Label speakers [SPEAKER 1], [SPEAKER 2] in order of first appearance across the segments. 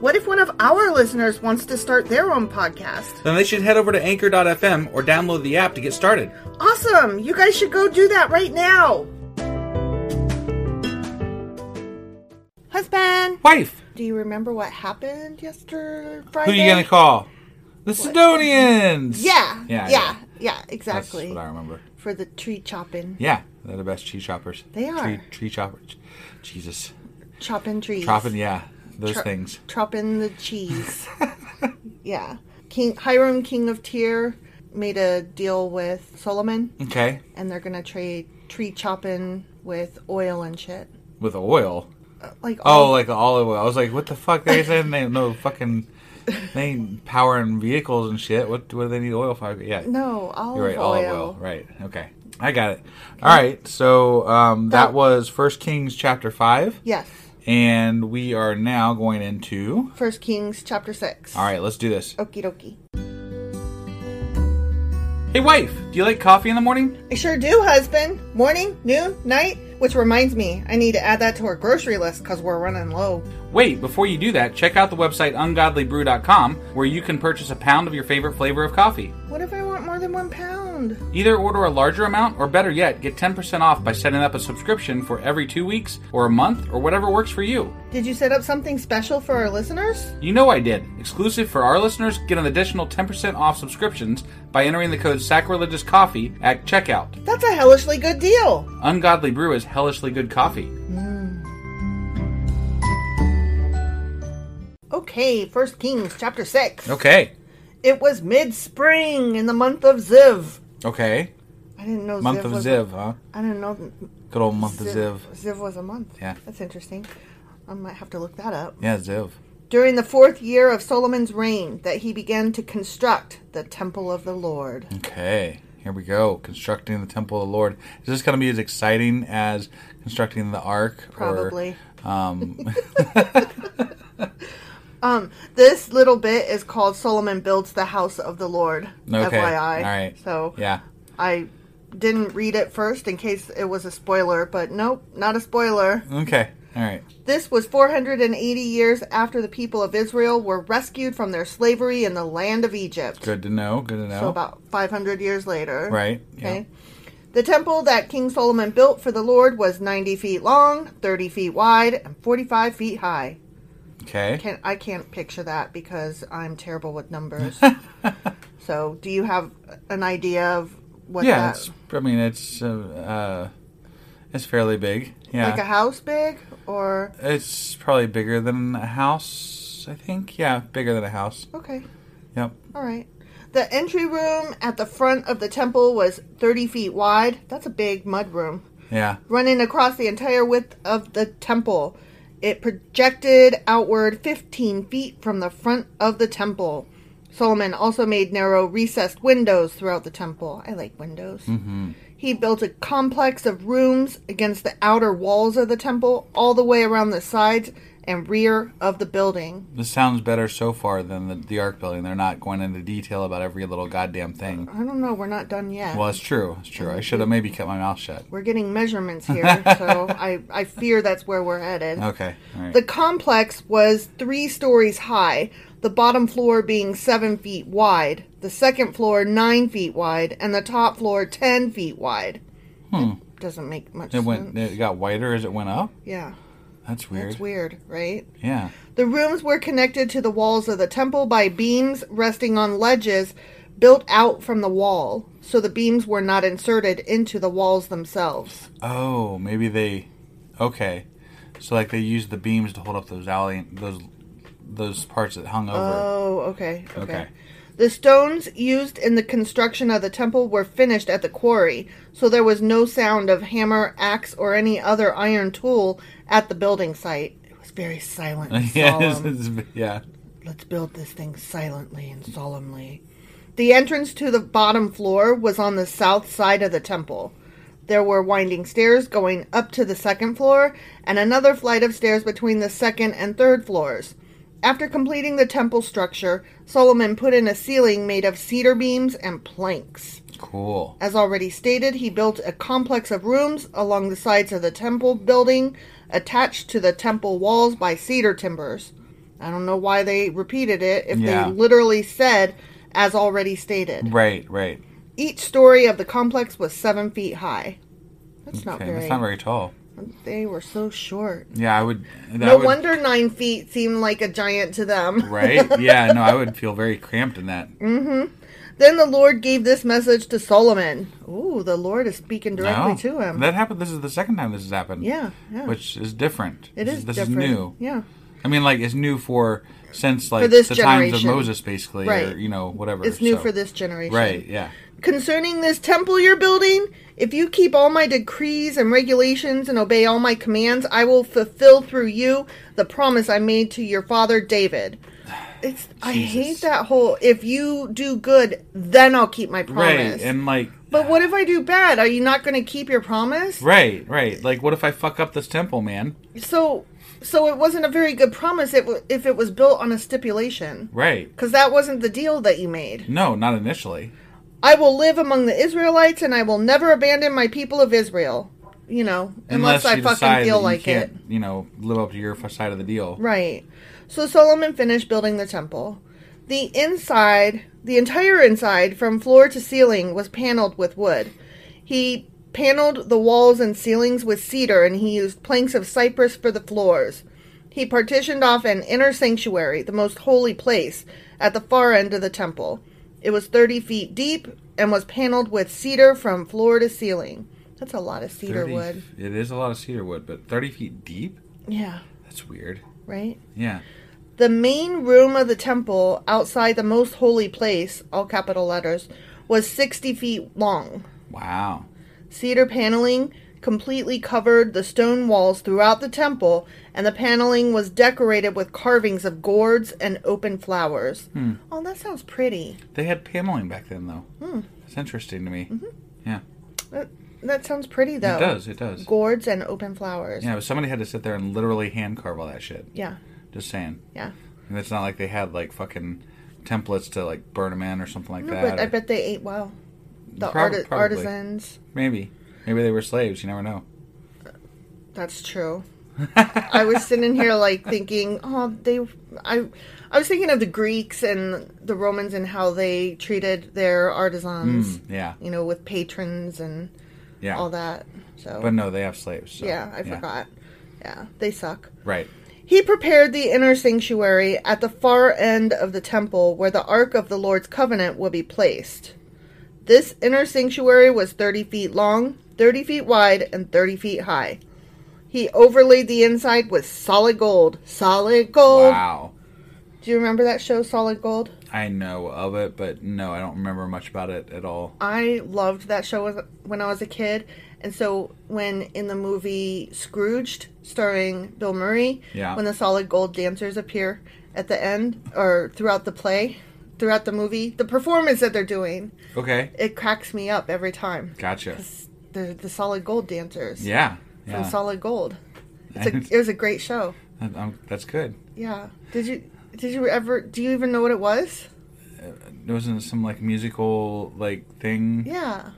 [SPEAKER 1] what if one of our listeners wants to start their own podcast?
[SPEAKER 2] Then they should head over to anchor.fm or download the app to get started.
[SPEAKER 1] Awesome! You guys should go do that right now! Husband!
[SPEAKER 2] Wife,
[SPEAKER 1] Do you remember what happened yesterday?
[SPEAKER 2] who are you going to call? The Sidonians.
[SPEAKER 1] Yeah,
[SPEAKER 2] Yeah,
[SPEAKER 1] yeah,
[SPEAKER 2] I
[SPEAKER 1] yeah,
[SPEAKER 2] know.
[SPEAKER 1] exactly.
[SPEAKER 2] That's what I remember.
[SPEAKER 1] For the tree chopping,
[SPEAKER 2] Yeah, they're the best tree choppers.
[SPEAKER 1] They are.
[SPEAKER 2] Tree, tree choppers. Jesus.
[SPEAKER 1] chopping trees.
[SPEAKER 2] Chopping, yeah. Those
[SPEAKER 1] Tro-
[SPEAKER 2] things.
[SPEAKER 1] Chopping the cheese. yeah. King Hiram, king of Tyr, made a deal with Solomon,
[SPEAKER 2] Okay.
[SPEAKER 1] and they're gonna trade tree chopping with oil and shit.
[SPEAKER 2] With oil.
[SPEAKER 1] Like
[SPEAKER 2] Oh,
[SPEAKER 1] all-
[SPEAKER 2] like the olive oil. I was like, what the fuck? They said they no fucking. They ain't powering vehicles and shit. What, what do they need oil for? Yeah.
[SPEAKER 1] no olive
[SPEAKER 2] You're right,
[SPEAKER 1] oil.
[SPEAKER 2] olive oil. Right. Okay. I got it. All right. So um, that was First Kings chapter 5.
[SPEAKER 1] Yes.
[SPEAKER 2] And we are now going into.
[SPEAKER 1] First Kings chapter six.
[SPEAKER 2] All right, let's do this.
[SPEAKER 1] Okie dokie.
[SPEAKER 2] Hey, wife, do you like coffee in the morning?
[SPEAKER 1] I sure do, husband. Morning, noon, night. Which reminds me, I need to add that to our grocery list because we're running low.
[SPEAKER 2] Wait, before you do that, check out the website ungodlybrew.com where you can purchase a pound of your favorite flavor of coffee.
[SPEAKER 1] What if I want more than one pound?
[SPEAKER 2] Either order a larger amount, or better yet, get 10% off by setting up a subscription for every two weeks or a month or whatever works for you.
[SPEAKER 1] Did you set up something special for our listeners?
[SPEAKER 2] You know I did. Exclusive for our listeners, get an additional 10% off subscriptions by entering the code sacrilegiouscoffee at checkout.
[SPEAKER 1] That's a hellishly good deal.
[SPEAKER 2] Ungodly Brew is hellishly good coffee.
[SPEAKER 1] Okay, First Kings chapter 6.
[SPEAKER 2] Okay.
[SPEAKER 1] It was mid spring in the month of Ziv.
[SPEAKER 2] Okay.
[SPEAKER 1] I didn't know
[SPEAKER 2] Month
[SPEAKER 1] Ziv
[SPEAKER 2] of
[SPEAKER 1] was
[SPEAKER 2] Ziv, huh?
[SPEAKER 1] I didn't know
[SPEAKER 2] Good old month of Ziv.
[SPEAKER 1] Ziv was a month.
[SPEAKER 2] Yeah.
[SPEAKER 1] That's interesting. I might have to look that up.
[SPEAKER 2] Yeah, Ziv.
[SPEAKER 1] During the fourth year of Solomon's reign, that he began to construct the temple of the Lord.
[SPEAKER 2] Okay. Here we go. Constructing the temple of the Lord. Is this going to be as exciting as constructing the ark?
[SPEAKER 1] Probably.
[SPEAKER 2] Or, um,
[SPEAKER 1] Um, This little bit is called Solomon builds the house of the Lord.
[SPEAKER 2] okay.
[SPEAKER 1] FYI.
[SPEAKER 2] All right.
[SPEAKER 1] So
[SPEAKER 2] yeah.
[SPEAKER 1] I didn't read it first in case it was a spoiler, but nope, not a spoiler.
[SPEAKER 2] Okay. All right.
[SPEAKER 1] This was 480 years after the people of Israel were rescued from their slavery in the land of Egypt.
[SPEAKER 2] Good to know. Good to know.
[SPEAKER 1] So about 500 years later.
[SPEAKER 2] Right, yeah.
[SPEAKER 1] Okay. The temple that King Solomon built for the Lord was 90 feet long, 30 feet wide, and 45 feet high.
[SPEAKER 2] okay.
[SPEAKER 1] Can I can't picture that because I'm terrible with numbers. so, do you have an idea of what
[SPEAKER 2] yeah.
[SPEAKER 1] that
[SPEAKER 2] It's, I mean, it's uh, uh, it's fairly big. Yeah.
[SPEAKER 1] like a house big or
[SPEAKER 2] it's probably bigger than a house. I think. Yeah, bigger than a house.
[SPEAKER 1] okay.
[SPEAKER 2] Yep.
[SPEAKER 1] All right. The entry room at the front of the temple was 30 feet wide. That's a big mud room.
[SPEAKER 2] Yeah.
[SPEAKER 1] running across the entire width of the temple. It projected outward 15 feet from the front of the temple. Solomon also made narrow recessed windows throughout the temple. I like windows. He built a complex of rooms against the outer walls of the temple, all the way around the sides and rear of the building.
[SPEAKER 2] This sounds better so far than the, the Ark building. They're not going into detail about every little goddamn thing.
[SPEAKER 1] I don't know, we're not done yet.
[SPEAKER 2] Well, it's true. It's true. I should have maybe kept my mouth shut.
[SPEAKER 1] We're getting measurements here, so I, I fear that's where we're headed.
[SPEAKER 2] Okay. All right.
[SPEAKER 1] The complex was three stories high, the bottom floor being seven feet wide, the second floor nine feet wide, and the top floor ten feet wide. It doesn't make much
[SPEAKER 2] it
[SPEAKER 1] sense.
[SPEAKER 2] Hmm. went. It got wider as it went up.
[SPEAKER 1] yeah,
[SPEAKER 2] That's weird.
[SPEAKER 1] that's weird, right?
[SPEAKER 2] Yeah.
[SPEAKER 1] The rooms were connected to the walls of the temple by beams resting on ledges built out from the wall, so the beams were not inserted into the walls themselves.
[SPEAKER 2] Oh, maybe they. Okay, so like they used the beams to hold up those alley those those parts that hung over.
[SPEAKER 1] Oh, okay, okay.
[SPEAKER 2] Okay.
[SPEAKER 1] The stones used in the construction of the temple were finished at the quarry, so there was no sound of hammer, axe, or any other iron tool at the building site. It was very silent and
[SPEAKER 2] yeah,
[SPEAKER 1] solemn.
[SPEAKER 2] it's- it's- yeah.
[SPEAKER 1] Let's build this thing silently and solemnly. The entrance to the bottom floor was on the south side of the temple. There were winding stairs going up to the second floor and another flight of stairs between the second and third floors. After completing the temple structure, Solomon put in a ceiling made of cedar beams and planks.
[SPEAKER 2] Cool.
[SPEAKER 1] As already stated, he built a complex of rooms along the sides of the temple building, attached to the temple walls by cedar timbers. I don't know why they repeated it if
[SPEAKER 2] Yeah.
[SPEAKER 1] they literally said, as already stated.
[SPEAKER 2] Right, right.
[SPEAKER 1] Each story of the complex was seven feet high. That's not
[SPEAKER 2] Okay,
[SPEAKER 1] very.
[SPEAKER 2] that's not very tall.
[SPEAKER 1] They were so short.
[SPEAKER 2] Yeah, I would. That
[SPEAKER 1] no
[SPEAKER 2] would,
[SPEAKER 1] wonder nine feet seemed like a giant to them.
[SPEAKER 2] Right? Yeah. No, I would feel very cramped in that.
[SPEAKER 1] Mm, Then the Lord gave this message to Solomon. Ooh, the Lord is speaking directly
[SPEAKER 2] No.
[SPEAKER 1] to him.
[SPEAKER 2] That happened. This is the second time this has happened.
[SPEAKER 1] yeah, yeah.
[SPEAKER 2] Which is different.
[SPEAKER 1] it
[SPEAKER 2] this
[SPEAKER 1] is
[SPEAKER 2] This
[SPEAKER 1] different.
[SPEAKER 2] is new.
[SPEAKER 1] Yeah.
[SPEAKER 2] I mean, like it's new for since like
[SPEAKER 1] this
[SPEAKER 2] the times
[SPEAKER 1] generation.
[SPEAKER 2] of Moses, basically,
[SPEAKER 1] Right.
[SPEAKER 2] or you know whatever.
[SPEAKER 1] It's new
[SPEAKER 2] so-
[SPEAKER 1] for this generation.
[SPEAKER 2] Right. Yeah.
[SPEAKER 1] Concerning this temple you're building, if you keep all my decrees and regulations and obey all my commands, I will fulfill through you the promise I made to your father David. It's I hate that whole if you do good, then I'll keep my
[SPEAKER 2] Right.
[SPEAKER 1] promise.
[SPEAKER 2] And like
[SPEAKER 1] but what if I do bad? Are you not going to keep your promise?
[SPEAKER 2] Right, right. Like, what if I fuck up this temple, man?
[SPEAKER 1] So so it wasn't a very good promise if if it was built on a stipulation.
[SPEAKER 2] Right.
[SPEAKER 1] Cuz that wasn't the deal that you made.
[SPEAKER 2] No, not initially.
[SPEAKER 1] I will live among the Israelites, and I will never abandon my people of Israel. you know, unless, I
[SPEAKER 2] you
[SPEAKER 1] fucking
[SPEAKER 2] decide that
[SPEAKER 1] feel
[SPEAKER 2] you
[SPEAKER 1] like it.
[SPEAKER 2] can't, You know, live up to your f- side of the deal.
[SPEAKER 1] Right. So Solomon finished building the temple. The inside, the entire inside, from floor to ceiling, was paneled with wood. He paneled the walls and ceilings with cedar, and he used planks of cypress for the floors. He partitioned off an inner sanctuary, the most holy place, at the far end of the temple. It was 30 feet deep and was paneled with cedar from floor to ceiling. That's a lot of cedar
[SPEAKER 2] 30
[SPEAKER 1] wood.
[SPEAKER 2] It is a lot of cedar wood, but 30 feet deep?
[SPEAKER 1] Yeah,
[SPEAKER 2] That's weird.
[SPEAKER 1] right?
[SPEAKER 2] Yeah.
[SPEAKER 1] The main room of the temple, outside the most holy place, all capital letters, was 60 feet long.
[SPEAKER 2] Wow.
[SPEAKER 1] Cedar paneling completely covered the stone walls throughout the temple, and the paneling was decorated with carvings of gourds and open flowers.
[SPEAKER 2] Hmm.
[SPEAKER 1] Oh, that sounds pretty.
[SPEAKER 2] They had paneling back then, though.
[SPEAKER 1] Hmm.
[SPEAKER 2] That's interesting to me.
[SPEAKER 1] Mm-hmm.
[SPEAKER 2] Yeah.
[SPEAKER 1] That, that sounds pretty, though.
[SPEAKER 2] It does. It does.
[SPEAKER 1] Gourds and open flowers.
[SPEAKER 2] Yeah, but somebody had to sit there and literally hand carve all that shit.
[SPEAKER 1] Yeah.
[SPEAKER 2] Just saying.
[SPEAKER 1] yeah.
[SPEAKER 2] And it's not like they had like fucking templates to like burn them in or something like
[SPEAKER 1] No,
[SPEAKER 2] that.
[SPEAKER 1] but I
[SPEAKER 2] or-
[SPEAKER 1] bet they ate well. The
[SPEAKER 2] Prob-
[SPEAKER 1] arti-
[SPEAKER 2] probably.
[SPEAKER 1] artisans.
[SPEAKER 2] Maybe. Maybe they were slaves. You never know.
[SPEAKER 1] That's true. I was sitting here like thinking, oh, they. I, I was thinking of the Greeks and the Romans and how they treated their artisans,
[SPEAKER 2] Yeah.
[SPEAKER 1] you know, with patrons and
[SPEAKER 2] Hmm. Yeah.
[SPEAKER 1] all that. So
[SPEAKER 2] But no, they have slaves. so,
[SPEAKER 1] yeah, I forgot. Yeah, they suck.
[SPEAKER 2] Right.
[SPEAKER 1] He prepared the inner sanctuary at the far end of the temple where the Ark of the Lord's Covenant will be placed. This inner sanctuary was 30 feet long, 30 feet wide, and 30 feet high. He overlaid the inside with solid gold. Solid gold.
[SPEAKER 2] Wow.
[SPEAKER 1] Do you remember that show, Solid Gold?
[SPEAKER 2] I know of it, but no, I don't remember much about it at all.
[SPEAKER 1] I loved that show as- when I was a kid. And so when in the movie Scrooged, starring Bill Murray,
[SPEAKER 2] Yeah.
[SPEAKER 1] when the solid gold dancers appear at the end or throughout the play, throughout the movie, the performance that they're doing,
[SPEAKER 2] Okay.
[SPEAKER 1] it cracks me up every time.
[SPEAKER 2] Gotcha.
[SPEAKER 1] They're the solid gold dancers.
[SPEAKER 2] Yeah.
[SPEAKER 1] From
[SPEAKER 2] Yeah.
[SPEAKER 1] Solid Gold. It's a, it was a great show.
[SPEAKER 2] That- um, that's good.
[SPEAKER 1] Yeah. Did you did you ever do you even know what it was?
[SPEAKER 2] It wasn't some like musical like thing.
[SPEAKER 1] Yeah.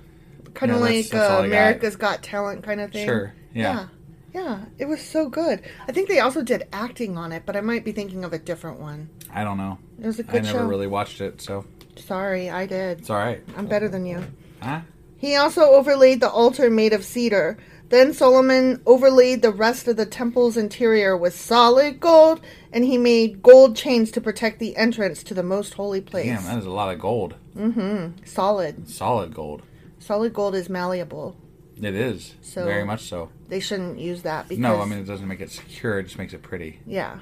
[SPEAKER 1] Kind
[SPEAKER 2] No,
[SPEAKER 1] of
[SPEAKER 2] that's-
[SPEAKER 1] like
[SPEAKER 2] that's all I
[SPEAKER 1] uh,
[SPEAKER 2] got.
[SPEAKER 1] America's Got Talent kind of thing.
[SPEAKER 2] Sure. Yeah.
[SPEAKER 1] yeah. Yeah, it was so good. I think they also did acting on it, but I might be thinking of a different one.
[SPEAKER 2] I don't know.
[SPEAKER 1] It was a
[SPEAKER 2] I
[SPEAKER 1] good
[SPEAKER 2] never
[SPEAKER 1] show.
[SPEAKER 2] really watched it, so
[SPEAKER 1] Sorry, I did.
[SPEAKER 2] it's all right.
[SPEAKER 1] I'm better than you.
[SPEAKER 2] Huh?
[SPEAKER 1] He also overlaid the altar made of cedar. Then Solomon overlaid the rest of the temple's interior with solid gold, and he made gold chains to protect the entrance to the most holy place.
[SPEAKER 2] Damn, that is a lot of gold.
[SPEAKER 1] solid.
[SPEAKER 2] Solid gold.
[SPEAKER 1] Solid gold is malleable.
[SPEAKER 2] It is.
[SPEAKER 1] So-
[SPEAKER 2] very much so.
[SPEAKER 1] They shouldn't use that because
[SPEAKER 2] No, I mean it doesn't make it secure, it just makes it pretty.
[SPEAKER 1] Yeah.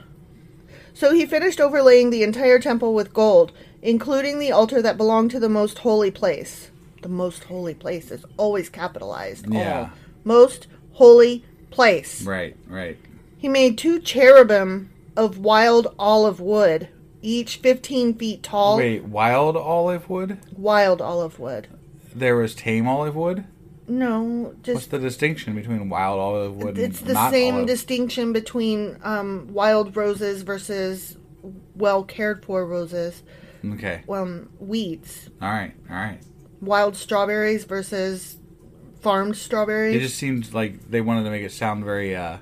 [SPEAKER 1] So he finished overlaying the entire temple with gold, including the altar that belonged to the most holy place. The most holy place is always capitalized. all.
[SPEAKER 2] Yeah.
[SPEAKER 1] Most holy place.
[SPEAKER 2] Right, right.
[SPEAKER 1] He made two cherubim of wild olive wood, each 15 feet tall.
[SPEAKER 2] Wait, wild olive wood?
[SPEAKER 1] Wild olive wood.
[SPEAKER 2] There was tame olive wood?
[SPEAKER 1] No,
[SPEAKER 2] What's
[SPEAKER 1] just
[SPEAKER 2] the distinction between wild olive wood and
[SPEAKER 1] it's the
[SPEAKER 2] not
[SPEAKER 1] same
[SPEAKER 2] olive?
[SPEAKER 1] distinction between um, wild roses versus well cared for roses,
[SPEAKER 2] Okay.
[SPEAKER 1] um, weeds.
[SPEAKER 2] All right. All right.
[SPEAKER 1] wild strawberries versus farmed
[SPEAKER 2] It
[SPEAKER 1] strawberries.
[SPEAKER 2] just seemed like they wanted to make it sound very, uh,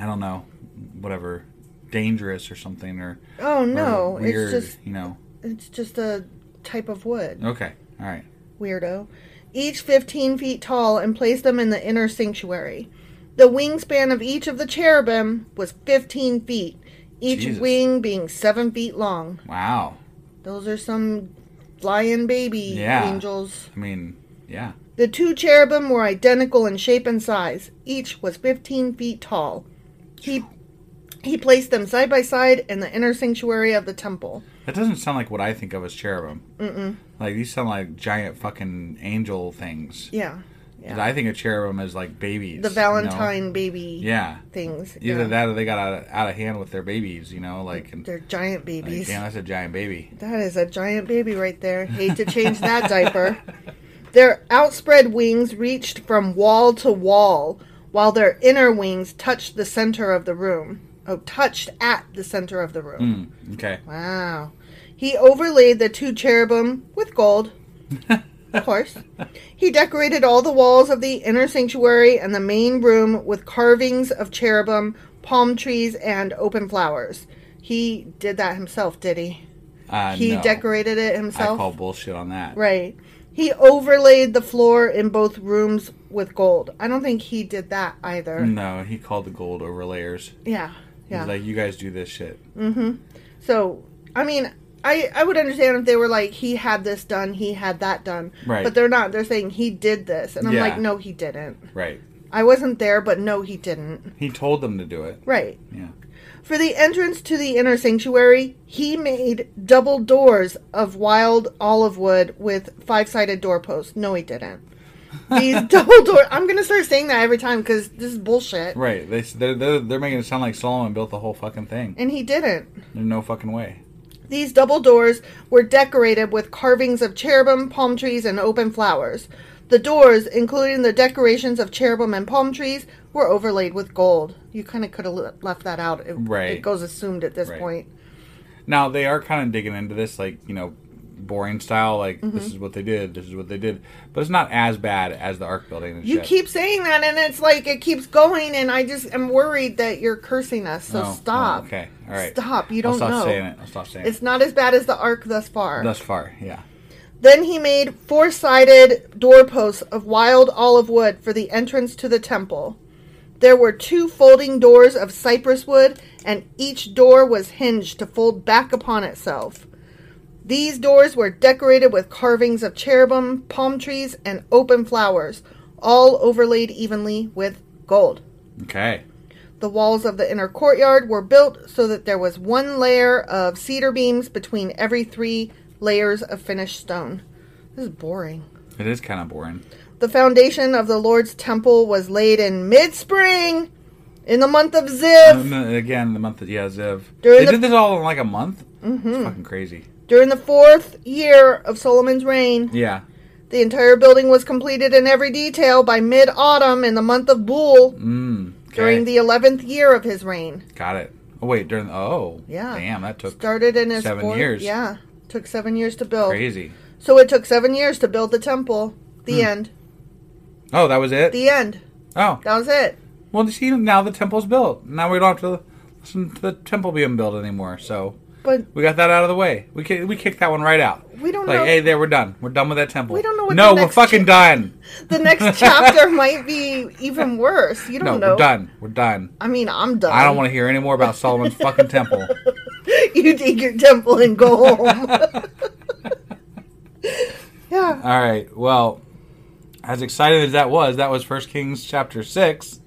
[SPEAKER 2] I don't know, whatever, dangerous or something or
[SPEAKER 1] oh no,
[SPEAKER 2] or weird.
[SPEAKER 1] it's just
[SPEAKER 2] you know.
[SPEAKER 1] it's just a type of wood.
[SPEAKER 2] Okay. All right.
[SPEAKER 1] Weirdo. Each 15 feet tall and placed them in the inner sanctuary. The wingspan of each of the cherubim was 15 feet, each
[SPEAKER 2] Jesus.
[SPEAKER 1] wing being 7 feet long.
[SPEAKER 2] Wow.
[SPEAKER 1] Those are some flying baby
[SPEAKER 2] Yeah.
[SPEAKER 1] angels.
[SPEAKER 2] I mean, yeah.
[SPEAKER 1] The two cherubim were identical in shape and size. Each was 15 feet tall. He he placed them side by side in the inner sanctuary of the temple.
[SPEAKER 2] That doesn't sound like what I think of as cherubim. Mm-mm. Like these sound like giant fucking angel things.
[SPEAKER 1] Yeah.
[SPEAKER 2] 'Cause I think of cherubim as like babies.
[SPEAKER 1] The
[SPEAKER 2] you know?
[SPEAKER 1] Valentine baby
[SPEAKER 2] Yeah.
[SPEAKER 1] things.
[SPEAKER 2] Either
[SPEAKER 1] yeah.
[SPEAKER 2] that or they got out of, out of hand with their babies. You know, like and
[SPEAKER 1] They're giant
[SPEAKER 2] like,
[SPEAKER 1] babies.
[SPEAKER 2] damn, that's a giant baby.
[SPEAKER 1] That is a giant baby right there. Hate to change that diaper. Their outspread wings reached from wall to wall, while their inner wings touched the center of the room. Oh, touched at the center of the room.
[SPEAKER 2] Okay.
[SPEAKER 1] Wow. He overlaid the two cherubim with gold. of course. He decorated all the walls of the inner sanctuary and the main room with carvings of cherubim, palm trees, and open flowers. He did that himself, did he?
[SPEAKER 2] Uh,
[SPEAKER 1] He
[SPEAKER 2] no.
[SPEAKER 1] decorated it himself.
[SPEAKER 2] I call bullshit on that.
[SPEAKER 1] Right. He overlaid the floor in both rooms with gold. I don't think he did that either.
[SPEAKER 2] No, he called the gold overlayers.
[SPEAKER 1] Yeah. Yeah.
[SPEAKER 2] He's like, you guys do this shit.
[SPEAKER 1] So, I mean, I I would understand if they were like he had this done, he had that done.
[SPEAKER 2] Right.
[SPEAKER 1] But they're not. They're saying he did this, and I'm
[SPEAKER 2] Yeah.
[SPEAKER 1] like, no, he didn't.
[SPEAKER 2] Right.
[SPEAKER 1] I wasn't there, but no, he didn't.
[SPEAKER 2] He told them to do it.
[SPEAKER 1] Right.
[SPEAKER 2] Yeah.
[SPEAKER 1] For the entrance to the inner sanctuary, he made double doors of wild olive wood with five-sided doorposts. No, he didn't. These double door. I'm gonna start saying that every time because this is bullshit.
[SPEAKER 2] Right. They s- they're, they're they're making it sound like Solomon built the whole fucking thing.
[SPEAKER 1] And he didn't.
[SPEAKER 2] There's no fucking way.
[SPEAKER 1] These double doors were decorated with carvings of cherubim, palm trees, and open flowers. The doors, including the decorations of cherubim and palm trees, were overlaid with gold. You kind of could have le- left that out. It,
[SPEAKER 2] Right.
[SPEAKER 1] it goes assumed at this
[SPEAKER 2] Right.
[SPEAKER 1] point.
[SPEAKER 2] Now they are kind of digging into this, like you know, boring style. Like
[SPEAKER 1] Mm-hmm.
[SPEAKER 2] this is what they did. This is what they did. But it's not as bad as the Ark building. And
[SPEAKER 1] You
[SPEAKER 2] shit.
[SPEAKER 1] keep saying that, and it's like it keeps going, and I just am worried that you're cursing us. So
[SPEAKER 2] Oh, oh,
[SPEAKER 1] stop.
[SPEAKER 2] okay. All right.
[SPEAKER 1] Stop. You
[SPEAKER 2] I'll
[SPEAKER 1] don't
[SPEAKER 2] stop
[SPEAKER 1] know.
[SPEAKER 2] saying it. I'll stop saying
[SPEAKER 1] It's
[SPEAKER 2] it.
[SPEAKER 1] not as bad as the arc thus far.
[SPEAKER 2] Thus far, yeah.
[SPEAKER 1] Then he made four sided doorposts of wild olive wood for the entrance to the temple. There were two folding doors of cypress wood, and each door was hinged to fold back upon itself. These doors were decorated with carvings of cherubim, palm trees, and open flowers, all overlaid evenly with gold.
[SPEAKER 2] Okay.
[SPEAKER 1] The walls of the inner courtyard were built so that there was one layer of cedar beams between every three layers of finished stone. This is boring.
[SPEAKER 2] It is kind of boring.
[SPEAKER 1] The foundation of the Lord's temple was laid in mid spring in the month of Ziv.
[SPEAKER 2] And then again, the month that yeah, Ziv.
[SPEAKER 1] During
[SPEAKER 2] they
[SPEAKER 1] the-
[SPEAKER 2] did this all in like a month. Mm-hmm. It's fucking crazy.
[SPEAKER 1] During the fourth year of Solomon's reign,
[SPEAKER 2] Yeah.
[SPEAKER 1] the entire building was completed in every detail by mid autumn in the month of Bul
[SPEAKER 2] Okay.
[SPEAKER 1] during the 11th year of his reign.
[SPEAKER 2] got it. Oh wait, during the, oh
[SPEAKER 1] Yeah.
[SPEAKER 2] damn that took
[SPEAKER 1] Started in his
[SPEAKER 2] Seven
[SPEAKER 1] fourth-
[SPEAKER 2] years.
[SPEAKER 1] Yeah. Took seven years to build.
[SPEAKER 2] crazy.
[SPEAKER 1] So it took seven years to build the temple. The
[SPEAKER 2] Hmm.
[SPEAKER 1] end.
[SPEAKER 2] Oh, that was it.
[SPEAKER 1] The end.
[SPEAKER 2] oh,
[SPEAKER 1] That was it.
[SPEAKER 2] well, see, now the temple's built. Now we don't have to listen to the temple being built anymore. So
[SPEAKER 1] But
[SPEAKER 2] we got that out of the way. We ki- we kicked that one right out.
[SPEAKER 1] We don't
[SPEAKER 2] like,
[SPEAKER 1] know-
[SPEAKER 2] Hey, there, we're done. We're done with that temple.
[SPEAKER 1] We don't know what
[SPEAKER 2] No,
[SPEAKER 1] the
[SPEAKER 2] we're
[SPEAKER 1] next
[SPEAKER 2] fucking
[SPEAKER 1] cha-
[SPEAKER 2] done.
[SPEAKER 1] the next chapter might be even worse. You
[SPEAKER 2] No,
[SPEAKER 1] don't know.
[SPEAKER 2] we're done. We're done.
[SPEAKER 1] I mean, I'm done.
[SPEAKER 2] I don't want to hear any more about Solomon's fucking temple.
[SPEAKER 1] to. you dig your temple and go home. yeah.
[SPEAKER 2] All right. Well, as excited as that was, that was First Kings chapter 6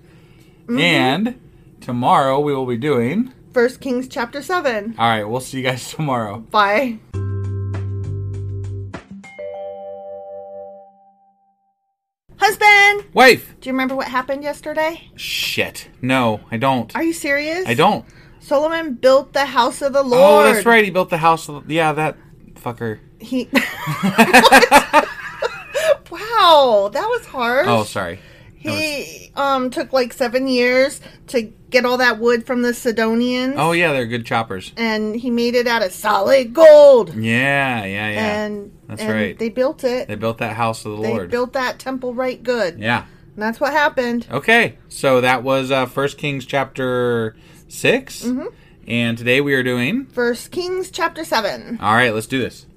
[SPEAKER 1] Mm-hmm.
[SPEAKER 2] and tomorrow we will be doing.
[SPEAKER 1] First Kings chapter seven.
[SPEAKER 2] All right. We'll see you guys tomorrow.
[SPEAKER 1] Bye. Husband,
[SPEAKER 2] Wife.
[SPEAKER 1] do you remember what happened yesterday?
[SPEAKER 2] Shit. No, I don't.
[SPEAKER 1] Are you serious?
[SPEAKER 2] I don't.
[SPEAKER 1] Solomon built the house of the
[SPEAKER 2] Oh,
[SPEAKER 1] Lord.
[SPEAKER 2] that's right. He built the house. Of, yeah, that fucker.
[SPEAKER 1] He. What? wow, that was harsh.
[SPEAKER 2] Oh, sorry. That was-
[SPEAKER 1] He um took like seven years to get all that wood from the Sidonians.
[SPEAKER 2] oh yeah, they're good choppers.
[SPEAKER 1] and he made it out of solid gold.
[SPEAKER 2] Yeah, yeah, yeah.
[SPEAKER 1] And
[SPEAKER 2] that's
[SPEAKER 1] and
[SPEAKER 2] right.
[SPEAKER 1] They built it.
[SPEAKER 2] They built that house of the
[SPEAKER 1] They
[SPEAKER 2] Lord.
[SPEAKER 1] built that temple right good.
[SPEAKER 2] yeah.
[SPEAKER 1] And that's what happened.
[SPEAKER 2] Okay. So that was uh, First Kings chapter 6
[SPEAKER 1] Mm-hmm.
[SPEAKER 2] and today we are doing.
[SPEAKER 1] First Kings chapter seven.
[SPEAKER 2] All right, let's do this.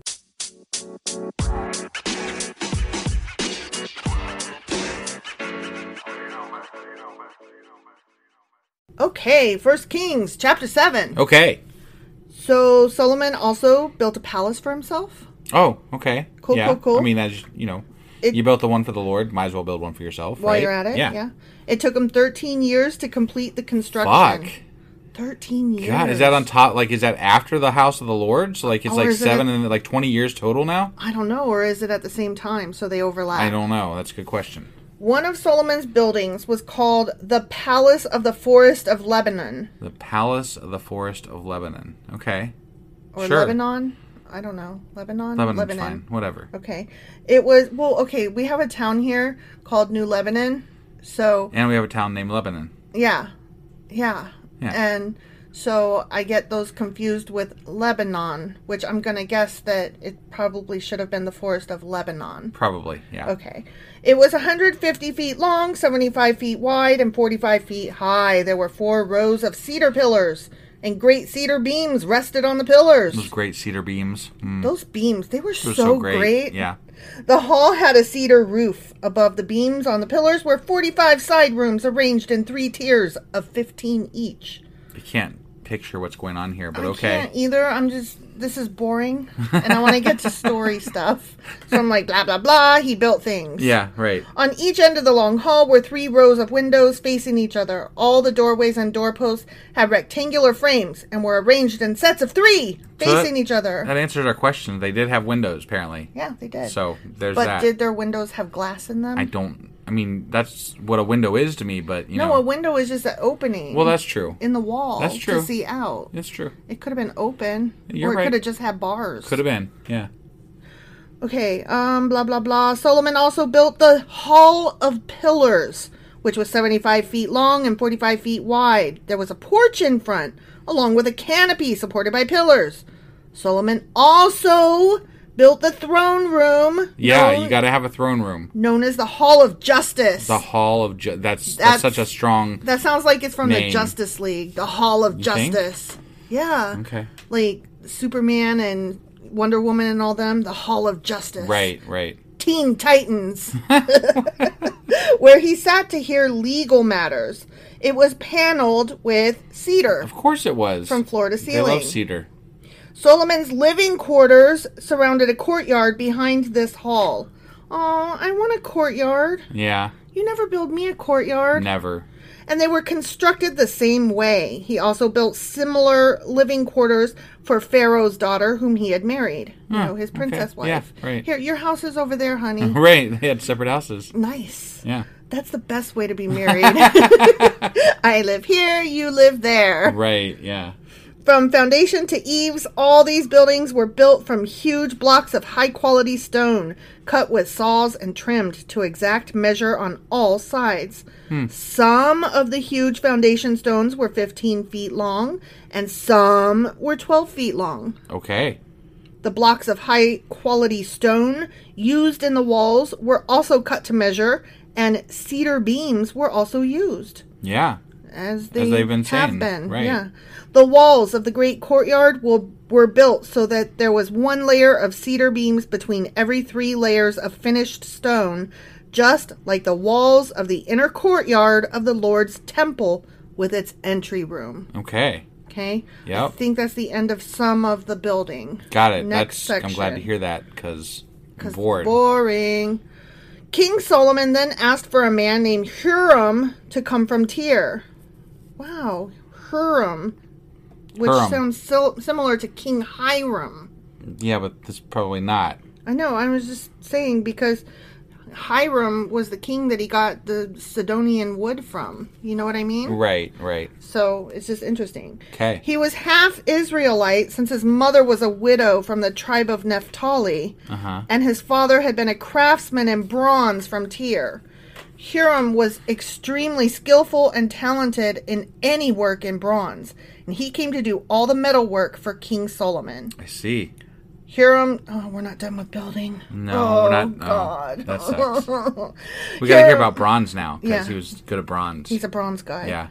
[SPEAKER 1] Okay, First Kings chapter seven.
[SPEAKER 2] Okay.
[SPEAKER 1] So Solomon also built a palace for himself.
[SPEAKER 2] Oh, okay.
[SPEAKER 1] Cool,
[SPEAKER 2] yeah.
[SPEAKER 1] cool, cool.
[SPEAKER 2] I mean, that's you know,
[SPEAKER 1] It-
[SPEAKER 2] you built the one for the Lord. Might as well build one for yourself
[SPEAKER 1] While
[SPEAKER 2] right?
[SPEAKER 1] you're at it, yeah. It took him 13 years to complete the construction.
[SPEAKER 2] Fuck.
[SPEAKER 1] 13 years.
[SPEAKER 2] God, is that on top? Like, is that after the house of the Lord? So, like, it's
[SPEAKER 1] Or
[SPEAKER 2] like
[SPEAKER 1] is it
[SPEAKER 2] seven
[SPEAKER 1] a-
[SPEAKER 2] and like twenty years total now.
[SPEAKER 1] I don't know, or is it at the same time? So they overlap.
[SPEAKER 2] I don't know. That's a good question.
[SPEAKER 1] One of Solomon's buildings was called the Palace of the Forest of Lebanon
[SPEAKER 2] The palace of the forest of Lebanon. Okay,
[SPEAKER 1] or
[SPEAKER 2] Sure.
[SPEAKER 1] Lebanon. I don't know. Mm, Lebanon.
[SPEAKER 2] Lebanon's fine. Whatever.
[SPEAKER 1] Okay. It was well. Okay, we have a town here called New Lebanon. So
[SPEAKER 2] And we have a town named Lebanon.
[SPEAKER 1] yeah, yeah,
[SPEAKER 2] Yeah.
[SPEAKER 1] and So I get those confused with Lebanon, which I'm going to guess that it probably should have been the forest of Lebanon.
[SPEAKER 2] Probably, yeah.
[SPEAKER 1] Okay. It was 150 feet long, 75 feet wide, and 45 feet high. There were four rows of cedar pillars, and great cedar beams rested on the pillars.
[SPEAKER 2] Those great cedar beams. Mm,
[SPEAKER 1] Those beams, they were so,
[SPEAKER 2] they're
[SPEAKER 1] great.
[SPEAKER 2] Yeah.
[SPEAKER 1] The hall had a cedar roof. Above the beams on the pillars were 45 side rooms arranged in three tiers of 15 each.
[SPEAKER 2] I can't picture what's going on here, but
[SPEAKER 1] I
[SPEAKER 2] okay.
[SPEAKER 1] can't either. I'm just this is boring, and I want to get to story stuff. So I'm like blah blah blah. He built things.
[SPEAKER 2] Yeah, right.
[SPEAKER 1] On each end of the long hall were three rows of windows facing each other. All the doorways and doorposts had rectangular frames and were arranged in sets of three
[SPEAKER 2] So that-
[SPEAKER 1] facing each other.
[SPEAKER 2] That answers our question. They did have windows, apparently.
[SPEAKER 1] yeah, they did.
[SPEAKER 2] So there's
[SPEAKER 1] but
[SPEAKER 2] that.
[SPEAKER 1] did their windows have glass in them?
[SPEAKER 2] I don't. I mean, that's what a window is to me, but you
[SPEAKER 1] no,
[SPEAKER 2] know.
[SPEAKER 1] a window is just an opening.
[SPEAKER 2] well, that's true.
[SPEAKER 1] in the wall
[SPEAKER 2] That's true.
[SPEAKER 1] to see out.
[SPEAKER 2] That's true.
[SPEAKER 1] It could have been open,
[SPEAKER 2] You're
[SPEAKER 1] or it
[SPEAKER 2] right.
[SPEAKER 1] could have just had bars.
[SPEAKER 2] Could have been. Yeah.
[SPEAKER 1] Okay, um, blah, blah, blah. Solomon also built the Hall of Pillars, which was 75 feet long and 45 feet wide. There was a porch in front, along with a canopy supported by pillars. Solomon also built the throne room.
[SPEAKER 2] Yeah,
[SPEAKER 1] known,
[SPEAKER 2] you got to have a throne room.
[SPEAKER 1] Known as the Hall of Justice.
[SPEAKER 2] The Hall of Ju- that's, that's
[SPEAKER 1] That's-
[SPEAKER 2] such a strong.
[SPEAKER 1] that sounds like it's from
[SPEAKER 2] Name.
[SPEAKER 1] the Justice League, the Hall of
[SPEAKER 2] think?
[SPEAKER 1] Justice. Yeah.
[SPEAKER 2] Okay.
[SPEAKER 1] Like Superman and Wonder Woman and all them, the Hall of Justice.
[SPEAKER 2] Right, right.
[SPEAKER 1] Teen Titans, where he sat to hear legal matters. It was paneled with cedar.
[SPEAKER 2] Of course it was.
[SPEAKER 1] From floor to
[SPEAKER 2] They
[SPEAKER 1] ceiling.
[SPEAKER 2] love cedar.
[SPEAKER 1] Solomon's living quarters surrounded a courtyard behind this hall. Oh, I want a courtyard.
[SPEAKER 2] Yeah.
[SPEAKER 1] You never build me a courtyard.
[SPEAKER 2] Never.
[SPEAKER 1] And they were constructed the same way. He also built similar living quarters for Pharaoh's daughter, whom he had married. you know, his princess
[SPEAKER 2] Hmm, okay. Yeah,
[SPEAKER 1] wife.
[SPEAKER 2] right.
[SPEAKER 1] Here, your house is over there, honey.
[SPEAKER 2] Right. They had separate houses.
[SPEAKER 1] nice.
[SPEAKER 2] Yeah.
[SPEAKER 1] That's the best way to be married. I live here, you live there.
[SPEAKER 2] Right. Yeah.
[SPEAKER 1] From foundation to eaves, all these buildings were built from huge blocks of high quality stone, cut with saws and trimmed to exact measure on all sides. Some of the huge foundation stones were 15 feet long, and some were 12 feet long.
[SPEAKER 2] Okay.
[SPEAKER 1] The blocks of high quality stone used in the walls were also cut to measure, and cedar beams were also used.
[SPEAKER 2] Yeah.
[SPEAKER 1] As, they
[SPEAKER 2] they've been
[SPEAKER 1] have
[SPEAKER 2] saying,
[SPEAKER 1] been,
[SPEAKER 2] right.
[SPEAKER 1] yeah. The walls of the great courtyard will, were built so that there was one layer of cedar beams between every three layers of finished stone, just like the walls of the inner courtyard of the Lord's temple with its entry room.
[SPEAKER 2] Okay.
[SPEAKER 1] Okay, I
[SPEAKER 2] Yep.
[SPEAKER 1] think that's the end of some of the building.
[SPEAKER 2] Got it.
[SPEAKER 1] Next
[SPEAKER 2] that's I'm glad to
[SPEAKER 1] section.
[SPEAKER 2] hear that cuz
[SPEAKER 1] 'Cause
[SPEAKER 2] bored.
[SPEAKER 1] Boring. King Solomon then asked for a man named Huram to come from Tyr. Wow, Huram, which
[SPEAKER 2] Huram.
[SPEAKER 1] sounds so similar to King Hiram.
[SPEAKER 2] yeah, but this probably not.
[SPEAKER 1] I know. I was just saying because Hiram was the king that he got the Sidonian wood from. You know what I mean?
[SPEAKER 2] Right, right.
[SPEAKER 1] So it's just interesting.
[SPEAKER 2] 'Kay.
[SPEAKER 1] He was half Israelite since his mother was a widow from the tribe of Naphtali,
[SPEAKER 2] Uh-huh.
[SPEAKER 1] and his father had been a craftsman in bronze from Tyre. Hiram was extremely skillful and talented in any work in bronze, and he came to do all the metal work for King Solomon.
[SPEAKER 2] I see.
[SPEAKER 1] Hiram, oh, we're not done with building.
[SPEAKER 2] No,
[SPEAKER 1] oh,
[SPEAKER 2] we're not.
[SPEAKER 1] God.
[SPEAKER 2] Oh, that sucks. We got to hear about bronze now cuz
[SPEAKER 1] Yeah.
[SPEAKER 2] he was good at bronze.
[SPEAKER 1] He's a bronze guy.
[SPEAKER 2] yeah.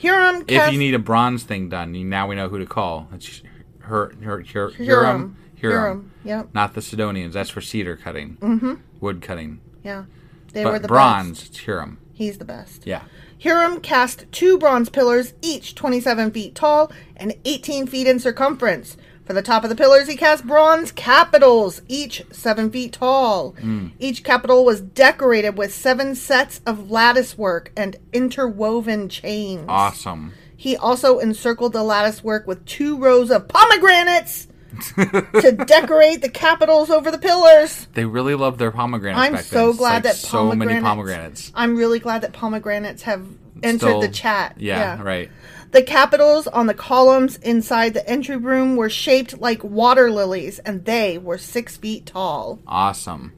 [SPEAKER 1] Hiram
[SPEAKER 2] If
[SPEAKER 1] cast-
[SPEAKER 2] you need a bronze thing done, you- now we know who to call. It's her, her, her, Huram,
[SPEAKER 1] Hiram.
[SPEAKER 2] Huram.
[SPEAKER 1] Yep.
[SPEAKER 2] Not the Sidonians. That's for cedar cutting, wood cutting.
[SPEAKER 1] Yeah. They
[SPEAKER 2] but
[SPEAKER 1] were the
[SPEAKER 2] bronze,
[SPEAKER 1] best.
[SPEAKER 2] it's Huram.
[SPEAKER 1] He's the best.
[SPEAKER 2] Yeah.
[SPEAKER 1] Hiram cast two bronze pillars, each 27 feet tall and 18 feet in circumference. For the top of the pillars, he cast bronze capitals, each 7 feet tall.
[SPEAKER 2] Hmm.
[SPEAKER 1] Each capital was decorated with seven sets of lattice work and interwoven chains.
[SPEAKER 2] Awesome.
[SPEAKER 1] He also encircled the lattice work with two rows of pomegranates to decorate the capitals over the pillars.
[SPEAKER 2] They really love their pomegranates.
[SPEAKER 1] I'm
[SPEAKER 2] back
[SPEAKER 1] so
[SPEAKER 2] then. It's
[SPEAKER 1] glad
[SPEAKER 2] like
[SPEAKER 1] that
[SPEAKER 2] so
[SPEAKER 1] pomegranates,
[SPEAKER 2] many pomegranates
[SPEAKER 1] I'm really glad that pomegranates have entered
[SPEAKER 2] Still-
[SPEAKER 1] the chat.
[SPEAKER 2] Yeah, right.
[SPEAKER 1] The capitals on the columns inside the entry room were shaped like water lilies, and they were six feet tall.
[SPEAKER 2] Awesome.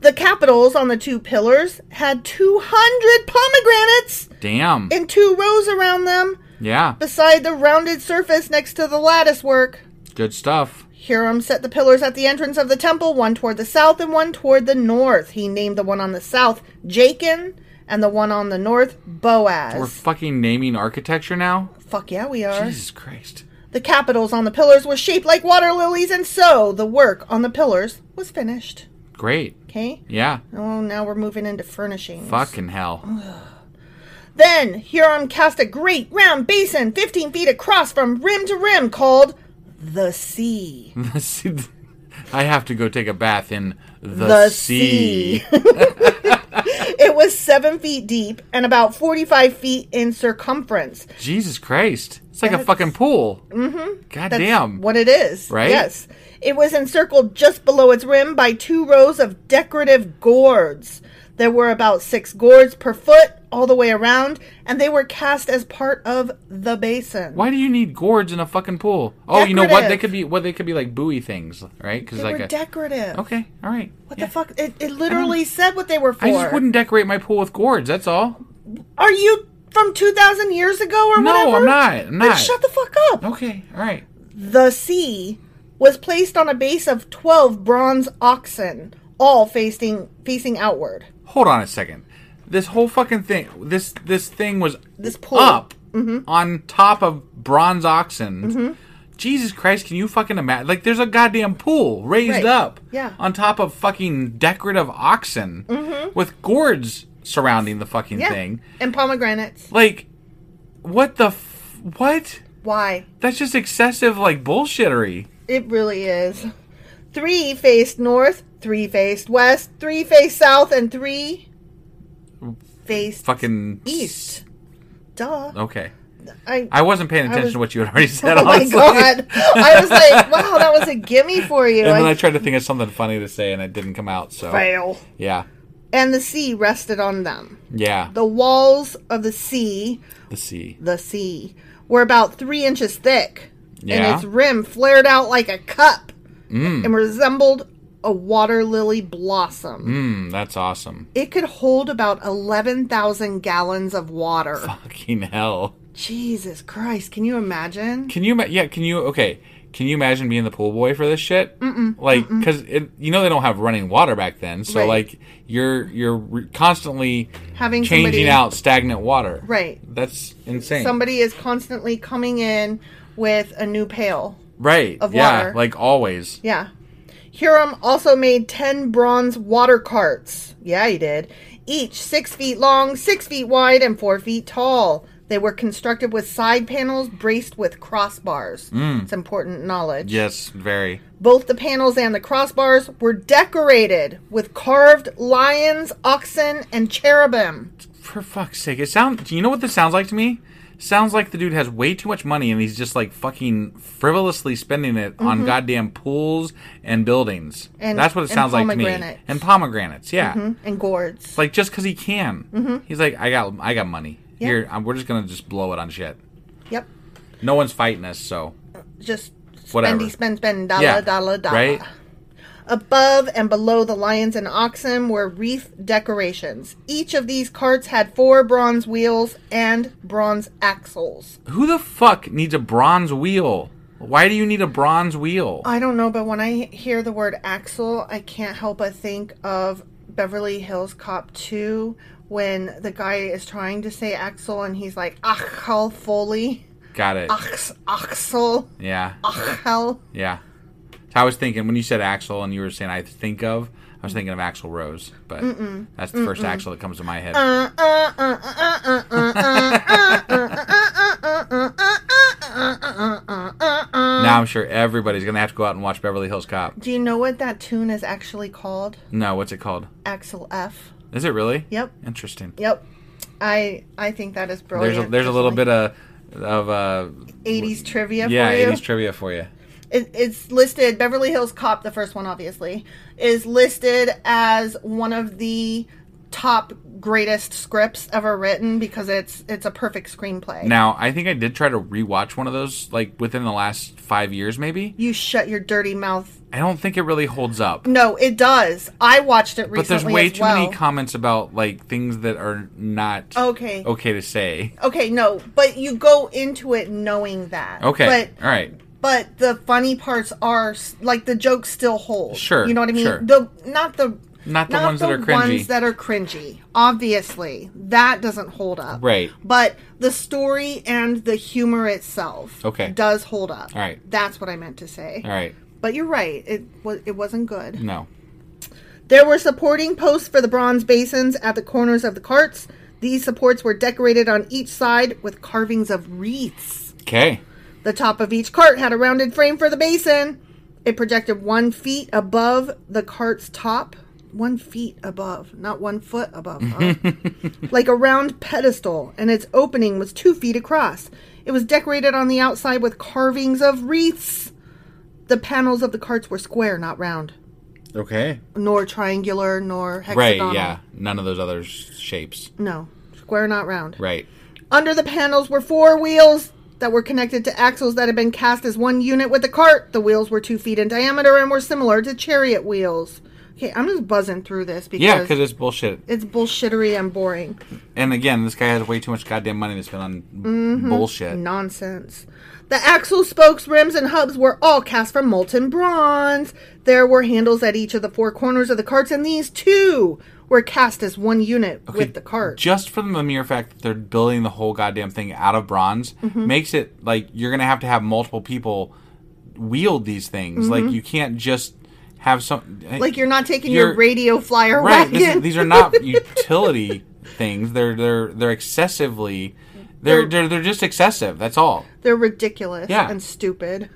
[SPEAKER 1] The capitals on the two pillars had 200 pomegranates
[SPEAKER 2] Damn.
[SPEAKER 1] in two rows around them.
[SPEAKER 2] Yeah.
[SPEAKER 1] beside the rounded surface next to the lattice work.
[SPEAKER 2] Good stuff.
[SPEAKER 1] Hiram set the pillars at the entrance of the temple, one toward the south and one toward the north. He named the one on the south Jachin and the one on the north Boaz.
[SPEAKER 2] We're fucking naming architecture now?
[SPEAKER 1] Fuck yeah, we are.
[SPEAKER 2] Jesus Christ.
[SPEAKER 1] The capitals on the pillars were shaped like water lilies, and so the work on the pillars was finished.
[SPEAKER 2] Great.
[SPEAKER 1] Okay?
[SPEAKER 2] Yeah.
[SPEAKER 1] Oh, now we're moving into furnishings.
[SPEAKER 2] Fucking
[SPEAKER 1] Oh.
[SPEAKER 2] hell.
[SPEAKER 1] Then Hiram cast a great round basin 15 feet across from rim to rim called the sea.
[SPEAKER 2] I have to go take a bath in the, sea.
[SPEAKER 1] it was seven feet deep and about 45 feet in circumference.
[SPEAKER 2] Jesus Christ. It's like a fucking pool. Mm-hmm. God damn.
[SPEAKER 1] What it is.
[SPEAKER 2] Right?
[SPEAKER 1] Yes. It was encircled just below its rim by two rows of decorative gourds. There were about six gourds per foot all the way around, and they were cast as part of the basin.
[SPEAKER 2] Why do you need gourds in a fucking pool? Oh, you know what? They
[SPEAKER 1] Decorative.
[SPEAKER 2] could be what they could be like buoy things, right? Because
[SPEAKER 1] They
[SPEAKER 2] like
[SPEAKER 1] were
[SPEAKER 2] a
[SPEAKER 1] decorative.
[SPEAKER 2] okay, all right.
[SPEAKER 1] What
[SPEAKER 2] Yeah.
[SPEAKER 1] the fuck? It, it literally said what they were for.
[SPEAKER 2] I just wouldn't decorate my pool with gourds. That's all.
[SPEAKER 1] Are you from 2,000 years ago or
[SPEAKER 2] No,
[SPEAKER 1] whatever?
[SPEAKER 2] I'm not. I'm
[SPEAKER 1] Then
[SPEAKER 2] not.
[SPEAKER 1] shut the fuck up.
[SPEAKER 2] Okay, all right.
[SPEAKER 1] The sea was placed on a base of 12 bronze oxen, all facing facing outward.
[SPEAKER 2] Hold on a second. This whole fucking thing, this this thing was
[SPEAKER 1] This Mm-hmm. pool.
[SPEAKER 2] up on top of bronze oxen.
[SPEAKER 1] Mm-hmm.
[SPEAKER 2] Jesus Christ, can you fucking imagine? Like, there's a goddamn pool raised
[SPEAKER 1] Right.
[SPEAKER 2] up
[SPEAKER 1] Yeah. Mm-hmm.
[SPEAKER 2] on top of fucking decorative oxen with gourds surrounding the fucking
[SPEAKER 1] Yeah.
[SPEAKER 2] thing.
[SPEAKER 1] And pomegranates.
[SPEAKER 2] Like, what the f- what?
[SPEAKER 1] Why?
[SPEAKER 2] That's just excessive, like bullshittery.
[SPEAKER 1] It really is. Three faced north, three faced west, three faced south, and three faced
[SPEAKER 2] Fucking
[SPEAKER 1] east. Duh.
[SPEAKER 2] Okay,
[SPEAKER 1] I,
[SPEAKER 2] I wasn't paying attention
[SPEAKER 1] was-
[SPEAKER 2] to what you had already said.
[SPEAKER 1] oh my
[SPEAKER 2] honestly.
[SPEAKER 1] god. I was like, wow, that was a gimme for you.
[SPEAKER 2] And then I
[SPEAKER 1] I
[SPEAKER 2] tried to think of something funny to say, and it didn't come out. So
[SPEAKER 1] fail.
[SPEAKER 2] yeah,
[SPEAKER 1] And the sea rested on them.
[SPEAKER 2] yeah.
[SPEAKER 1] The walls of the sea
[SPEAKER 2] The sea.
[SPEAKER 1] the sea were about three inches thick,
[SPEAKER 2] Yeah. Mm.
[SPEAKER 1] and its rim flared out like a cup and resembled a water lily blossom.
[SPEAKER 2] Mm, that's awesome.
[SPEAKER 1] It could hold about 11,000 gallons of water.
[SPEAKER 2] Fucking hell.
[SPEAKER 1] Jesus Christ, can you imagine?
[SPEAKER 2] Can you? ima- Yeah. Can you? Okay. Can you imagine being the pool boy for this shit? Mm-mm, like, because you know they don't have running water back then, so
[SPEAKER 1] Right.
[SPEAKER 2] like you're you're re- constantly
[SPEAKER 1] Having
[SPEAKER 2] changing
[SPEAKER 1] somebody-
[SPEAKER 2] out stagnant water.
[SPEAKER 1] Right.
[SPEAKER 2] That's insane.
[SPEAKER 1] Somebody is constantly coming in with a new pail.
[SPEAKER 2] right.
[SPEAKER 1] of
[SPEAKER 2] yeah.
[SPEAKER 1] water.
[SPEAKER 2] Like always.
[SPEAKER 1] Yeah. Hiram also made 10 bronze water carts. Yeah, he did. Each six feet long, six feet wide, and four feet tall. They were constructed with side panels braced with crossbars.
[SPEAKER 2] Hmm.
[SPEAKER 1] It's important knowledge.
[SPEAKER 2] Yes. Very.
[SPEAKER 1] Both the panels and the crossbars were decorated with carved lions, oxen, and cherubim.
[SPEAKER 2] For fuck's sake, it sound. Do you know what this sounds like to me? Sounds like the dude has way too much money and he's just like fucking frivolously spending it on goddamn pools and buildings.
[SPEAKER 1] Mm-hmm. And-
[SPEAKER 2] That's what it
[SPEAKER 1] and
[SPEAKER 2] sounds like to me.
[SPEAKER 1] pomegranates. Mm-hmm.
[SPEAKER 2] And pomegranates, yeah.
[SPEAKER 1] And gourds.
[SPEAKER 2] Like just because he can,
[SPEAKER 1] Mm-hmm.
[SPEAKER 2] he's like, I got, I got money. Here, i we're just gonna just blow it on shit.
[SPEAKER 1] Yep.
[SPEAKER 2] No one's fighting us, so
[SPEAKER 1] Just
[SPEAKER 2] Whatever.
[SPEAKER 1] spendy, spend, spend, dollar,
[SPEAKER 2] yeah,
[SPEAKER 1] dollar, dollar.
[SPEAKER 2] right?
[SPEAKER 1] Above and below the lions and oxen were wreath decorations. Each of these carts had four bronze wheels and bronze axles.
[SPEAKER 2] Who the fuck needs a bronze wheel? Why do you need a bronze wheel?
[SPEAKER 1] I don't know, but when I hear the word axle, I can't help but think of Beverly Hills Cop 2 when the guy is trying to say axle and he's like, Achel Foley,
[SPEAKER 2] got it.
[SPEAKER 1] Ax, Axel,
[SPEAKER 2] yeah.
[SPEAKER 1] Achel.
[SPEAKER 2] Yeah. So I was thinking when you said Axel and you were saying I think of, I was thinking of Axel Rose, but that's the first Axel that comes to my head. now I'm sure everybody's gonna have to go out and watch Beverly Hills Cop.
[SPEAKER 1] Do you know what that tune is actually called?
[SPEAKER 2] No, what's it called?
[SPEAKER 1] Axel F.
[SPEAKER 2] Is it really?
[SPEAKER 1] Yep.
[SPEAKER 2] Interesting.
[SPEAKER 1] Yep. I I think that is brilliant.
[SPEAKER 2] There's a, there's a little bit of of uh,
[SPEAKER 1] eighties trivia
[SPEAKER 2] yeah
[SPEAKER 1] for you.
[SPEAKER 2] 80s trivia for you.
[SPEAKER 1] it, it's listed Beverly Hills Cop, the first one obviously, is listed as one of the top greatest scripts ever written because it's it's a perfect screenplay.
[SPEAKER 2] Now, I think I did try to rewatch one of those like within the last five years, maybe.
[SPEAKER 1] you shut your dirty mouth.
[SPEAKER 2] I don't think it really holds up.
[SPEAKER 1] No, it does. I watched it recently
[SPEAKER 2] But there's way
[SPEAKER 1] as
[SPEAKER 2] too
[SPEAKER 1] well.
[SPEAKER 2] many comments about like things that are not
[SPEAKER 1] Okay.
[SPEAKER 2] okay to say.
[SPEAKER 1] Okay, no, but you go into it knowing that.
[SPEAKER 2] Okay,
[SPEAKER 1] But
[SPEAKER 2] all right.
[SPEAKER 1] but the funny parts are s- like the jokes still hold.
[SPEAKER 2] Sure,
[SPEAKER 1] You know what I mean?
[SPEAKER 2] sure.
[SPEAKER 1] The not the
[SPEAKER 2] Not the ones that are cringy.
[SPEAKER 1] ones that are cringy. Obviously, that doesn't hold up.
[SPEAKER 2] Right.
[SPEAKER 1] But the story and the humor itself
[SPEAKER 2] Okay.
[SPEAKER 1] does hold up.
[SPEAKER 2] All right.
[SPEAKER 1] That's what I meant to say.
[SPEAKER 2] All right, Mm.
[SPEAKER 1] But you're right. It was it wasn't good.
[SPEAKER 2] no.
[SPEAKER 1] There were supporting posts for the bronze basins at the corners of the carts. These supports were decorated on each side with carvings of wreaths.
[SPEAKER 2] Okay,
[SPEAKER 1] The top of each cart had a rounded frame for the basin. It projected one feet above the cart's top. One feet above, not one foot above. huh? like a round pedestal, and its opening was two feet across. It was decorated on the outside with carvings of wreaths. The panels of the carts were square, not round,
[SPEAKER 2] okay.
[SPEAKER 1] nor triangular, nor
[SPEAKER 2] Right,
[SPEAKER 1] hexagonal.
[SPEAKER 2] yeah. None of those other sh- shapes.
[SPEAKER 1] No, square, not round.
[SPEAKER 2] Right.
[SPEAKER 1] Under the panels were four wheels that were connected to axles that had been cast as one unit with the cart. The wheels were two feet in diameter and were similar to chariot wheels. Okay, I'm just buzzing through this because
[SPEAKER 2] Yeah, because it's bullshit.
[SPEAKER 1] it's bullshittery and boring.
[SPEAKER 2] And again, this guy has way too much goddamn money to spend on
[SPEAKER 1] Mm-hmm.
[SPEAKER 2] bullshit.
[SPEAKER 1] Nonsense. The axle spokes, rims, and hubs were all cast from molten bronze. There were handles at each of the four corners of the carts, and these too were cast as one unit with the cart.
[SPEAKER 2] Just from the mere fact that they're building the whole goddamn thing out of bronze
[SPEAKER 1] Mm-hmm.
[SPEAKER 2] makes it like you're gonna have to have multiple people wield these things. Like you can't just have some
[SPEAKER 1] Mm-hmm.
[SPEAKER 2] eh,
[SPEAKER 1] like you're not taking your
[SPEAKER 2] You're-
[SPEAKER 1] radio flyer
[SPEAKER 2] right.
[SPEAKER 1] wagon.
[SPEAKER 2] this is- these are not utility things. They're they're they're excessively they're they're, they're just excessive. That's all.
[SPEAKER 1] They're ridiculous
[SPEAKER 2] Yeah.
[SPEAKER 1] and stupid.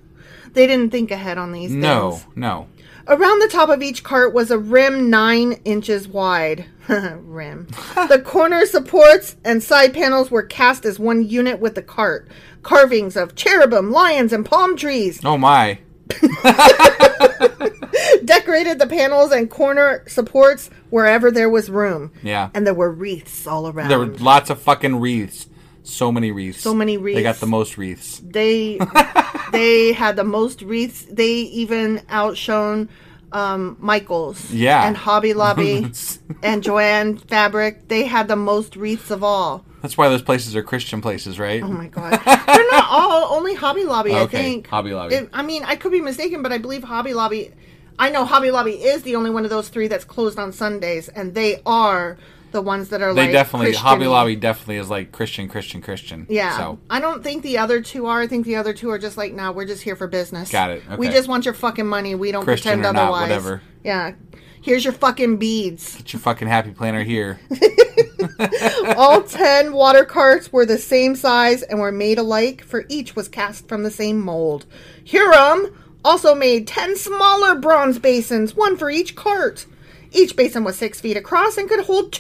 [SPEAKER 1] They didn't think ahead on these
[SPEAKER 2] No,
[SPEAKER 1] things.
[SPEAKER 2] no.
[SPEAKER 1] Around the top of each cart was a rim nine inches wide. rim. the corner supports and side panels were cast as one unit with the cart. Carvings of cherubim, lions, and palm trees
[SPEAKER 2] Oh my.
[SPEAKER 1] decorated the panels and corner supports wherever there was room.
[SPEAKER 2] Yeah.
[SPEAKER 1] And there were wreaths all around.
[SPEAKER 2] There were lots of fucking wreaths. So many wreaths.
[SPEAKER 1] So many
[SPEAKER 2] They
[SPEAKER 1] wreaths.
[SPEAKER 2] got the most wreaths.
[SPEAKER 1] they they had the most wreaths. They even outshone um, Michaels,
[SPEAKER 2] Yeah.
[SPEAKER 1] and Hobby Lobby and Joanne Fabric. They had the most wreaths of all.
[SPEAKER 2] That's why those places are Christian places, right?
[SPEAKER 1] Oh my god, they're not all. Only Hobby Lobby, I
[SPEAKER 2] Okay,
[SPEAKER 1] think.
[SPEAKER 2] Hobby Lobby.
[SPEAKER 1] It- I mean, I could be mistaken, but I believe Hobby Lobby. I know Hobby Lobby is the only one of those three that's closed on Sundays, and they are the ones that are
[SPEAKER 2] they
[SPEAKER 1] like
[SPEAKER 2] definitely Hobby
[SPEAKER 1] Christian-y.
[SPEAKER 2] Lobby definitely is like Christian, Christian, Christian.
[SPEAKER 1] Yeah.
[SPEAKER 2] So
[SPEAKER 1] I don't think the other two are. I think the other two are just like, nah, we're just here for business.
[SPEAKER 2] Got it.
[SPEAKER 1] We
[SPEAKER 2] Okay.
[SPEAKER 1] just want your fucking money. We don't
[SPEAKER 2] Christian
[SPEAKER 1] pretend
[SPEAKER 2] or not,
[SPEAKER 1] otherwise.
[SPEAKER 2] whatever.
[SPEAKER 1] Yeah. Here's your fucking beads.
[SPEAKER 2] get your fucking happy planner here.
[SPEAKER 1] All 10 water carts were the same size and were made alike, for each was cast from the same mold. Hiram also made 10 smaller bronze basins, one for each cart. Each basin was six feet across and could hold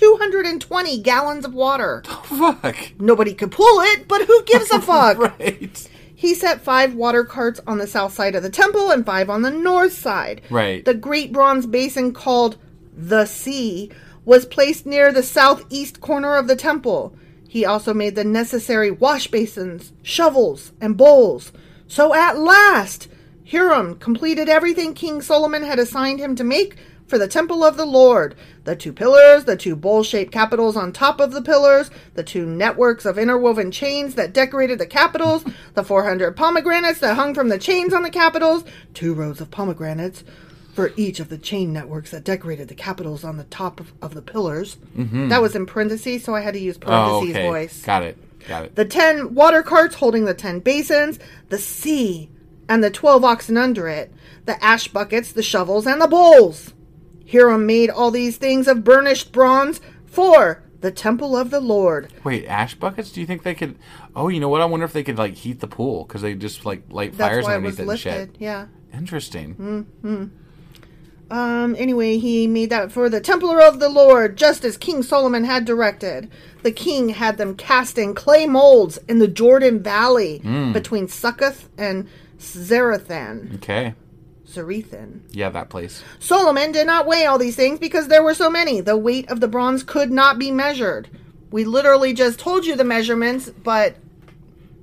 [SPEAKER 1] 220 gallons of water.
[SPEAKER 2] Fuck.
[SPEAKER 1] Nobody could pull it, but who gives a fuck?
[SPEAKER 2] Right.
[SPEAKER 1] He set five water carts on the south side of the temple and five on the north side.
[SPEAKER 2] Right.
[SPEAKER 1] The great bronze basin called the Sea was placed near the southeast corner of the temple. He also made the necessary wash basins, shovels, and bowls. So at last, Hiram completed everything King Solomon had assigned him to make for the temple of the Lord the two pillars, the two bowl shaped capitals on top of the pillars, the two networks of interwoven chains that decorated the capitals, the 400 pomegranates that hung from the chains on the capitals, two rows of pomegranates for each of the chain networks that decorated the capitals on the top of, of the pillars. That was in parentheses, so I had to use
[SPEAKER 2] Mm-hmm. Oh,
[SPEAKER 1] parentheses
[SPEAKER 2] okay.
[SPEAKER 1] voice
[SPEAKER 2] Got it. Got it.
[SPEAKER 1] the 10 water carts holding the 10 basins, the sea, and the 12 oxen under it, the ash buckets, the shovels, and the bowls. Hiram made all these things of burnished bronze for the temple of the Lord.
[SPEAKER 2] Wait, ash buckets? Do you think they could? Oh, you know what? I wonder if they could like heat the pool because they just like light
[SPEAKER 1] That's
[SPEAKER 2] fires
[SPEAKER 1] why it
[SPEAKER 2] underneath
[SPEAKER 1] was
[SPEAKER 2] it and shit.
[SPEAKER 1] lifted. Hmm. Yeah.
[SPEAKER 2] Interesting.
[SPEAKER 1] Um, anyway, he made that for the Templar of the Lord, just as King Solomon had directed. The king had them cast in clay molds in the Jordan Valley between Succoth and Zarathan.
[SPEAKER 2] Okay.
[SPEAKER 1] Zarethan.
[SPEAKER 2] Yeah, that place.
[SPEAKER 1] Solomon did not weigh all these things because there were so many. The weight of the bronze could not be measured. We literally just told you the measurements, but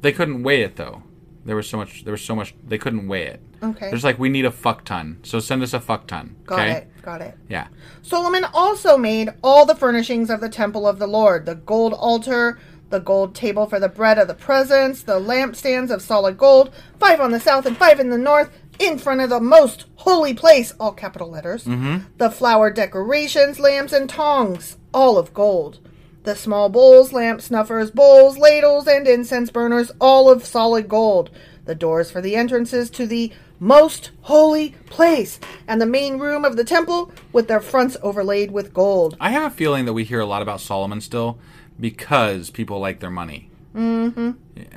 [SPEAKER 2] They couldn't weigh it though. There was so much. There was so much. They couldn't weigh it.
[SPEAKER 1] Okay.
[SPEAKER 2] There's like we need a fuck ton. So send us a fuck ton.
[SPEAKER 1] got
[SPEAKER 2] okay.
[SPEAKER 1] it, got it.
[SPEAKER 2] Yeah.
[SPEAKER 1] Solomon also made all the furnishings of the temple of the Lord the gold altar, the gold table for the bread of the presence, the lampstands of solid gold, five on the south and five in the north, in front of the most holy place, all capital letters, the flower decorations, lamps, and tongs, all of gold. The small bowls, lamp snuffers, bowls, ladles, and incense burners, all of solid gold. The doors for the entrances to the most holy place and the main room of the temple with their fronts overlaid with gold.
[SPEAKER 2] I have a feeling that we hear a lot about Solomon still because people like their money. Mm-hmm.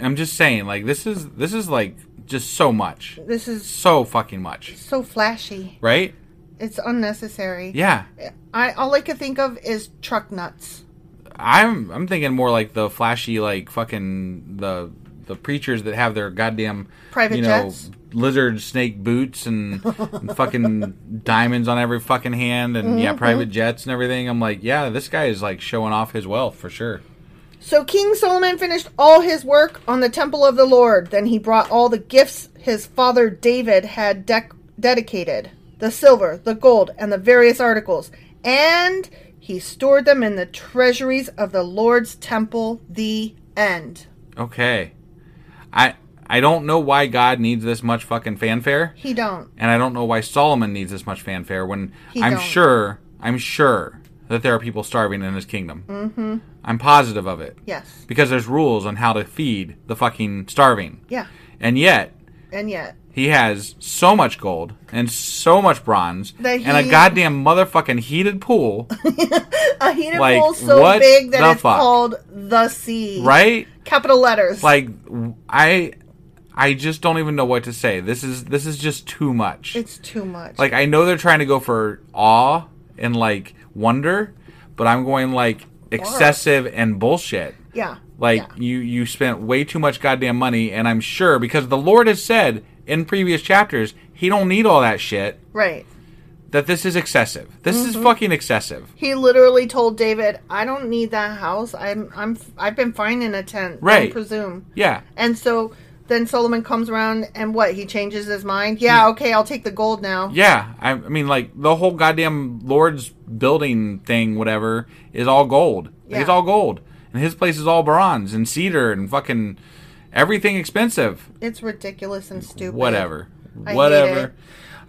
[SPEAKER 2] I'm just saying, like this is this is like just so much,
[SPEAKER 1] This is
[SPEAKER 2] so fucking much,
[SPEAKER 1] so flashy.
[SPEAKER 2] right?
[SPEAKER 1] It's unnecessary.
[SPEAKER 2] Yeah.
[SPEAKER 1] I all I could think of is truck nuts.
[SPEAKER 2] I'm I'm thinking more like the flashy, like fucking the the preachers that have their goddamn
[SPEAKER 1] Private
[SPEAKER 2] you know,
[SPEAKER 1] jets?
[SPEAKER 2] lizard snake boots and, and fucking diamonds on every fucking hand and
[SPEAKER 1] Mm-hmm.
[SPEAKER 2] yeah, private jets and everything. I'm like, yeah, this guy is like showing off his wealth for sure.
[SPEAKER 1] So King Solomon finished all his work on the temple of the Lord. Then he brought all the gifts his father David had dec- dedicated the silver, the gold, and the various articles. And he stored them in the treasuries of the Lord's temple. The end.
[SPEAKER 2] Okay, I I don't know why God needs this much fucking fanfare.
[SPEAKER 1] He don't.
[SPEAKER 2] and I don't know why Solomon needs this much fanfare when
[SPEAKER 1] He
[SPEAKER 2] I'm
[SPEAKER 1] don't.
[SPEAKER 2] sure I'm sure that there are people starving in his kingdom. Mm-hmm. I'm positive of it.
[SPEAKER 1] Yes.
[SPEAKER 2] Because there's rules on how to feed the fucking starving.
[SPEAKER 1] Yeah.
[SPEAKER 2] And yet
[SPEAKER 1] And yet.
[SPEAKER 2] he has so much gold and so much bronze
[SPEAKER 1] That
[SPEAKER 2] and a
[SPEAKER 1] he-
[SPEAKER 2] goddamn motherfucking heated pool,
[SPEAKER 1] A heated
[SPEAKER 2] Like,
[SPEAKER 1] bowl so
[SPEAKER 2] what
[SPEAKER 1] big that
[SPEAKER 2] the
[SPEAKER 1] it's
[SPEAKER 2] fuck?
[SPEAKER 1] called the sea.
[SPEAKER 2] right?
[SPEAKER 1] Capital letters.
[SPEAKER 2] Like I I just don't even know what to say. This is this is just too much.
[SPEAKER 1] it's too much.
[SPEAKER 2] Like I know they're trying to go for awe and like wonder, but I'm going like excessive and bullshit.
[SPEAKER 1] yeah.
[SPEAKER 2] Like
[SPEAKER 1] Yeah.
[SPEAKER 2] you you spent way too much goddamn money and I'm sure because the Lord has said in previous chapters he don't need all that shit
[SPEAKER 1] Right.
[SPEAKER 2] that this is excessive. This
[SPEAKER 1] Mm-hmm.
[SPEAKER 2] is fucking excessive.
[SPEAKER 1] He literally told David, "I don't need that house. I'm I'm I've been fine in a tent. I
[SPEAKER 2] Right.
[SPEAKER 1] presume."
[SPEAKER 2] Yeah.
[SPEAKER 1] And so then Solomon comes around and what? He changes his mind. Yeah, okay, I'll take the gold now.
[SPEAKER 2] Yeah, I, I mean, like the whole goddamn Lord's building thing, whatever, is all gold. Like,
[SPEAKER 1] Yeah.
[SPEAKER 2] It's all gold, and his place is all bronze and cedar and fucking everything expensive.
[SPEAKER 1] It's ridiculous and stupid.
[SPEAKER 2] Whatever,
[SPEAKER 1] I hate it.
[SPEAKER 2] whatever.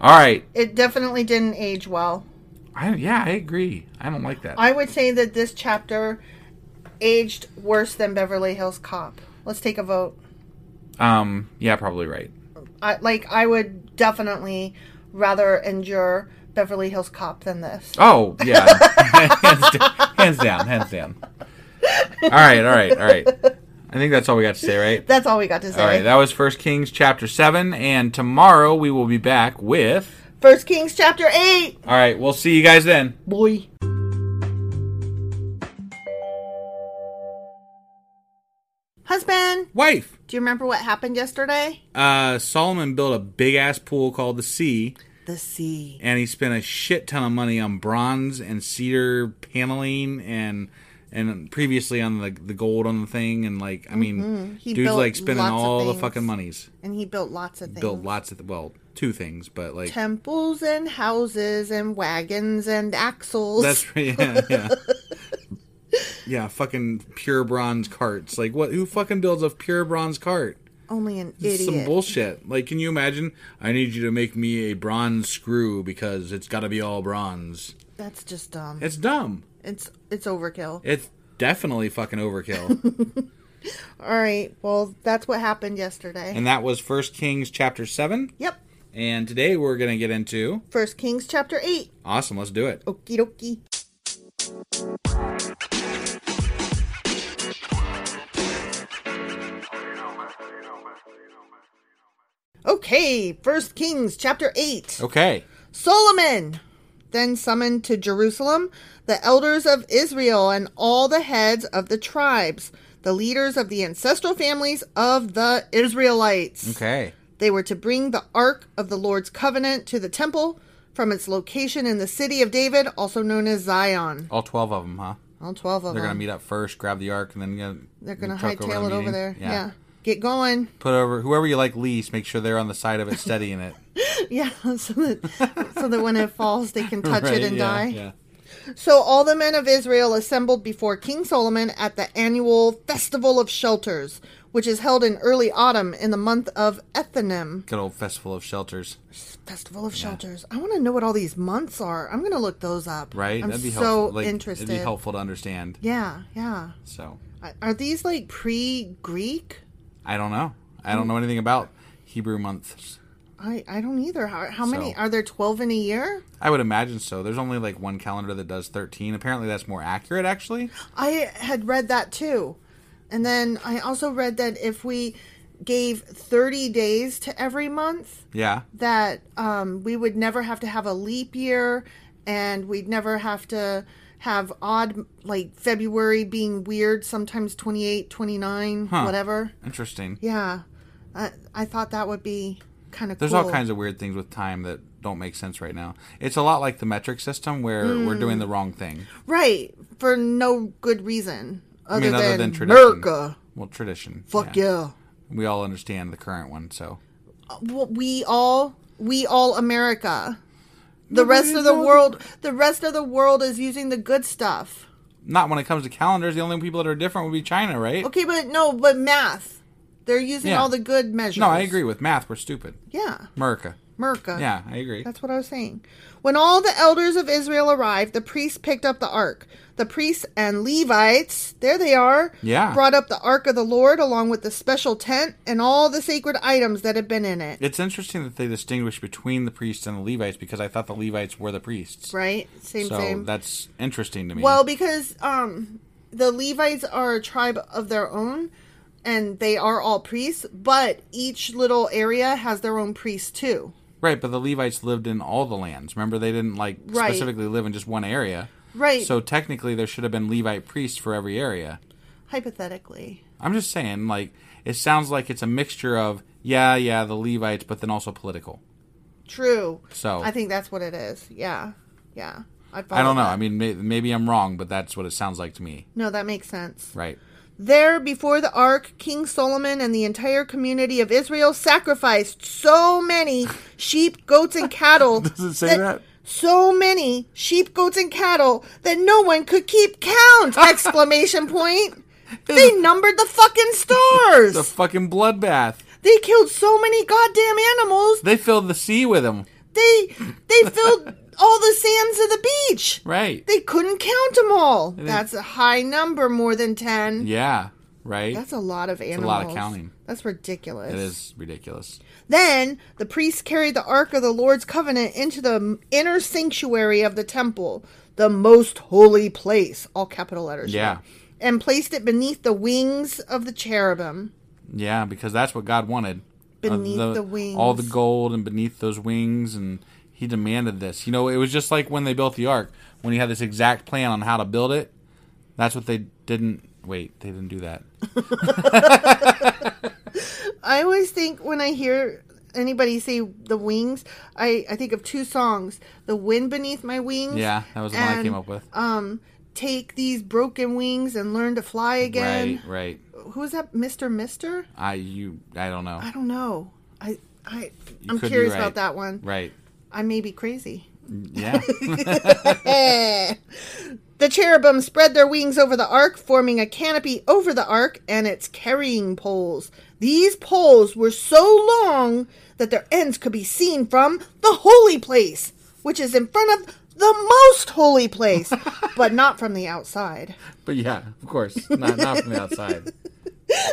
[SPEAKER 2] All right,
[SPEAKER 1] It definitely didn't age well.
[SPEAKER 2] I, yeah, I agree. I don't like that.
[SPEAKER 1] I would say that this chapter aged worse than Beverly Hills Cop. Let's take a vote.
[SPEAKER 2] um, yeah, probably right.
[SPEAKER 1] I, like I would definitely rather endure Beverly Hills Cop than this.
[SPEAKER 2] Oh yeah, hands, down, hands down, hands down. All right, all right, all right. I think that's all we got to say, right?
[SPEAKER 1] That's all we got to say.
[SPEAKER 2] All right, that was First Kings chapter seven, and tomorrow we will be back with.
[SPEAKER 1] First Kings chapter eight.
[SPEAKER 2] All right, we'll see you guys then.
[SPEAKER 1] Boy. Husband,
[SPEAKER 2] Wife.
[SPEAKER 1] do you remember what happened yesterday?
[SPEAKER 2] Uh, Solomon built a big ass pool called the Sea,
[SPEAKER 1] The sea.
[SPEAKER 2] and he spent a shit ton of money on bronze and cedar paneling, and and previously on the the gold on the thing, and like I mean,
[SPEAKER 1] Mm-hmm. He
[SPEAKER 2] dude's
[SPEAKER 1] built
[SPEAKER 2] like spending
[SPEAKER 1] lots of
[SPEAKER 2] all the
[SPEAKER 1] things.
[SPEAKER 2] fucking monies.
[SPEAKER 1] And he built lots of things.
[SPEAKER 2] Built lots of well, two things, but like
[SPEAKER 1] Temples and houses and wagons and axles.
[SPEAKER 2] that's right, yeah, yeah. Yeah, fucking pure bronze carts. Like, what? Who fucking builds a pure bronze cart?
[SPEAKER 1] only an
[SPEAKER 2] This is
[SPEAKER 1] idiot.
[SPEAKER 2] Some bullshit. Like, can you imagine? I need you to make me a bronze screw because it's got to be all bronze.
[SPEAKER 1] That's just dumb.
[SPEAKER 2] It's dumb.
[SPEAKER 1] It's it's overkill.
[SPEAKER 2] It's definitely fucking overkill.
[SPEAKER 1] All right. Well, that's what happened yesterday.
[SPEAKER 2] and that was First Kings chapter seven.
[SPEAKER 1] yep.
[SPEAKER 2] And today we're gonna get into
[SPEAKER 1] First Kings chapter eight.
[SPEAKER 2] awesome. Let's do it.
[SPEAKER 1] Okie dokie. Okay, First Kings chapter 8.
[SPEAKER 2] Okay.
[SPEAKER 1] Solomon then summoned to Jerusalem the elders of Israel and all the heads of the tribes, the leaders of the ancestral families of the Israelites.
[SPEAKER 2] Okay.
[SPEAKER 1] They were to bring the Ark of the Lord's Covenant to the temple from its location in the city of David, also known as Zion.
[SPEAKER 2] All 12 of them, huh?
[SPEAKER 1] All 12 of
[SPEAKER 2] They're going to
[SPEAKER 1] them.
[SPEAKER 2] meet up first, grab the ark, and then gonna,
[SPEAKER 1] Uh-huh. They're going to
[SPEAKER 2] truck
[SPEAKER 1] hightail it over
[SPEAKER 2] meeting.
[SPEAKER 1] there. Yeah. Get going.
[SPEAKER 2] Put over whoever you like least, make sure they're on the side of it studying it.
[SPEAKER 1] Yeah. So that, so that when it falls, they can touch
[SPEAKER 2] Right,
[SPEAKER 1] it and
[SPEAKER 2] yeah,
[SPEAKER 1] die.
[SPEAKER 2] Yeah.
[SPEAKER 1] So all the men of Israel assembled before King Solomon at the annual Festival of Shelters, which is held in early autumn in the month of Ethanim.
[SPEAKER 2] Good old festival of shelters.
[SPEAKER 1] Festival of Shelters. I want to know what all these months are. I'm going to look those up.
[SPEAKER 2] Right?
[SPEAKER 1] I'm so
[SPEAKER 2] helpful. Like,
[SPEAKER 1] interested.
[SPEAKER 2] It'd be helpful to understand.
[SPEAKER 1] Yeah, yeah.
[SPEAKER 2] So
[SPEAKER 1] Are- Are these like pre-Greek?
[SPEAKER 2] I don't know. I don't know anything about Hebrew months.
[SPEAKER 1] I I don't either. How, how many
[SPEAKER 2] So-
[SPEAKER 1] are there? Twelve in a year?
[SPEAKER 2] I would imagine so. There's only like one calendar that does 13. Apparently, that's more accurate, actually.
[SPEAKER 1] I had read that too. And then I also read that if we gave 30 days to every month,
[SPEAKER 2] Yeah.
[SPEAKER 1] that um, we would never have to have a leap year and we'd never have to have odd, like February being weird, sometimes 28, 29, whatever.
[SPEAKER 2] Interesting.
[SPEAKER 1] Yeah. I, I thought that would be kind of
[SPEAKER 2] There's
[SPEAKER 1] cool.
[SPEAKER 2] all kinds of weird things with time that don't make sense right now. It's a lot like the metric system where we're
[SPEAKER 1] Hmm.
[SPEAKER 2] doing the wrong thing.
[SPEAKER 1] Right. For no good reason. Other,
[SPEAKER 2] I mean, other
[SPEAKER 1] than,
[SPEAKER 2] than tradition.
[SPEAKER 1] America.
[SPEAKER 2] Well, tradition.
[SPEAKER 1] Fuck yeah.
[SPEAKER 2] We all understand the current one, so.
[SPEAKER 1] what we all we all america the rest of the world the rest of the world is using the good stuff
[SPEAKER 2] Not when it comes to calendars. The only people that are different would be China, right?
[SPEAKER 1] okay but no but math they're using
[SPEAKER 2] Yeah.
[SPEAKER 1] all the good measures
[SPEAKER 2] No, I agree with math. We're stupid.
[SPEAKER 1] yeah
[SPEAKER 2] America.
[SPEAKER 1] america
[SPEAKER 2] Yeah, I agree.
[SPEAKER 1] that's what i was saying when all the elders of israel arrived the priests picked up the ark the priests and levites there they are
[SPEAKER 2] Yeah.
[SPEAKER 1] brought up the ark of the lord along with the special tent and all the sacred items that had been in it
[SPEAKER 2] It's interesting that they distinguish between the priests and the Levites because I thought the Levites were the priests.
[SPEAKER 1] right same
[SPEAKER 2] so
[SPEAKER 1] same
[SPEAKER 2] that's interesting to me.
[SPEAKER 1] Well, because um, the Levites are a tribe of their own, and they are all priests. But each little area has their own priest too.
[SPEAKER 2] right, but the Levites lived in all the lands. Remember, they didn't like
[SPEAKER 1] Right.
[SPEAKER 2] specifically live in just one area.
[SPEAKER 1] Right.
[SPEAKER 2] So technically, there should have been Levite priests for every area.
[SPEAKER 1] Hypothetically,
[SPEAKER 2] I'm just saying, like, it sounds like it's a mixture of yeah, yeah, the Levites, but then also political.
[SPEAKER 1] true.
[SPEAKER 2] So-
[SPEAKER 1] I think that's what it is. Yeah, yeah. I,
[SPEAKER 2] I don't know.
[SPEAKER 1] follow
[SPEAKER 2] I
[SPEAKER 1] that.
[SPEAKER 2] mean, may- maybe I'm wrong, but that's what it sounds like to me.
[SPEAKER 1] no, that makes sense.
[SPEAKER 2] Right.
[SPEAKER 1] There, before the ark, King Solomon and the entire community of Israel sacrificed so many sheep, goats, and cattle. Does
[SPEAKER 2] it say that?
[SPEAKER 1] So many sheep, goats, and cattle that no one could keep count! Exclamation point. They numbered the fucking stars.
[SPEAKER 2] The fucking bloodbath.
[SPEAKER 1] they killed so many goddamn animals.
[SPEAKER 2] They filled the sea with them.
[SPEAKER 1] They they filled all the sands of the beach.
[SPEAKER 2] Right.
[SPEAKER 1] They couldn't count them all. That's a high number, more than ten.
[SPEAKER 2] yeah. Right.
[SPEAKER 1] That's a lot of animals.
[SPEAKER 2] a lot of counting.
[SPEAKER 1] That's ridiculous.
[SPEAKER 2] It is ridiculous.
[SPEAKER 1] Then the priests carried the Ark of the Lord's Covenant into the inner sanctuary of the temple, the most holy place, all capital letters.
[SPEAKER 2] Yeah.
[SPEAKER 1] And placed it beneath the wings of the cherubim.
[SPEAKER 2] Yeah, because that's what God wanted. Uh,
[SPEAKER 1] Beneath the wings.
[SPEAKER 2] All the gold and beneath those wings and he demanded this. You know, it was just like when they built the ark, when he had this exact plan on how to build it. That's what they didn't wait, they didn't do that.
[SPEAKER 1] I always think when I hear anybody say the wings, I, I think of two songs The Wind Beneath My Wings.
[SPEAKER 2] Yeah, that was the one I came
[SPEAKER 1] and,
[SPEAKER 2] up with.
[SPEAKER 1] Um, Take These Broken Wings and Learn to Fly Again.
[SPEAKER 2] Right, right.
[SPEAKER 1] Who was that? Mr. Mister?
[SPEAKER 2] I you I don't know.
[SPEAKER 1] I don't know. I. I,
[SPEAKER 2] You
[SPEAKER 1] I'm
[SPEAKER 2] could be
[SPEAKER 1] curious
[SPEAKER 2] right.
[SPEAKER 1] about that one.
[SPEAKER 2] Right.
[SPEAKER 1] I may be crazy.
[SPEAKER 2] Yeah.
[SPEAKER 1] The cherubim spread their wings over the ark, forming a canopy over the ark and its carrying poles. These poles were so long that their ends could be seen from the holy place, which is in front of the most holy place, but not from the outside.
[SPEAKER 2] but yeah, of course. Not not from the outside.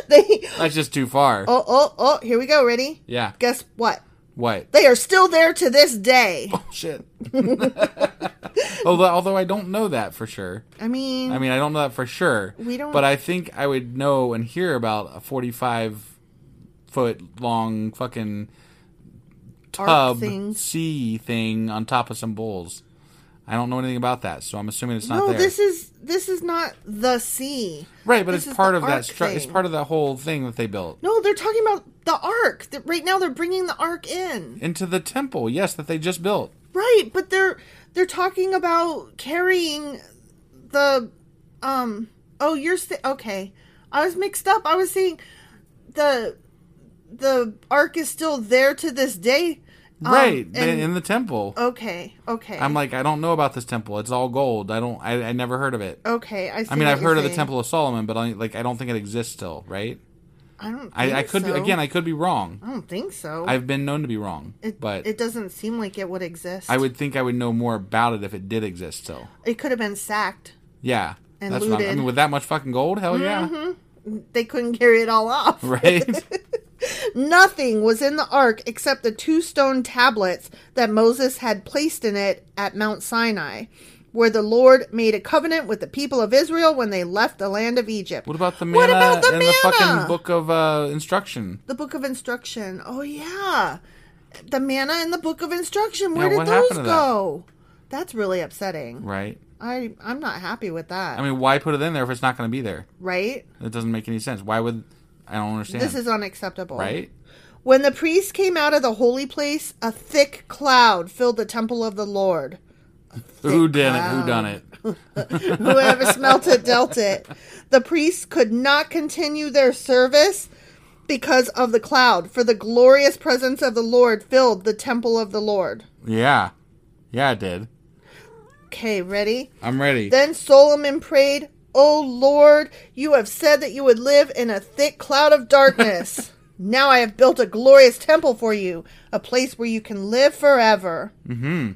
[SPEAKER 1] They
[SPEAKER 2] That's just too far.
[SPEAKER 1] Oh, oh, oh, here we go, ready?
[SPEAKER 2] Yeah.
[SPEAKER 1] Guess what?
[SPEAKER 2] What?
[SPEAKER 1] They are still there to this day.
[SPEAKER 2] Shit. although although I don't know that for sure.
[SPEAKER 1] I mean,
[SPEAKER 2] I mean, I don't know that for sure.
[SPEAKER 1] We don't-
[SPEAKER 2] But I think I would know and hear about a forty-five foot long fucking
[SPEAKER 1] ark
[SPEAKER 2] tub
[SPEAKER 1] thing.
[SPEAKER 2] sea thing on top of some bowls. I don't know anything about that, so I'm assuming it's not
[SPEAKER 1] No,
[SPEAKER 2] there.
[SPEAKER 1] this is this is not the sea.
[SPEAKER 2] right, but
[SPEAKER 1] this
[SPEAKER 2] it's
[SPEAKER 1] is
[SPEAKER 2] part
[SPEAKER 1] the
[SPEAKER 2] of that.
[SPEAKER 1] ark
[SPEAKER 2] Stru- it's
[SPEAKER 1] thing.
[SPEAKER 2] part of that whole thing that they built
[SPEAKER 1] No, they're talking about the ark. Th- Right now, they're bringing the ark in.
[SPEAKER 2] into the temple. Yes, that they just built.
[SPEAKER 1] Right, but they're they're talking about carrying the um oh you're st- okay. I was mixed up. I was saying the the ark is still there to this day. Um,
[SPEAKER 2] right
[SPEAKER 1] and-
[SPEAKER 2] they- in the temple.
[SPEAKER 1] okay, okay.
[SPEAKER 2] I'm like, I don't know about this temple. It's all gold. I don't. I, I never heard of it.
[SPEAKER 1] okay. I, Oh, see
[SPEAKER 2] I mean,
[SPEAKER 1] what
[SPEAKER 2] I've
[SPEAKER 1] you're
[SPEAKER 2] heard of the
[SPEAKER 1] saying.
[SPEAKER 2] Temple of Solomon, but I, like, I don't think it exists still. Right?
[SPEAKER 1] I don't. Think
[SPEAKER 2] I, I could be,
[SPEAKER 1] so.
[SPEAKER 2] again. I could be wrong.
[SPEAKER 1] I don't think so.
[SPEAKER 2] I've been known to be wrong,
[SPEAKER 1] it,
[SPEAKER 2] but
[SPEAKER 1] it doesn't seem like it would exist.
[SPEAKER 2] I would think I would know more about it if it did exist still.
[SPEAKER 1] It could have been sacked.
[SPEAKER 2] Yeah,
[SPEAKER 1] And
[SPEAKER 2] that's what I'm- I
[SPEAKER 1] looted. Mm-hmm.
[SPEAKER 2] mean. With that much fucking gold, hell yeah,
[SPEAKER 1] They couldn't carry it all off.
[SPEAKER 2] right?
[SPEAKER 1] Nothing was in the ark except the two stone tablets that Moses had placed in it at Mount Sinai, where the Lord made a covenant with the people of Israel when they left the land of Egypt.
[SPEAKER 2] What about the manna
[SPEAKER 1] What about the
[SPEAKER 2] and the fucking
[SPEAKER 1] manna?
[SPEAKER 2] book of uh, instruction?
[SPEAKER 1] The book of instruction. Oh yeah. The manna and the book of instruction. Where
[SPEAKER 2] Yeah, what
[SPEAKER 1] did those
[SPEAKER 2] happened to that?
[SPEAKER 1] go? That's really upsetting.
[SPEAKER 2] Right.
[SPEAKER 1] I I'm not happy with that.
[SPEAKER 2] I mean, why put it in there if it's not going to be there?
[SPEAKER 1] right?
[SPEAKER 2] It doesn't make any sense. Why would I don't understand?
[SPEAKER 1] This is unacceptable.
[SPEAKER 2] right.
[SPEAKER 1] When the priest came out of the holy place, a thick cloud filled the temple of the Lord.
[SPEAKER 2] Who did it? Who done it?
[SPEAKER 1] Whoever smelt it dealt it. The priests could not continue their service because of the cloud, for the glorious presence of the Lord filled the temple of the Lord.
[SPEAKER 2] Yeah, yeah, it did.
[SPEAKER 1] Okay, ready?
[SPEAKER 2] I'm ready.
[SPEAKER 1] Then Solomon prayed, O Lord, you have said that you would live in a thick cloud of darkness. now I have built a glorious temple for you, a place where you can live forever. Mm-hmm.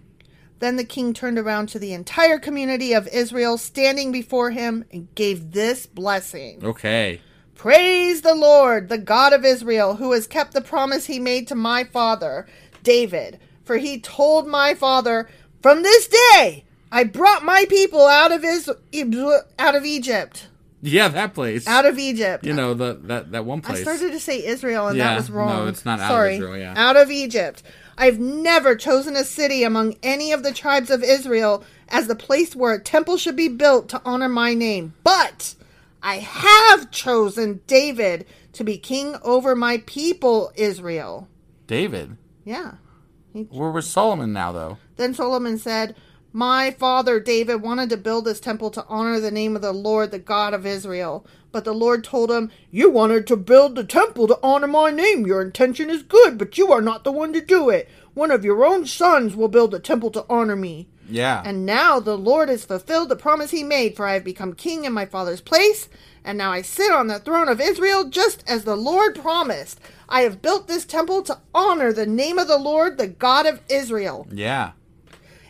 [SPEAKER 1] Then the king turned around to the entire community of Israel standing before him and gave this blessing.
[SPEAKER 2] okay.
[SPEAKER 1] Praise the Lord, the God of Israel, who has kept the promise he made to my father, David. For he told my father, From this day I brought my people out of Is- Ib- out of Egypt.
[SPEAKER 2] Yeah, that place.
[SPEAKER 1] Out of Egypt.
[SPEAKER 2] you know the that that one place.
[SPEAKER 1] I started to say Israel, and
[SPEAKER 2] Yeah,
[SPEAKER 1] that was wrong.
[SPEAKER 2] no, it's not out of
[SPEAKER 1] Sorry.
[SPEAKER 2] Israel, yeah.
[SPEAKER 1] Out of Egypt. I've never chosen a city among any of the tribes of Israel as the place where a temple should be built to honor my name, but I have chosen David to be king over my people, Israel.
[SPEAKER 2] David.
[SPEAKER 1] Yeah.
[SPEAKER 2] Where was Solomon now though?
[SPEAKER 1] Then Solomon said, My father David wanted to build this temple to honor the name of the Lord, the God of Israel. But the Lord told him, You wanted to build the temple to honor my name. Your intention is good, but you are not the one to do it. One of your own sons will build a temple to honor me.
[SPEAKER 2] Yeah.
[SPEAKER 1] And now the Lord has fulfilled the promise he made, for I have become king in my father's place, and now I sit on the throne of Israel just as the Lord promised. I have built this temple to honor the name of the Lord, the God of Israel
[SPEAKER 2] yeah.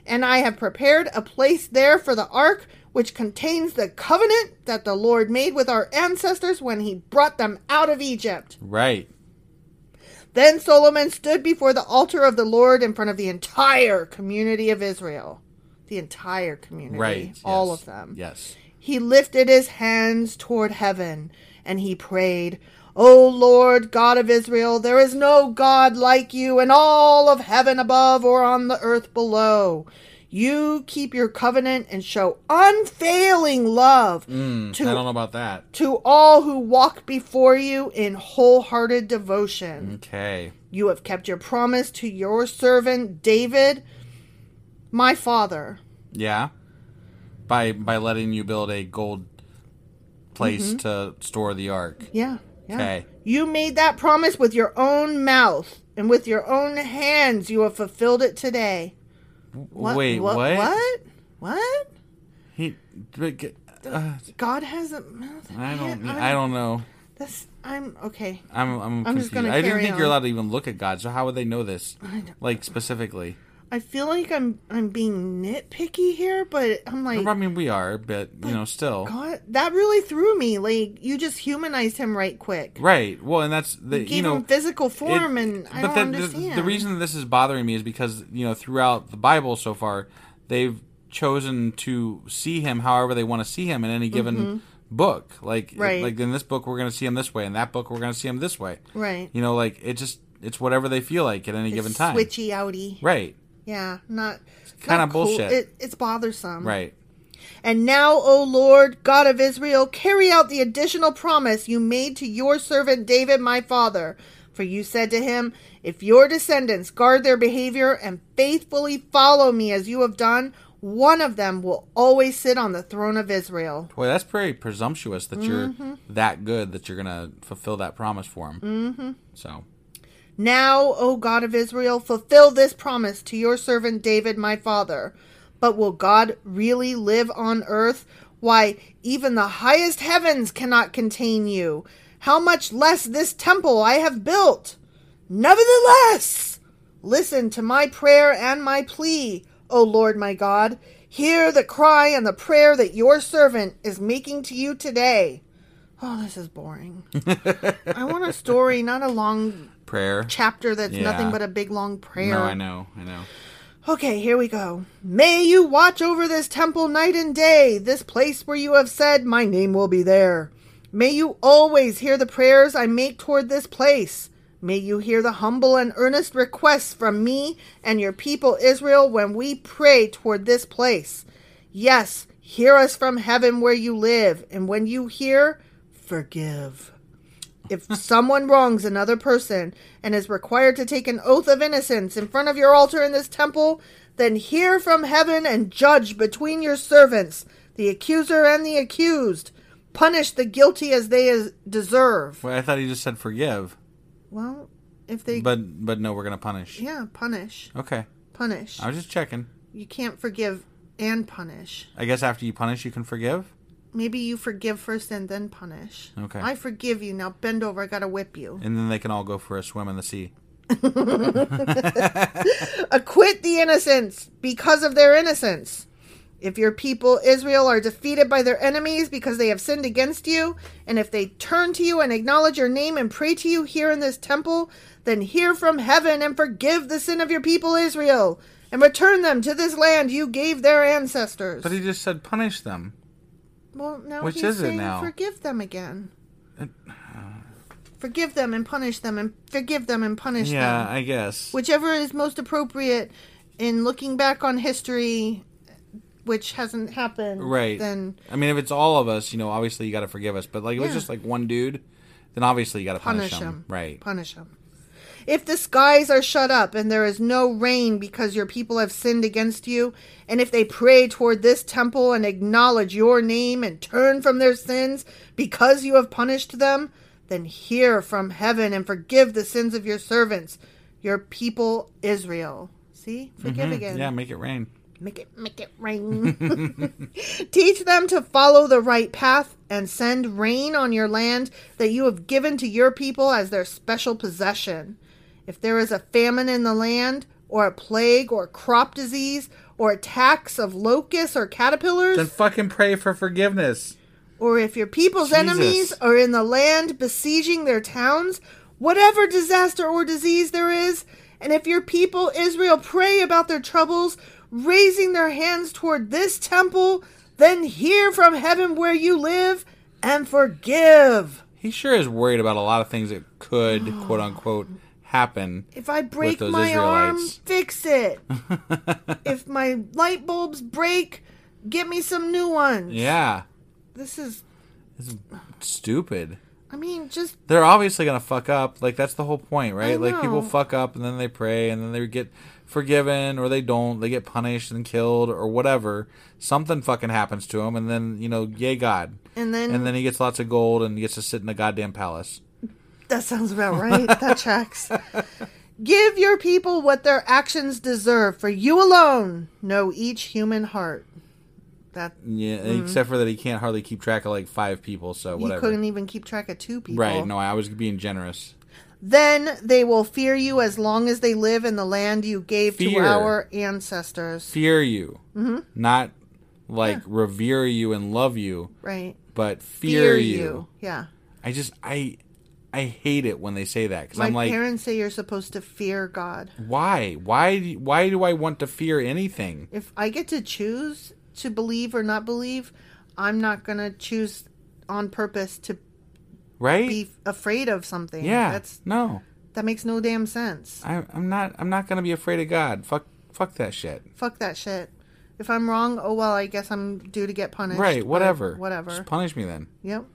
[SPEAKER 1] and I have prepared a place there for the ark, which contains the covenant that the Lord made with our ancestors when he brought them out of Egypt.
[SPEAKER 2] Right.
[SPEAKER 1] Then Solomon stood before the altar of the Lord in front of the entire community of Israel. The entire community.
[SPEAKER 2] Right.
[SPEAKER 1] All
[SPEAKER 2] yes,
[SPEAKER 1] of them.
[SPEAKER 2] Yes.
[SPEAKER 1] He lifted his hands toward heaven and he prayed, O Lord God of Israel, there is no God like you in all of heaven above or on the earth below. You keep your covenant and show unfailing love
[SPEAKER 2] Mm, I
[SPEAKER 1] to,
[SPEAKER 2] don't know about that.
[SPEAKER 1] to all who walk before you in wholehearted
[SPEAKER 2] Mm-hmm.
[SPEAKER 1] devotion.
[SPEAKER 2] Okay.
[SPEAKER 1] You have kept your promise to your servant David, my father.
[SPEAKER 2] Yeah. By by letting you build a gold place to store the ark.
[SPEAKER 1] Yeah. Mm-hmm. yeah.
[SPEAKER 2] Okay.
[SPEAKER 1] You made that promise with your own mouth and with your own hands. You have fulfilled it today.
[SPEAKER 2] Wait,
[SPEAKER 1] What?
[SPEAKER 2] what?
[SPEAKER 1] What? What?
[SPEAKER 2] He but g- uh,
[SPEAKER 1] God has a mouth.
[SPEAKER 2] I don't
[SPEAKER 1] Man,
[SPEAKER 2] I don't know.
[SPEAKER 1] This. I'm okay.
[SPEAKER 2] I'm I'm,
[SPEAKER 1] I'm
[SPEAKER 2] confused.
[SPEAKER 1] just gonna
[SPEAKER 2] I didn't
[SPEAKER 1] carry
[SPEAKER 2] think you're
[SPEAKER 1] on.
[SPEAKER 2] allowed to even look at God. So how would they know this?
[SPEAKER 1] don't-
[SPEAKER 2] Like specifically.
[SPEAKER 1] I feel like I'm I'm being nitpicky here, but I'm like
[SPEAKER 2] I mean, we are, but you know, still.
[SPEAKER 1] God. That really threw me. Like you just humanized him right quick.
[SPEAKER 2] Right. Well, and that's the
[SPEAKER 1] Gave
[SPEAKER 2] you know
[SPEAKER 1] him physical form,
[SPEAKER 2] it-
[SPEAKER 1] and I
[SPEAKER 2] but
[SPEAKER 1] don't
[SPEAKER 2] the, the-
[SPEAKER 1] understand.
[SPEAKER 2] The, reason this is bothering me is because you know throughout the Bible so far they've chosen to see him however they want to see him in any given book. Like
[SPEAKER 1] Mm-hmm. Right.
[SPEAKER 2] like in this book we're going to see him this way, in that book we're going to see him this way.
[SPEAKER 1] Right.
[SPEAKER 2] You know, like it just it's whatever they feel like at any given time.
[SPEAKER 1] Switchy outy.
[SPEAKER 2] Right.
[SPEAKER 1] Yeah, not
[SPEAKER 2] kinda
[SPEAKER 1] not cool.
[SPEAKER 2] bullshit.
[SPEAKER 1] It, it's bothersome.
[SPEAKER 2] Right.
[SPEAKER 1] And now, O Lord, God of Israel, carry out the additional promise you made to your servant David, my father. For you said to him, If your descendants guard their behavior and faithfully follow me as you have done, one of them will always sit on the throne of Israel.
[SPEAKER 2] Boy, that's pretty presumptuous that
[SPEAKER 1] Mm-hmm.
[SPEAKER 2] you're that good that you're gonna fulfill that promise for him. Mm-hmm. So
[SPEAKER 1] Now, O God of Israel, fulfill this promise to your servant David, my father. But will God really live on earth? Why, even the highest heavens cannot contain you. How much less this temple I have built? Nevertheless, listen to my prayer and my plea, O Lord my God. Hear the cry and the prayer that your servant is making to you today. Oh, this is boring. I want a story, not a long
[SPEAKER 2] prayer.
[SPEAKER 1] chapter that's
[SPEAKER 2] Yeah.
[SPEAKER 1] nothing but a big long prayer.
[SPEAKER 2] No, I know, I know.
[SPEAKER 1] Okay, here we go. May you watch over this temple night and day, this place where you have said, My name will be there. May you always hear the prayers I make toward this place. May you hear the humble and earnest requests from me and your people Israel when we pray toward this place. Yes, hear us from heaven where you live, and when you hear, forgive. If someone wrongs another person and is required to take an oath of innocence in front of your altar in this temple, then hear from heaven and judge between your servants, the accuser and the accused. Punish the guilty as they is- deserve.
[SPEAKER 2] Well, I thought he just said forgive,
[SPEAKER 1] Well, if they.
[SPEAKER 2] but but no, we're gonna punish.
[SPEAKER 1] yeah, punish.
[SPEAKER 2] Okay,
[SPEAKER 1] Punish.
[SPEAKER 2] I was just checking.
[SPEAKER 1] You can't forgive and punish.
[SPEAKER 2] I guess after you punish, you can forgive.
[SPEAKER 1] Maybe you forgive first and then punish.
[SPEAKER 2] Okay.
[SPEAKER 1] I forgive you. Now bend over. I got to whip you.
[SPEAKER 2] And then they can all go for a swim in the sea.
[SPEAKER 1] acquit the innocents because of their innocence. If your people Israel are defeated by their enemies because they have sinned against you, and if they turn to you and acknowledge your name and pray to you here in this temple, then hear from heaven and forgive the sin of your people Israel and return them to this land you gave their ancestors.
[SPEAKER 2] But he just said punish them.
[SPEAKER 1] well, now
[SPEAKER 2] Which
[SPEAKER 1] he's
[SPEAKER 2] is it
[SPEAKER 1] saying
[SPEAKER 2] now?
[SPEAKER 1] forgive them again. forgive them and punish them and forgive them and punish them
[SPEAKER 2] Yeah, I guess.
[SPEAKER 1] whichever is most appropriate in looking back on history, which hasn't happened.
[SPEAKER 2] right.
[SPEAKER 1] Then
[SPEAKER 2] I mean, if it's all of us, you know, obviously you got to forgive us. But like, if it's
[SPEAKER 1] Yeah.
[SPEAKER 2] just like one dude, then obviously you got to punish,
[SPEAKER 1] punish,
[SPEAKER 2] him.
[SPEAKER 1] him.
[SPEAKER 2] Right.
[SPEAKER 1] Punish him. If the skies are shut up and there is no rain because your people have sinned against you, and if they pray toward this temple and acknowledge your name and turn from their sins because you have punished them, then hear from heaven and forgive the sins of your servants, your people Israel. See? Forgive again.
[SPEAKER 2] Mm-hmm. yeah, make it rain.
[SPEAKER 1] Make it, make it rain. Teach them to follow the right path and send rain on your land that you have given to your people as their special possession. If there is a famine in the land, or a plague, or crop disease, or attacks of locusts or caterpillars,
[SPEAKER 2] Then fucking pray for forgiveness.
[SPEAKER 1] or if your people's
[SPEAKER 2] Jesus.
[SPEAKER 1] enemies are in the land besieging their towns, whatever disaster or disease there is, and if your people Israel pray about their troubles, raising their hands toward this temple, then hear from heaven where you live and forgive.
[SPEAKER 2] He sure is worried about a lot of things that could, quote unquote, happen.
[SPEAKER 1] Oh. If I break
[SPEAKER 2] those
[SPEAKER 1] my arm,
[SPEAKER 2] Israelites.
[SPEAKER 1] fix it. if my light bulbs break, get me some new ones.
[SPEAKER 2] Yeah.
[SPEAKER 1] This is,
[SPEAKER 2] Stupid.
[SPEAKER 1] I mean, just
[SPEAKER 2] They're obviously gonna fuck up. Like that's the whole point, right?
[SPEAKER 1] I
[SPEAKER 2] Like people
[SPEAKER 1] know.
[SPEAKER 2] fuck up and then they pray and then they get forgiven or they don't. They get punished and killed or whatever. Something fucking happens to him, and then you know, yay God.
[SPEAKER 1] And then-
[SPEAKER 2] and then he gets lots of gold and gets to sit in a goddamn palace.
[SPEAKER 1] That sounds about right. That tracks. Give your people what their actions deserve, for you alone know each human heart. That
[SPEAKER 2] Yeah,
[SPEAKER 1] Mm-hmm.
[SPEAKER 2] except for that he can't hardly keep track of like five people, so
[SPEAKER 1] you
[SPEAKER 2] whatever.
[SPEAKER 1] couldn't even keep track of two people.
[SPEAKER 2] Right? No, I was being generous.
[SPEAKER 1] Then they will fear you as long as they live in the land you gave
[SPEAKER 2] Fear.
[SPEAKER 1] to our ancestors.
[SPEAKER 2] Fear you, mm-hmm. not like revere you and love you,
[SPEAKER 1] Right.
[SPEAKER 2] but fear, you.
[SPEAKER 1] Yeah.
[SPEAKER 2] I just I I hate it when they say that because
[SPEAKER 1] My
[SPEAKER 2] I'm like,
[SPEAKER 1] parents say you're supposed to fear God.
[SPEAKER 2] why, why, do- why do I want to fear anything?
[SPEAKER 1] If I get to choose to believe or not believe, I'm not going to choose on purpose to
[SPEAKER 2] Right?
[SPEAKER 1] be afraid of something.
[SPEAKER 2] yeah.
[SPEAKER 1] That's
[SPEAKER 2] no,
[SPEAKER 1] That makes no damn sense.
[SPEAKER 2] I, I'm not. I'm not gonna be afraid of God. Fuck, Fuck that shit.
[SPEAKER 1] Fuck that shit. If I'm wrong, oh well, I guess I'm due to get punished.
[SPEAKER 2] Right,
[SPEAKER 1] but
[SPEAKER 2] whatever.
[SPEAKER 1] Whatever.
[SPEAKER 2] Just punish me then.
[SPEAKER 1] Yep.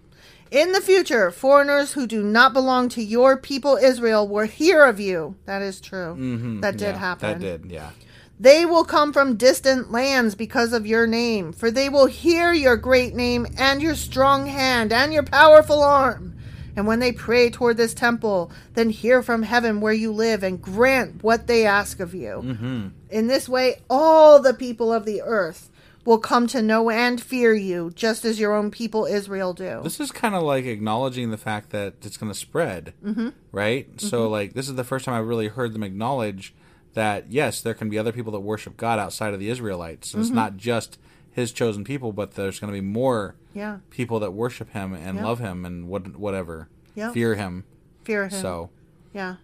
[SPEAKER 1] In the future, foreigners who do not belong to your people Israel will hear of you. That is true. Mm-hmm. That did
[SPEAKER 2] Yeah,
[SPEAKER 1] happen.
[SPEAKER 2] That did, yeah.
[SPEAKER 1] They will come from distant lands because of your name, for they will hear your great name and your strong hand and your powerful arm. And when they pray toward this temple, then hear from heaven where you live and grant what they ask of you.
[SPEAKER 2] Mm-hmm.
[SPEAKER 1] In this way, all the people of the earth will come to know and fear you, just as your own people Israel do.
[SPEAKER 2] This is kind of like acknowledging the fact that it's going to spread, mm-hmm. right? So,
[SPEAKER 1] Mm-hmm.
[SPEAKER 2] like, this is the first time I really heard them acknowledge that yes, there can be other people that worship God outside of the Israelites, and
[SPEAKER 1] Mm-hmm.
[SPEAKER 2] it's not just His chosen people, but there's going to be more
[SPEAKER 1] Yeah.
[SPEAKER 2] people that worship Him and love Him and what whatever
[SPEAKER 1] Yep.
[SPEAKER 2] fear Him.
[SPEAKER 1] fear him.
[SPEAKER 2] So,
[SPEAKER 1] yeah,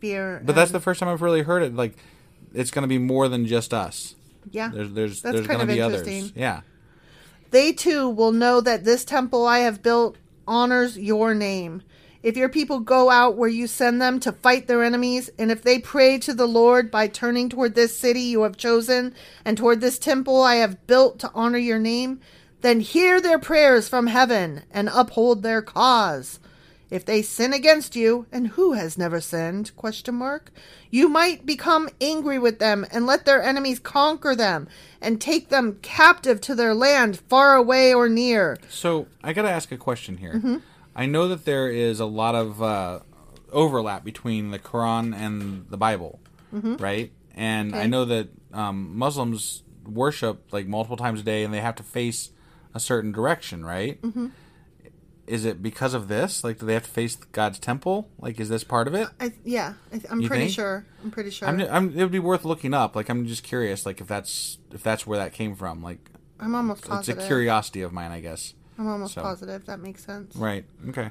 [SPEAKER 1] fear.
[SPEAKER 2] but that's the first time I've really heard it. Like, it's going to be more than just us.
[SPEAKER 1] yeah.
[SPEAKER 2] There's there's
[SPEAKER 1] That's
[SPEAKER 2] there's
[SPEAKER 1] kind
[SPEAKER 2] going to
[SPEAKER 1] of
[SPEAKER 2] be others.
[SPEAKER 1] interesting.
[SPEAKER 2] Yeah.
[SPEAKER 1] They too will know that this temple I have built honors your name. If your people go out where you send them to fight their enemies, and if they pray to the Lord by turning toward this city you have chosen and toward this temple I have built to honor your name, then hear their prayers from heaven and uphold their cause. If they sin against you, and who has never sinned? Question mark. You might become angry with them and let their enemies conquer them and take them captive to their land, far away or near.
[SPEAKER 2] So I got to ask a question here.
[SPEAKER 1] Mm-hmm.
[SPEAKER 2] I know that there is a lot of uh, overlap between the Quran and the Bible,
[SPEAKER 1] Mm-hmm.
[SPEAKER 2] right? And I know that um, Muslims worship like multiple times a day, and they have to face a certain direction, right?
[SPEAKER 1] Mm-hmm.
[SPEAKER 2] Is it because of this? Like, do they have to face God's temple? Like, is this part of it?
[SPEAKER 1] I, yeah, I, I'm
[SPEAKER 2] You
[SPEAKER 1] pretty
[SPEAKER 2] think?
[SPEAKER 1] sure. I'm pretty sure.
[SPEAKER 2] I'm,
[SPEAKER 1] I'm,
[SPEAKER 2] I'm, it would be worth looking up. Like, I'm just curious. Like, if that's if that's where that came from. Like,
[SPEAKER 1] almost positive.
[SPEAKER 2] it's a curiosity of mine, I guess.
[SPEAKER 1] I'm almost
[SPEAKER 2] so.
[SPEAKER 1] positive that makes sense.
[SPEAKER 2] Right. Okay.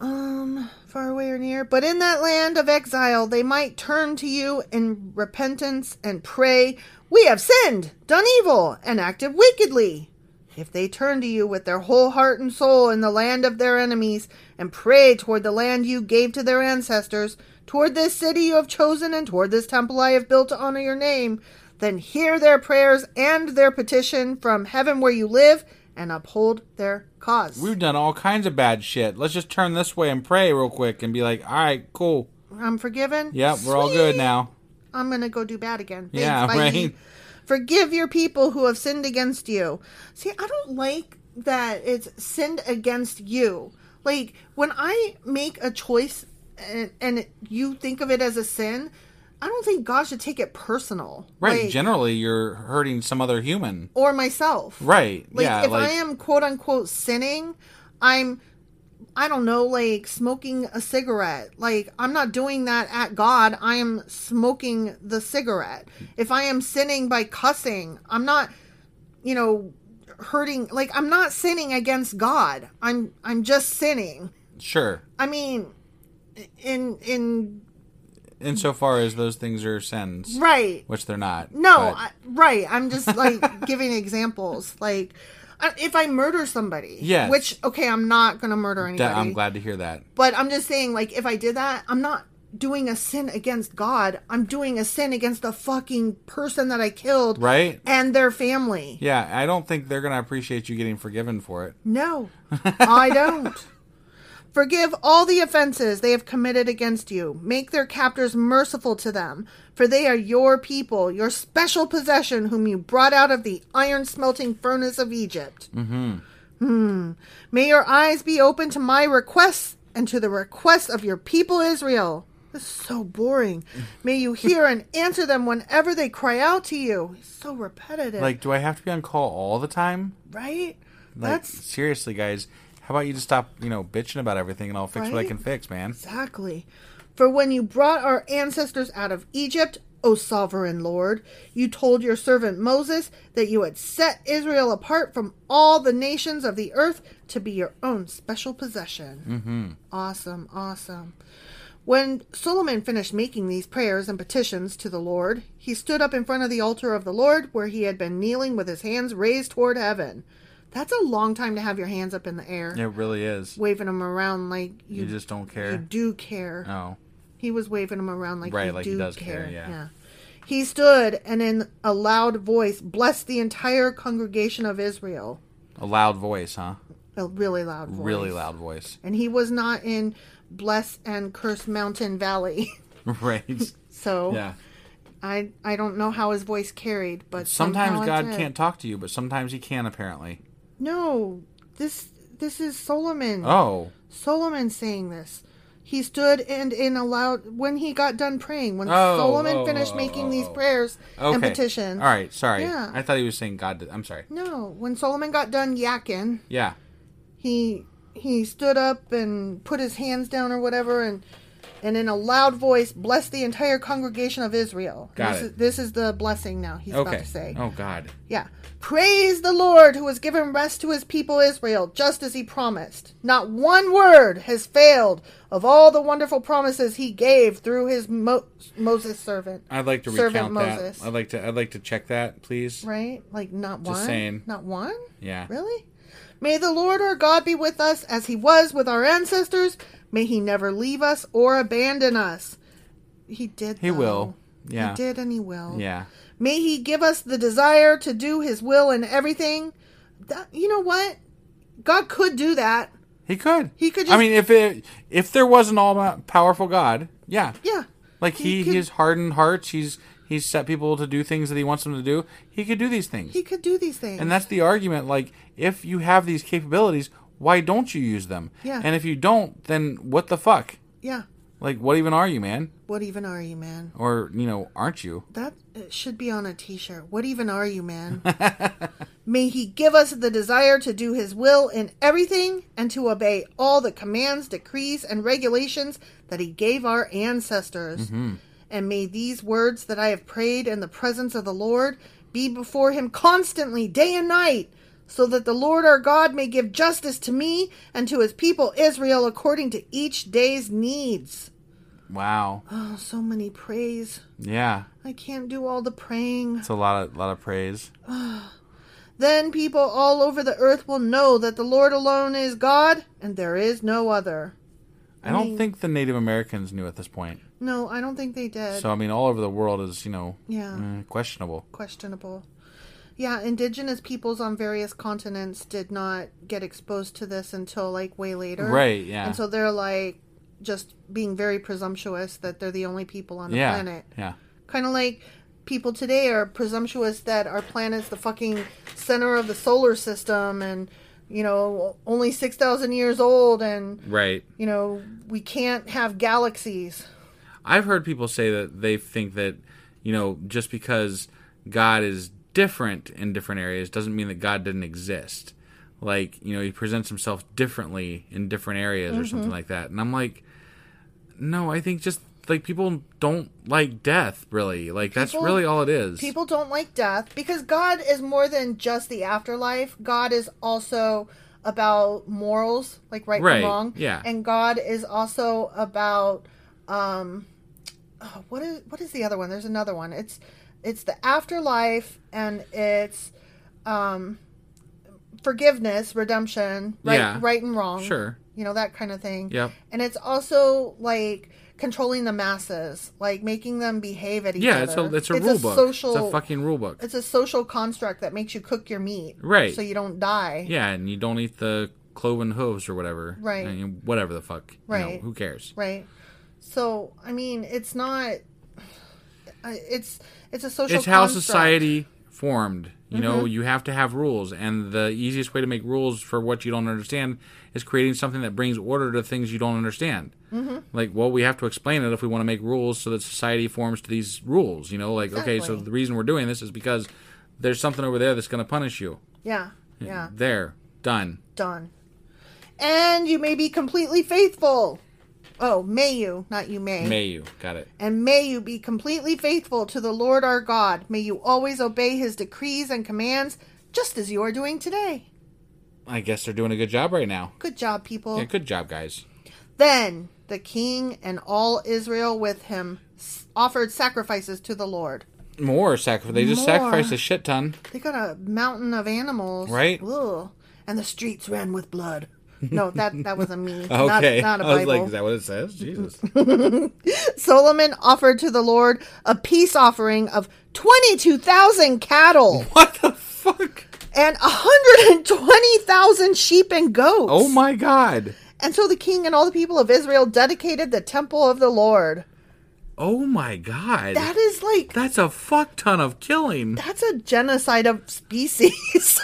[SPEAKER 1] Um, far away or near, but in that land of exile, they might turn to you in repentance and pray, We have sinned, done evil, and acted wickedly. If they turn to you with their whole heart and soul in the land of their enemies, and pray toward the land you gave to their ancestors, toward this city you have chosen, and toward this temple I have built to honor your name, then hear their prayers and their petition from heaven where you live, and uphold their cause.
[SPEAKER 2] We've done all kinds of bad shit. Let's just turn this way and pray real quick and be like, all right, cool.
[SPEAKER 1] I'm forgiven.
[SPEAKER 2] Yep, we're all good now.
[SPEAKER 1] I'm gonna go do bad again. Thanks,
[SPEAKER 2] Yeah,
[SPEAKER 1] bye.
[SPEAKER 2] right.
[SPEAKER 1] Forgive your people who have sinned against you. See, I don't like that it's sinned against you. Like when I make a choice and, and you think of it as a sin, I don't think God should take it personal.
[SPEAKER 2] Right.
[SPEAKER 1] Like,
[SPEAKER 2] Generally, you're hurting some other human.
[SPEAKER 1] or myself.
[SPEAKER 2] Right.
[SPEAKER 1] Like
[SPEAKER 2] yeah.
[SPEAKER 1] if
[SPEAKER 2] like,
[SPEAKER 1] I am quote unquote sinning, I'm I don't know, like smoking a cigarette. Like I'm not doing that at God. I am smoking the cigarette. If I am sinning by cussing, I'm not, you know, hurting like I'm not sinning against God. I'm I'm just sinning.
[SPEAKER 2] sure.
[SPEAKER 1] I mean in in
[SPEAKER 2] Insofar as those things are sins,
[SPEAKER 1] right.
[SPEAKER 2] which they're not.
[SPEAKER 1] No,
[SPEAKER 2] but-
[SPEAKER 1] I, right. I'm just like giving examples. Like, I- if I murder somebody,
[SPEAKER 2] Yes.
[SPEAKER 1] Which okay, I'm not gonna murder
[SPEAKER 2] Da-
[SPEAKER 1] anybody.
[SPEAKER 2] I'm glad to hear that.
[SPEAKER 1] But I'm just saying, like, if I did that, I'm not doing a sin against God. I'm doing a sin against the fucking person that I killed,
[SPEAKER 2] Right?
[SPEAKER 1] And their family.
[SPEAKER 2] Yeah. I don't think they're going to appreciate you getting forgiven for it.
[SPEAKER 1] No, I don't. Forgive all the offenses they have committed against you. Make their captors merciful to them, for they are your people, your special possession, whom you brought out of the iron smelting furnace of Egypt. Mm-hmm. May your eyes be open to my requests and to the requests of your people Israel. This is so boring. May you hear and answer them whenever they cry out to you. It's so repetitive,
[SPEAKER 2] Like, do I have to be on call all the time?
[SPEAKER 1] right?
[SPEAKER 2] Like,
[SPEAKER 1] That's
[SPEAKER 2] seriously, guys. How about you just stop, you know, bitching about everything and I'll fix what I
[SPEAKER 1] Right?
[SPEAKER 2] can fix, man?
[SPEAKER 1] Exactly. For when you brought our ancestors out of Egypt, O sovereign Lord, you told your servant Moses that you had set Israel apart from all the nations of the earth to be your own special possession. Mm-hmm. Awesome, awesome. When Solomon finished making these prayers and petitions to the Lord, he stood up in front of the altar of the Lord where he had been kneeling with his hands raised toward heaven. That's a long time to have your hands up in the air,
[SPEAKER 2] It really is.
[SPEAKER 1] waving them around like you,
[SPEAKER 2] You just don't care.
[SPEAKER 1] do care.
[SPEAKER 2] No.
[SPEAKER 1] He was waving him around like
[SPEAKER 2] Right,
[SPEAKER 1] you
[SPEAKER 2] like he
[SPEAKER 1] do
[SPEAKER 2] does
[SPEAKER 1] care.
[SPEAKER 2] care, yeah.
[SPEAKER 1] He stood and in a loud voice blessed the entire congregation of Israel.
[SPEAKER 2] A loud voice, huh?
[SPEAKER 1] A really loud voice.
[SPEAKER 2] Really loud voice.
[SPEAKER 1] And he was not in Bless and Curse Mountain Valley.
[SPEAKER 2] right.
[SPEAKER 1] So
[SPEAKER 2] Yeah.
[SPEAKER 1] I I don't know how his voice carried, but
[SPEAKER 2] Sometimes
[SPEAKER 1] somehow it
[SPEAKER 2] God
[SPEAKER 1] did.
[SPEAKER 2] can't talk to you, but sometimes He can apparently.
[SPEAKER 1] No, this this is Solomon.
[SPEAKER 2] Oh,
[SPEAKER 1] Solomon saying this. He stood and in a loud when he got done praying, when
[SPEAKER 2] Oh,
[SPEAKER 1] Solomon
[SPEAKER 2] oh,
[SPEAKER 1] finished
[SPEAKER 2] oh,
[SPEAKER 1] making
[SPEAKER 2] oh,
[SPEAKER 1] these
[SPEAKER 2] oh.
[SPEAKER 1] prayers
[SPEAKER 2] okay.
[SPEAKER 1] and petitions.
[SPEAKER 2] All right. Sorry.
[SPEAKER 1] Yeah.
[SPEAKER 2] I thought He was saying God. Did. I'm sorry.
[SPEAKER 1] No, when Solomon got done yakking,
[SPEAKER 2] Yeah.
[SPEAKER 1] he he stood up and put his hands down or whatever and and in a loud voice blessed the entire congregation of Israel.
[SPEAKER 2] Got
[SPEAKER 1] this,
[SPEAKER 2] it.
[SPEAKER 1] is this is the blessing now he's
[SPEAKER 2] okay.
[SPEAKER 1] about to say.
[SPEAKER 2] Oh God.
[SPEAKER 1] Yeah. Praise the Lord who has given rest to his people Israel, just as he promised. Not one word has failed of all the wonderful promises he gave through his Mo- Moses servant.
[SPEAKER 2] I'd like to
[SPEAKER 1] Servant
[SPEAKER 2] recount
[SPEAKER 1] Moses.
[SPEAKER 2] that. I'd like to. I'd like to check that, please.
[SPEAKER 1] Right? Like, not
[SPEAKER 2] Just
[SPEAKER 1] one?
[SPEAKER 2] saying.
[SPEAKER 1] Not one?
[SPEAKER 2] Yeah.
[SPEAKER 1] Really? May the Lord our God be with us as he was with our ancestors. May he never leave us or abandon us. He did.
[SPEAKER 2] He
[SPEAKER 1] though.
[SPEAKER 2] will. Yeah.
[SPEAKER 1] He did and he will.
[SPEAKER 2] Yeah.
[SPEAKER 1] May he give us the desire to do his will in everything. That, you know what? God could do that.
[SPEAKER 2] He could.
[SPEAKER 1] He
[SPEAKER 2] I
[SPEAKER 1] could just-
[SPEAKER 2] mean, if it, if there was an all powerful God, yeah,
[SPEAKER 1] Yeah.
[SPEAKER 2] Like he,
[SPEAKER 1] could,
[SPEAKER 2] he's hardened hearts. He's he's set people to do things that he wants them to do. He could do these things,
[SPEAKER 1] he could do these things.
[SPEAKER 2] and that's the argument. Like if you have these capabilities, why don't you use them?
[SPEAKER 1] Yeah.
[SPEAKER 2] And if you don't, then what the fuck?
[SPEAKER 1] yeah.
[SPEAKER 2] Like what even are you, man?
[SPEAKER 1] What even are you, man?
[SPEAKER 2] Or you know, aren't you?
[SPEAKER 1] That uh, should be on a t-shirt. What even are you, man? May he give us the desire to do his will in everything and to obey all the commands, decrees, and regulations that he gave our ancestors. And may these words that I have prayed in the presence of the Lord be before him constantly, day and night, so that the Lord our God may give justice to me and to his people Israel according to each day's needs.
[SPEAKER 2] Wow.
[SPEAKER 1] Oh, so many praise.
[SPEAKER 2] Yeah.
[SPEAKER 1] I can't do all the praying.
[SPEAKER 2] It's a lot of lot of praise.
[SPEAKER 1] Then people all over the earth will know that the Lord alone is God and there is no other.
[SPEAKER 2] I don't think the Native Americans knew at this point.
[SPEAKER 1] No, I don't think they did.
[SPEAKER 2] So I mean, all over the world is you know
[SPEAKER 1] Yeah.
[SPEAKER 2] eh, questionable.
[SPEAKER 1] Questionable. Yeah, indigenous peoples on various continents did not get exposed to this until like way later.
[SPEAKER 2] Right, yeah.
[SPEAKER 1] And so they're like just being very presumptuous that they're the only people on the
[SPEAKER 2] yeah.
[SPEAKER 1] planet.
[SPEAKER 2] Yeah.
[SPEAKER 1] Kind of like people today are presumptuous that our planet's the fucking center of the solar system and, you know, only 6,000 years old and
[SPEAKER 2] Right.
[SPEAKER 1] you know, we can't have galaxies.
[SPEAKER 2] I've heard people say that they think that, you know, just because God is different in different areas doesn't mean that God didn't exist. Like, you know, he presents himself differently in different areas or
[SPEAKER 1] Mm-hmm.
[SPEAKER 2] something like that. And I'm like, no, I think just like people don't like death really. Like that's
[SPEAKER 1] People-
[SPEAKER 2] really all it is.
[SPEAKER 1] People don't like death because God is more than just the afterlife. God is also about morals, like right,
[SPEAKER 2] Right,
[SPEAKER 1] and wrong.
[SPEAKER 2] yeah.
[SPEAKER 1] And God is also about um oh, what is what is the other one? There's another one. It's it's the afterlife and it's um forgiveness, redemption, right
[SPEAKER 2] Yeah.
[SPEAKER 1] right and wrong.
[SPEAKER 2] Sure.
[SPEAKER 1] You know, that kind of thing.
[SPEAKER 2] Yep.
[SPEAKER 1] And it's also like controlling the masses, like making them behave at each
[SPEAKER 2] yeah,
[SPEAKER 1] other.
[SPEAKER 2] it's a it's a rule book.
[SPEAKER 1] Social,
[SPEAKER 2] it's a fucking rule book.
[SPEAKER 1] it's a social construct that makes you cook your meat,
[SPEAKER 2] Right.
[SPEAKER 1] So you don't die.
[SPEAKER 2] Yeah, and you don't eat the cloven hooves or whatever.
[SPEAKER 1] Right.
[SPEAKER 2] I mean, whatever the fuck. You know,
[SPEAKER 1] Right.
[SPEAKER 2] who cares?
[SPEAKER 1] Right. So I mean, it's not. I- It's it's a social.
[SPEAKER 2] it's how
[SPEAKER 1] construct. Mm-hmm.
[SPEAKER 2] society formed. You know, you have to have rules, and the easiest way to make rules for what you don't understand is creating something that brings order to things you don't understand. Mm-hmm. Like, well, we have to explain it if we want to make rules so that society forms to these rules. You know, like, okay, so
[SPEAKER 1] Exactly.
[SPEAKER 2] the reason we're doing this is because there's something over there that's going to punish you.
[SPEAKER 1] Yeah. Yeah.
[SPEAKER 2] There, done.
[SPEAKER 1] Done. And you may be completely faithful. Oh, may you, not you
[SPEAKER 2] May you got it?
[SPEAKER 1] And may you be completely faithful to the Lord our God. May you always obey his decrees and commands, just as you are doing today.
[SPEAKER 2] I guess they're doing a good job right now.
[SPEAKER 1] Good job, people.
[SPEAKER 2] Yeah, good job, guys.
[SPEAKER 1] Then the king and all Israel with him s- offered sacrifices to the Lord.
[SPEAKER 2] More sacrifice. They just
[SPEAKER 1] More.
[SPEAKER 2] sacrificed a shit ton.
[SPEAKER 1] They got a mountain of animals.
[SPEAKER 2] Right.
[SPEAKER 1] Ugh. And the streets ran with blood. No, that that was a me.
[SPEAKER 2] Okay,
[SPEAKER 1] not, not
[SPEAKER 2] I
[SPEAKER 1] a
[SPEAKER 2] was
[SPEAKER 1] Bible.
[SPEAKER 2] like, is that what it says? Jesus.
[SPEAKER 1] Solomon offered to the Lord a peace offering of 22,000 cattle
[SPEAKER 2] what the fuck?
[SPEAKER 1] and 120,000 sheep and goats.
[SPEAKER 2] Oh my god.
[SPEAKER 1] And so the king and all the people of Israel dedicated the temple of the Lord.
[SPEAKER 2] Oh my god.
[SPEAKER 1] That is like
[SPEAKER 2] That's a fuck ton of killing.
[SPEAKER 1] that's a genocide of species.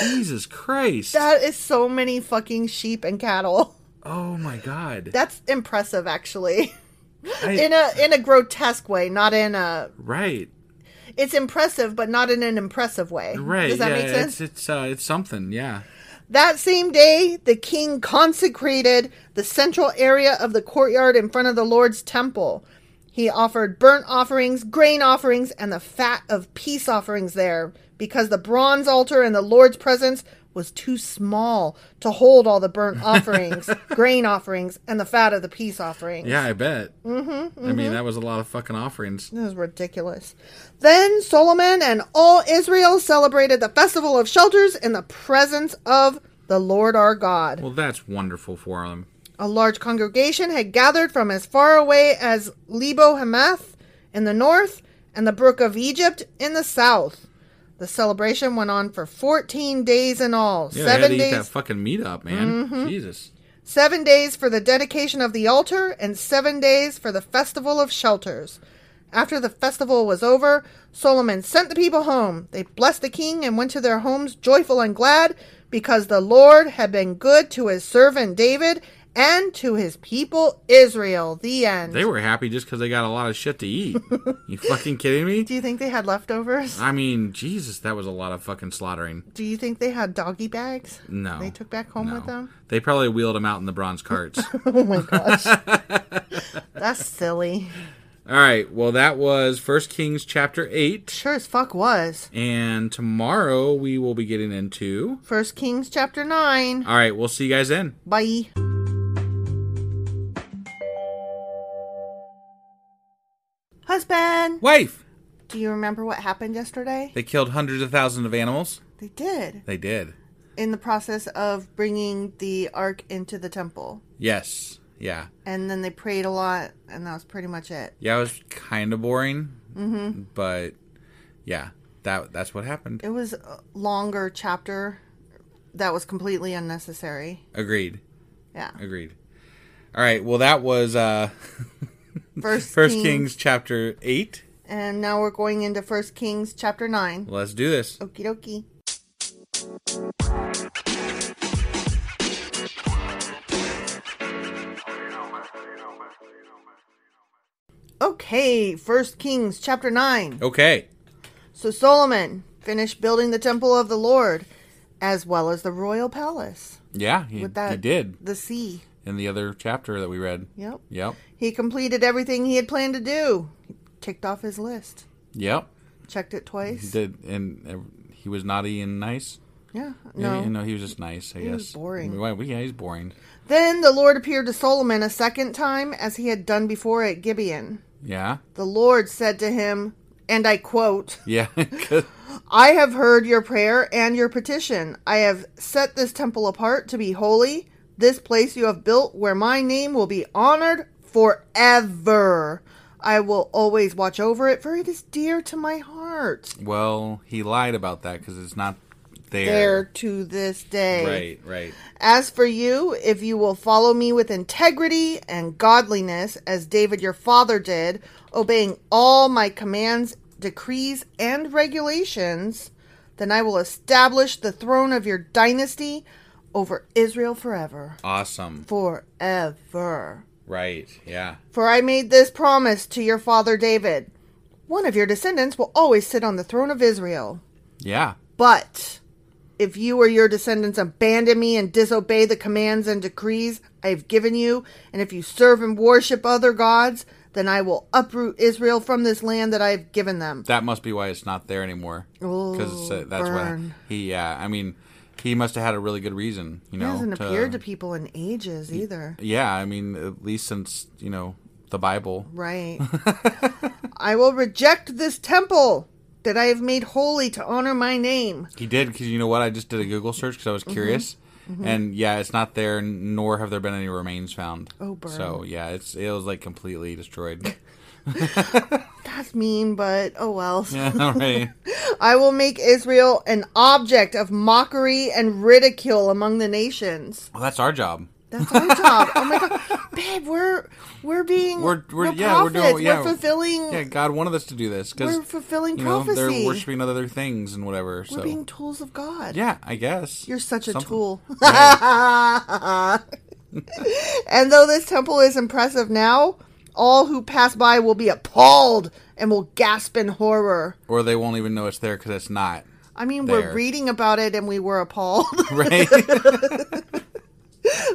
[SPEAKER 2] Jesus Christ.
[SPEAKER 1] that is so many fucking sheep and cattle.
[SPEAKER 2] oh my god.
[SPEAKER 1] That's impressive actually.
[SPEAKER 2] I-
[SPEAKER 1] In a in a grotesque way, not in a
[SPEAKER 2] right.
[SPEAKER 1] it's impressive but not in an impressive way.
[SPEAKER 2] Right.
[SPEAKER 1] Does that
[SPEAKER 2] yeah,
[SPEAKER 1] make sense?
[SPEAKER 2] It's it's uh, it's something, yeah.
[SPEAKER 1] That same day, the king consecrated the central area of the courtyard in front of the Lord's temple. He offered burnt offerings, grain offerings, and the fat of peace offerings there, because the bronze altar in the Lord's presence was too small to hold all the burnt offerings, grain offerings, and the fat of the peace offerings.
[SPEAKER 2] Yeah, I bet. Mm-hmm, I mean, that was a lot of fucking offerings.
[SPEAKER 1] This is ridiculous. Then Solomon and all Israel celebrated the festival of shelters in the presence of the Lord our God.
[SPEAKER 2] Well, that's wonderful for them.
[SPEAKER 1] A large congregation had gathered from as far away as Lebo Hamath in the north and the Brook of Egypt in the south. The celebration went on for 14 days in all.
[SPEAKER 2] Yeah,
[SPEAKER 1] seven
[SPEAKER 2] they had to eat that
[SPEAKER 1] days,
[SPEAKER 2] fucking meat up, man.
[SPEAKER 1] Mm-hmm.
[SPEAKER 2] Jesus.
[SPEAKER 1] seven days for the dedication of the altar and seven days for the festival of shelters. After the festival was over, Solomon sent the people home. They blessed the king and went to their homes joyful and glad because the Lord had been good to his servant David and to his people Israel. The end.
[SPEAKER 2] They were happy just because they got a lot of shit to eat. you fucking kidding me?
[SPEAKER 1] Do you think they had leftovers?
[SPEAKER 2] I mean, Jesus, that was a lot of fucking slaughtering.
[SPEAKER 1] Do you think they had doggy bags?
[SPEAKER 2] No.
[SPEAKER 1] They took back home
[SPEAKER 2] No.
[SPEAKER 1] with them?
[SPEAKER 2] They probably wheeled them out in the bronze carts.
[SPEAKER 1] Oh my gosh. That's silly.
[SPEAKER 2] All right. Well, that was First Kings chapter 8.
[SPEAKER 1] Sure as fuck was.
[SPEAKER 2] And tomorrow we will be getting into.
[SPEAKER 1] First Kings chapter 9.
[SPEAKER 2] All right. We'll see you guys then.
[SPEAKER 1] Bye. Husband,
[SPEAKER 2] Wife!
[SPEAKER 1] do you remember what happened yesterday?
[SPEAKER 2] They killed hundreds of thousands of animals.
[SPEAKER 1] They did.
[SPEAKER 2] They did.
[SPEAKER 1] In the process of bringing the ark into the temple.
[SPEAKER 2] Yes. Yeah.
[SPEAKER 1] And then they prayed a lot, and that was pretty much it.
[SPEAKER 2] Yeah, it was kind of boring. Mm-hmm. But yeah, that that's what happened.
[SPEAKER 1] It was a longer chapter that was completely unnecessary.
[SPEAKER 2] Agreed.
[SPEAKER 1] Yeah.
[SPEAKER 2] Agreed. All right. Well, that was uh
[SPEAKER 1] First,
[SPEAKER 2] First Kings chapter 8.
[SPEAKER 1] And now we're going into First Kings chapter 9.
[SPEAKER 2] Let's do this.
[SPEAKER 1] Okie dokie. Okay, First Kings chapter 9.
[SPEAKER 2] Okay.
[SPEAKER 1] So Solomon finished building the temple of the Lord as well as the royal palace.
[SPEAKER 2] Yeah, he,
[SPEAKER 1] With that
[SPEAKER 2] he did
[SPEAKER 1] The sea.
[SPEAKER 2] in the other chapter that we read.
[SPEAKER 1] Yep.
[SPEAKER 2] Yep.
[SPEAKER 1] He completed everything he had planned to do. He ticked off his list.
[SPEAKER 2] Yep.
[SPEAKER 1] Checked it
[SPEAKER 2] He
[SPEAKER 1] twice.
[SPEAKER 2] did, and uh, he was naughty and nice.
[SPEAKER 1] Yeah.
[SPEAKER 2] Yeah,
[SPEAKER 1] No.
[SPEAKER 2] yeah, no, he was just nice. I
[SPEAKER 1] He
[SPEAKER 2] guess
[SPEAKER 1] was boring.
[SPEAKER 2] Why- yeah, he's boring.
[SPEAKER 1] Then the Lord appeared to Solomon a second time as he had done before at Gibeon.
[SPEAKER 2] Yeah.
[SPEAKER 1] The Lord said to him, and I quote,
[SPEAKER 2] Yeah.
[SPEAKER 1] I have heard your prayer and your petition. I have set this temple apart to be holy, this place you have built where my name will be honored forever. I will always watch over it, for it is dear to my heart.
[SPEAKER 2] well, he lied about that because it's not
[SPEAKER 1] There
[SPEAKER 2] there.
[SPEAKER 1] to this day.
[SPEAKER 2] Right. Right.
[SPEAKER 1] As for you, if you will follow me with integrity and godliness, as David your father did, obeying all my commands, decrees, and regulations, then I will establish the throne of your dynasty over Israel forever.
[SPEAKER 2] Awesome.
[SPEAKER 1] Forever.
[SPEAKER 2] Right. Yeah.
[SPEAKER 1] For I made this promise to your father David one of your descendants will always sit on the throne of Israel.
[SPEAKER 2] Yeah.
[SPEAKER 1] But if you or your descendants abandon me and disobey the commands and decrees I have given you, and if you serve and worship other gods, then I will uproot Israel from this land that I have given them.
[SPEAKER 2] That must be why it's not there anymore. Because
[SPEAKER 1] Oh,
[SPEAKER 2] that's why
[SPEAKER 1] burn.
[SPEAKER 2] he. Yeah. I mean, he must have had a really good reason. You
[SPEAKER 1] It
[SPEAKER 2] know.
[SPEAKER 1] hasn't appeared
[SPEAKER 2] uh,
[SPEAKER 1] to people in ages either.
[SPEAKER 2] Yeah. I mean, at least since you know the Bible.
[SPEAKER 1] Right. I will reject this temple that I have made holy to honor my name.
[SPEAKER 2] He did because you know what? I just did a Google search because I
[SPEAKER 1] Mm-hmm.
[SPEAKER 2] was curious, and yeah, it's not there. n- Nor have there been any remains found.
[SPEAKER 1] Oh, burn.
[SPEAKER 2] So yeah, it's it was like completely destroyed.
[SPEAKER 1] That's mean, but oh well.
[SPEAKER 2] All right.
[SPEAKER 1] I will make Israel an object of mockery and ridicule among the nations.
[SPEAKER 2] Well, that's our job.
[SPEAKER 1] That's our job. Oh my god, babe, we're we're being
[SPEAKER 2] We're we're, yeah
[SPEAKER 1] prophets.
[SPEAKER 2] we're doing yeah
[SPEAKER 1] we're fulfilling
[SPEAKER 2] Yeah, God wanted us to do this because
[SPEAKER 1] We're fulfilling
[SPEAKER 2] you know,
[SPEAKER 1] prophecy.
[SPEAKER 2] They're worshiping other things and whatever.
[SPEAKER 1] we're
[SPEAKER 2] so
[SPEAKER 1] being tools of God.
[SPEAKER 2] yeah, I guess
[SPEAKER 1] You're such a
[SPEAKER 2] Something-
[SPEAKER 1] tool.
[SPEAKER 2] Right.
[SPEAKER 1] and though this temple is impressive now, all who pass by will be appalled and will gasp in horror.
[SPEAKER 2] or they won't even know it's there because it's not.
[SPEAKER 1] I mean, we're
[SPEAKER 2] There.
[SPEAKER 1] reading about it and we were appalled.
[SPEAKER 2] Right?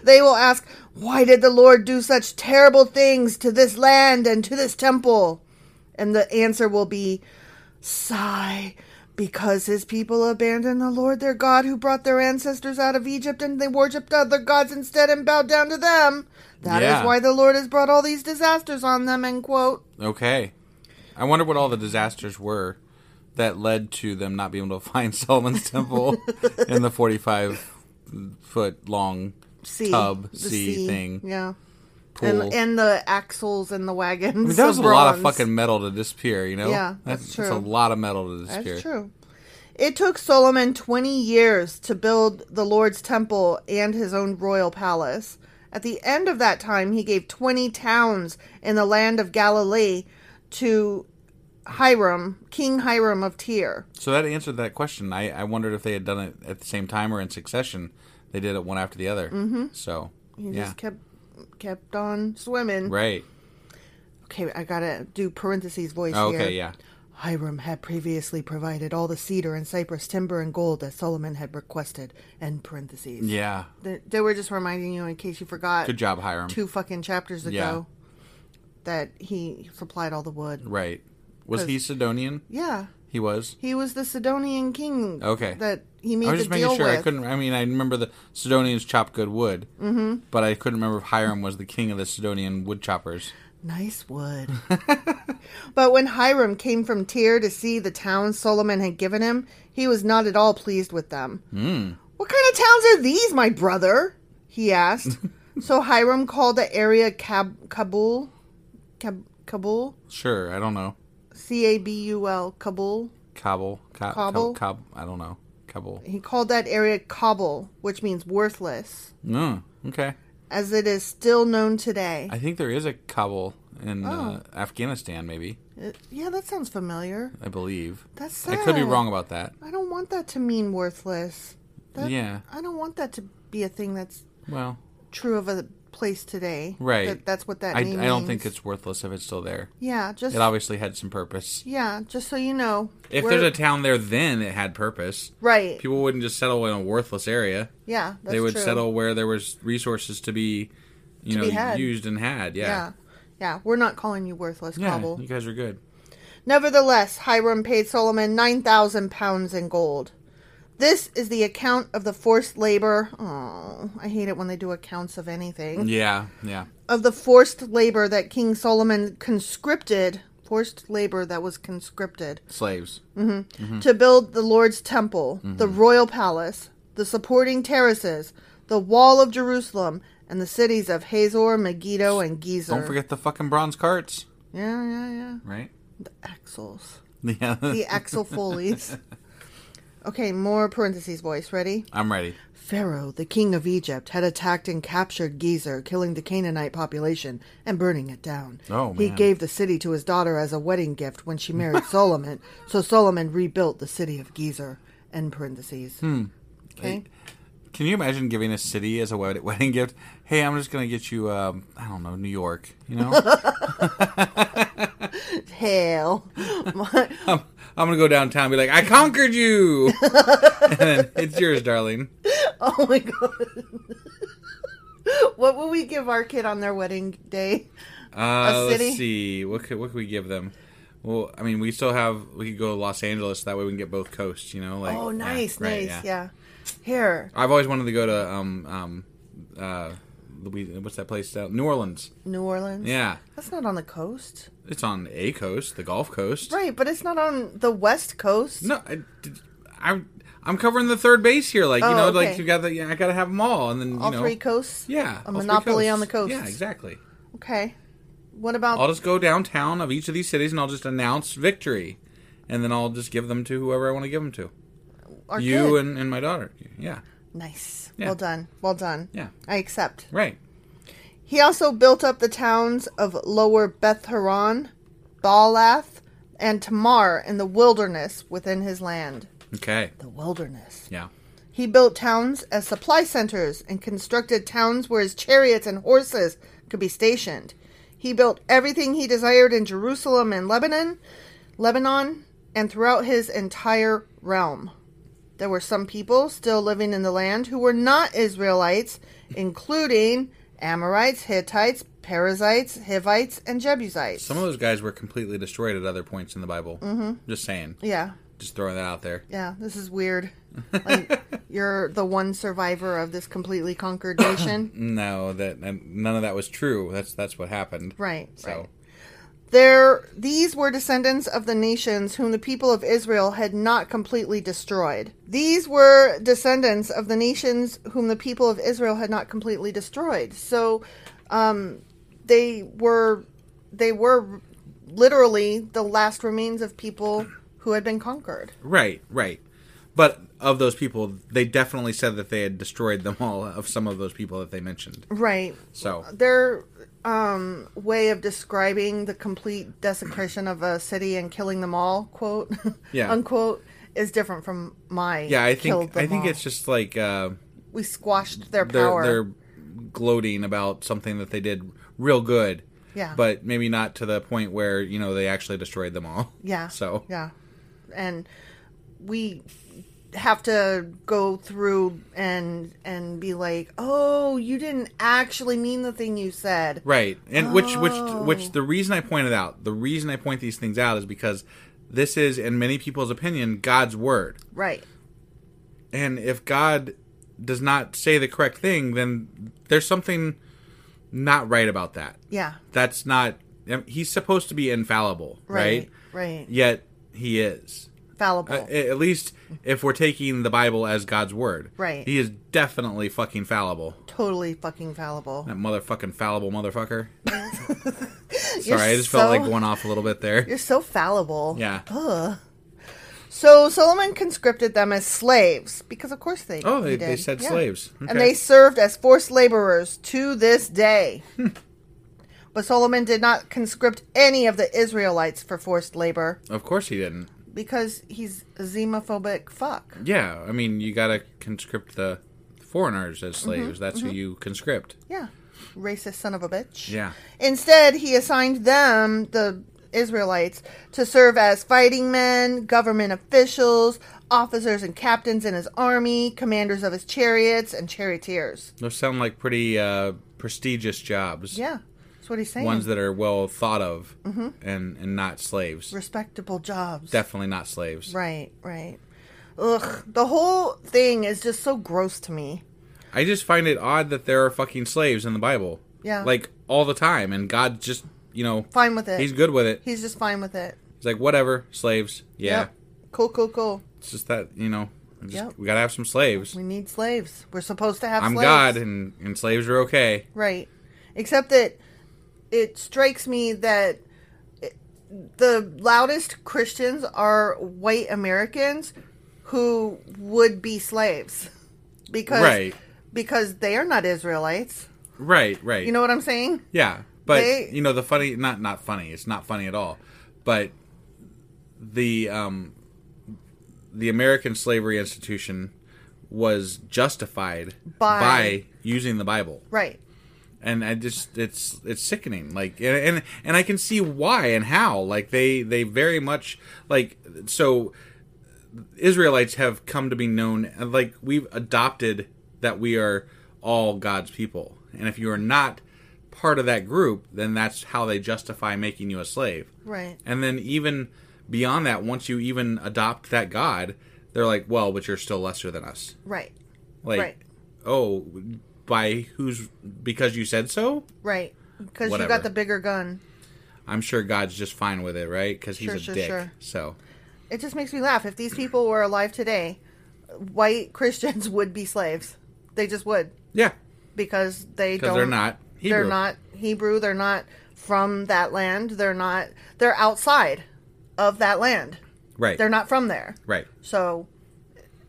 [SPEAKER 1] they will ask, Why did the Lord do such terrible things to this land and to this temple? And the answer will be, Sigh, because his people abandoned the Lord their God who brought their ancestors out of Egypt and they worshipped other gods instead and bowed down to them. That is
[SPEAKER 2] Yeah.
[SPEAKER 1] why the Lord has brought all these disasters on them, end quote.
[SPEAKER 2] okay. I wonder what all the disasters were that led to them not being able to find Solomon's temple in the forty-five foot long
[SPEAKER 1] Sea.
[SPEAKER 2] tub
[SPEAKER 1] The
[SPEAKER 2] sea, thing
[SPEAKER 1] Yeah.
[SPEAKER 2] pool.
[SPEAKER 1] And, and the axles and the wagons.
[SPEAKER 2] I mean, that was a
[SPEAKER 1] of
[SPEAKER 2] lot of
[SPEAKER 1] bronze.
[SPEAKER 2] fucking metal to disappear. You know?
[SPEAKER 1] Yeah, that's
[SPEAKER 2] That's a
[SPEAKER 1] true.
[SPEAKER 2] lot of metal to disappear.
[SPEAKER 1] That's true. It took Solomon 20 years to build the Lord's temple and his own royal palace. At the end of that time, he gave 20 towns in the land of Galilee to Hiram, King Hiram of Tyre.
[SPEAKER 2] So that answered that question. I, I wondered if they had done it at the same time or in succession. They did it one after the other. Mm-hmm. So,
[SPEAKER 1] He
[SPEAKER 2] yeah.
[SPEAKER 1] just kept kept on swimming.
[SPEAKER 2] Right.
[SPEAKER 1] Okay, I got to do parentheses voice
[SPEAKER 2] Oh,
[SPEAKER 1] here.
[SPEAKER 2] okay, yeah.
[SPEAKER 1] Hiram had previously provided all the cedar and cypress timber and gold that Solomon had requested. End parentheses.
[SPEAKER 2] Yeah.
[SPEAKER 1] They, they were just reminding you in case you forgot.
[SPEAKER 2] Good job, Hiram.
[SPEAKER 1] two fucking chapters ago
[SPEAKER 2] Yeah.
[SPEAKER 1] that he supplied all the wood.
[SPEAKER 2] Right. Was he Sidonian?
[SPEAKER 1] Yeah.
[SPEAKER 2] He was.
[SPEAKER 1] He was the Sidonian king.
[SPEAKER 2] Okay.
[SPEAKER 1] That he
[SPEAKER 2] I
[SPEAKER 1] made
[SPEAKER 2] was
[SPEAKER 1] the
[SPEAKER 2] just making
[SPEAKER 1] deal
[SPEAKER 2] sure.
[SPEAKER 1] with.
[SPEAKER 2] I couldn't. I mean, I remember the Sidonians chopped good wood, mm-hmm. but I couldn't remember if Hiram was the king of the Sidonian wood choppers.
[SPEAKER 1] Nice wood. but when Hiram came from Tyre to see the towns Solomon had given him, he was not at all pleased with them.
[SPEAKER 2] Hmm.
[SPEAKER 1] What kind of towns are these, my brother? He asked. so Hiram called the area Cab- Kabul. Cab- Kabul?
[SPEAKER 2] Sure. I don't know.
[SPEAKER 1] C A B U L. Kabul.
[SPEAKER 2] Kabul. Ka-
[SPEAKER 1] Kabul?
[SPEAKER 2] Ka- Kab- I don't know. Kabul.
[SPEAKER 1] He called that area Kabul, which means worthless,
[SPEAKER 2] No. Mm, Okay.
[SPEAKER 1] as it is still known today.
[SPEAKER 2] I think there is a Kabul in uh,
[SPEAKER 1] Oh.
[SPEAKER 2] Afghanistan, maybe.
[SPEAKER 1] Uh, yeah, that sounds familiar.
[SPEAKER 2] I believe.
[SPEAKER 1] That's
[SPEAKER 2] I
[SPEAKER 1] sad.
[SPEAKER 2] could be wrong about that.
[SPEAKER 1] I don't want that to mean worthless. That-
[SPEAKER 2] Yeah.
[SPEAKER 1] I don't want that to be a thing that's
[SPEAKER 2] Well,
[SPEAKER 1] true of a place today.
[SPEAKER 2] right.
[SPEAKER 1] That, that's what that
[SPEAKER 2] I,
[SPEAKER 1] name
[SPEAKER 2] I don't
[SPEAKER 1] means.
[SPEAKER 2] think it's worthless if it's still there.
[SPEAKER 1] Yeah, just.
[SPEAKER 2] It obviously had some purpose.
[SPEAKER 1] yeah, just so you know.
[SPEAKER 2] If
[SPEAKER 1] we're-
[SPEAKER 2] there's a town there, then it had purpose.
[SPEAKER 1] Right.
[SPEAKER 2] People wouldn't just settle in a worthless area.
[SPEAKER 1] yeah, that's
[SPEAKER 2] they would
[SPEAKER 1] true.
[SPEAKER 2] settle where there was resources to be, you know,
[SPEAKER 1] be had.
[SPEAKER 2] used and had.
[SPEAKER 1] Yeah.
[SPEAKER 2] Yeah.
[SPEAKER 1] Yeah, we're not calling you worthless,
[SPEAKER 2] Yeah.
[SPEAKER 1] Kabul.
[SPEAKER 2] You guys are good.
[SPEAKER 1] Nevertheless, Hiram paid Solomon 9,000 pounds in gold. This is the account of the forced labor. Oh, I hate it when they do accounts of anything.
[SPEAKER 2] Yeah. Yeah.
[SPEAKER 1] Of the forced labor that King Solomon conscripted, forced labor that was conscripted,
[SPEAKER 2] Slaves. Mm-hmm.
[SPEAKER 1] to build the Lord's temple, the royal palace, the supporting terraces, the wall of Jerusalem, and the cities of Hazor, Megiddo, and Gezer.
[SPEAKER 2] Don't forget the fucking bronze carts,
[SPEAKER 1] Yeah, yeah, yeah.
[SPEAKER 2] right?
[SPEAKER 1] The axles.
[SPEAKER 2] Yeah.
[SPEAKER 1] the Axel Foley's. Okay, more parentheses voice. Ready?
[SPEAKER 2] I'm ready.
[SPEAKER 1] Pharaoh, the king of Egypt, had attacked and captured Gezer, killing the Canaanite population and burning it down.
[SPEAKER 2] Oh,
[SPEAKER 1] He
[SPEAKER 2] man.
[SPEAKER 1] gave the city to his daughter as a wedding gift when she married Solomon, so Solomon rebuilt the city of Gezer. End parentheses.
[SPEAKER 2] Hmm.
[SPEAKER 1] Okay.
[SPEAKER 2] Can you imagine giving a city as a wed- wedding gift? Hey, I'm just gonna get you. Um, I don't know, New York. You know.
[SPEAKER 1] Hell.
[SPEAKER 2] I'm, I'm gonna go downtown and be like, I conquered you. and then, it's yours, darling.
[SPEAKER 1] Oh my god. what would we give our kid on their wedding day?
[SPEAKER 2] Uh,
[SPEAKER 1] city?
[SPEAKER 2] let's see. What could what could we give them? Well, I mean, we still have. We could go to Los Angeles. That way, we can get both coasts. You know, like.
[SPEAKER 1] Oh,
[SPEAKER 2] yeah,
[SPEAKER 1] nice,
[SPEAKER 2] right,
[SPEAKER 1] nice. yeah. Here.
[SPEAKER 2] I've always wanted to go to um um uh Louis- what's that place out? New Orleans.
[SPEAKER 1] New Orleans.
[SPEAKER 2] Yeah,
[SPEAKER 1] That's not on the coast.
[SPEAKER 2] it's on a coast, the Gulf Coast.
[SPEAKER 1] Right, but it's not on the west coast.
[SPEAKER 2] No, I, did- I'm I'm covering the third base here. Like you
[SPEAKER 1] Oh,
[SPEAKER 2] know,
[SPEAKER 1] okay.
[SPEAKER 2] like you got the yeah, I gotta have them all, and then you
[SPEAKER 1] all
[SPEAKER 2] know,
[SPEAKER 1] three coasts?
[SPEAKER 2] yeah,
[SPEAKER 1] A
[SPEAKER 2] all three
[SPEAKER 1] monopoly
[SPEAKER 2] coasts.
[SPEAKER 1] on the coast.
[SPEAKER 2] Yeah, exactly.
[SPEAKER 1] Okay. What about
[SPEAKER 2] I'll just go downtown of each of these cities, and I'll just announce victory, and then I'll just give them to whoever I want to give them to.
[SPEAKER 1] our
[SPEAKER 2] you
[SPEAKER 1] kid?
[SPEAKER 2] and, and my daughter. Yeah,
[SPEAKER 1] Nice.
[SPEAKER 2] Yeah.
[SPEAKER 1] Well done. Well done.
[SPEAKER 2] Yeah.
[SPEAKER 1] I accept.
[SPEAKER 2] right.
[SPEAKER 1] He also built up the towns of Lower Beth Horon, Baalath, and Tamar in the wilderness within his land.
[SPEAKER 2] Okay.
[SPEAKER 1] The wilderness.
[SPEAKER 2] Yeah.
[SPEAKER 1] He built towns as supply centers and constructed towns where his chariots and horses could be stationed. He built everything he desired in Jerusalem and Lebanon, Lebanon, and throughout his entire realm. There were some people still living in the land who were not Israelites, including Amorites, Hittites, Perizzites, Hivites, and Jebusites.
[SPEAKER 2] Some of those guys were completely destroyed at other points in the Bible. Mm-hmm. Just saying.
[SPEAKER 1] yeah,
[SPEAKER 2] Just throwing that out there.
[SPEAKER 1] yeah, this is weird. Like, you're the one survivor of this completely conquered nation.
[SPEAKER 2] No, that and none of that was true. That's that's what happened.
[SPEAKER 1] Right,
[SPEAKER 2] So
[SPEAKER 1] right. There, these were descendants of the nations whom the people of Israel had not completely destroyed. These were descendants of the nations whom the people of Israel had not completely destroyed. So, um, they were, they were literally the last remains of people who had been conquered.
[SPEAKER 2] right, right. But of those people, they definitely said that they had destroyed them all. Of some of those people that they mentioned.
[SPEAKER 1] Right.
[SPEAKER 2] So
[SPEAKER 1] Their um, way of describing the complete desecration of a city and killing them all, quote,
[SPEAKER 2] Yeah.
[SPEAKER 1] unquote, is different from my.
[SPEAKER 2] yeah, I
[SPEAKER 1] "killed
[SPEAKER 2] think
[SPEAKER 1] them
[SPEAKER 2] I think
[SPEAKER 1] all."
[SPEAKER 2] it's just like uh,
[SPEAKER 1] we squashed their
[SPEAKER 2] they're
[SPEAKER 1] power.
[SPEAKER 2] they're gloating about something that they did real good.
[SPEAKER 1] Yeah.
[SPEAKER 2] But maybe not to the point where you know they actually destroyed them all.
[SPEAKER 1] yeah.
[SPEAKER 2] So
[SPEAKER 1] yeah, and we have to go through and and be like, oh, you didn't actually mean the thing you said.
[SPEAKER 2] Right. And which which
[SPEAKER 1] Oh.
[SPEAKER 2] which the reason I pointed out, the reason I point these things out is because this is in many people's opinion God's word.
[SPEAKER 1] Right.
[SPEAKER 2] And if God does not say the correct thing, then there's something not right about that.
[SPEAKER 1] Yeah.
[SPEAKER 2] That's not he's supposed to be infallible, right?
[SPEAKER 1] Right. Right.
[SPEAKER 2] Yet he is.
[SPEAKER 1] Fallible.
[SPEAKER 2] Uh, a- at least if we're taking the Bible as God's word.
[SPEAKER 1] Right.
[SPEAKER 2] He is definitely fucking fallible.
[SPEAKER 1] totally fucking fallible.
[SPEAKER 2] That motherfucking fallible motherfucker.
[SPEAKER 1] You're
[SPEAKER 2] Sorry, I just felt like
[SPEAKER 1] so-
[SPEAKER 2] going off a little bit there.
[SPEAKER 1] You're so fallible.
[SPEAKER 2] Yeah.
[SPEAKER 1] So Solomon conscripted them as slaves because, of course, they.
[SPEAKER 2] Oh, they-
[SPEAKER 1] he did.
[SPEAKER 2] they said slaves. Okay.
[SPEAKER 1] and they served as forced laborers to this day. but Solomon did not conscript any of the Israelites for forced labor
[SPEAKER 2] Of course he didn't.
[SPEAKER 1] because he's a xenophobic fuck.
[SPEAKER 2] Yeah, I mean, you gotta conscript the foreigners
[SPEAKER 1] Mm-hmm,
[SPEAKER 2] as slaves. That's who you conscript.
[SPEAKER 1] Yeah, racist son of a bitch.
[SPEAKER 2] Yeah.
[SPEAKER 1] Instead, he assigned them, the Israelites, to serve as fighting men, government officials, officers and captains in his army, commanders of his chariots, and charioteers.
[SPEAKER 2] Those sound like pretty uh, prestigious jobs.
[SPEAKER 1] Yeah, Mm-hmm. that's what he's saying.
[SPEAKER 2] Ones that are well thought of and, and not slaves.
[SPEAKER 1] Respectable jobs.
[SPEAKER 2] Definitely not slaves.
[SPEAKER 1] Right, right. Ugh, the whole thing is just so gross to me.
[SPEAKER 2] I just find it odd that there are fucking slaves in the Bible.
[SPEAKER 1] Yeah.
[SPEAKER 2] Like all the time. And God just, you know,
[SPEAKER 1] Fine with it.
[SPEAKER 2] he's good with it.
[SPEAKER 1] He's just fine with it.
[SPEAKER 2] He's like, whatever, slaves. Yeah.
[SPEAKER 1] Yep. Cool, cool, cool.
[SPEAKER 2] It's just that, you know, just,
[SPEAKER 1] Yep.
[SPEAKER 2] we gotta have some slaves.
[SPEAKER 1] We need slaves. We're supposed to have
[SPEAKER 2] I'm
[SPEAKER 1] slaves.
[SPEAKER 2] God, and, and slaves are okay.
[SPEAKER 1] Right. Except that it strikes me that it- the loudest Christians are white Americans who would be slaves because
[SPEAKER 2] Right.
[SPEAKER 1] because they are not Israelites.
[SPEAKER 2] Right, right.
[SPEAKER 1] You know what I'm saying?
[SPEAKER 2] Yeah, but
[SPEAKER 1] They-
[SPEAKER 2] you know the funny not not funny. It's not funny at all. But the um the American slavery institution was justified
[SPEAKER 1] By-
[SPEAKER 2] using the Bible.
[SPEAKER 1] Right.
[SPEAKER 2] And I just it's it's sickening. Like and, and and I can see why and how. Like they they very much like so Israelites have come to be known and, like we've adopted that we are all God's people. And if you are not part of that group, then that's how they justify making you a slave.
[SPEAKER 1] Right.
[SPEAKER 2] And then even beyond that, once you even adopt that God, they're like, "Well, but you're still lesser than us."
[SPEAKER 1] Right.
[SPEAKER 2] Like,
[SPEAKER 1] Right.
[SPEAKER 2] "Oh, by who's because you said so.
[SPEAKER 1] Right. Because you
[SPEAKER 2] Whatever.
[SPEAKER 1] got the bigger gun.
[SPEAKER 2] I'm sure God's just fine with it, right? Because he's
[SPEAKER 1] Sure,
[SPEAKER 2] a
[SPEAKER 1] sure,
[SPEAKER 2] dick.
[SPEAKER 1] sure.
[SPEAKER 2] So
[SPEAKER 1] It just makes me laugh. If these people were alive today, white Christians would be slaves. They just would
[SPEAKER 2] yeah,
[SPEAKER 1] because they
[SPEAKER 2] because
[SPEAKER 1] don't.
[SPEAKER 2] they're not Hebrew.
[SPEAKER 1] They're not Hebrew. They're not from that land. They're not. They're outside of that land.
[SPEAKER 2] right.
[SPEAKER 1] They're not from there.
[SPEAKER 2] right.
[SPEAKER 1] So,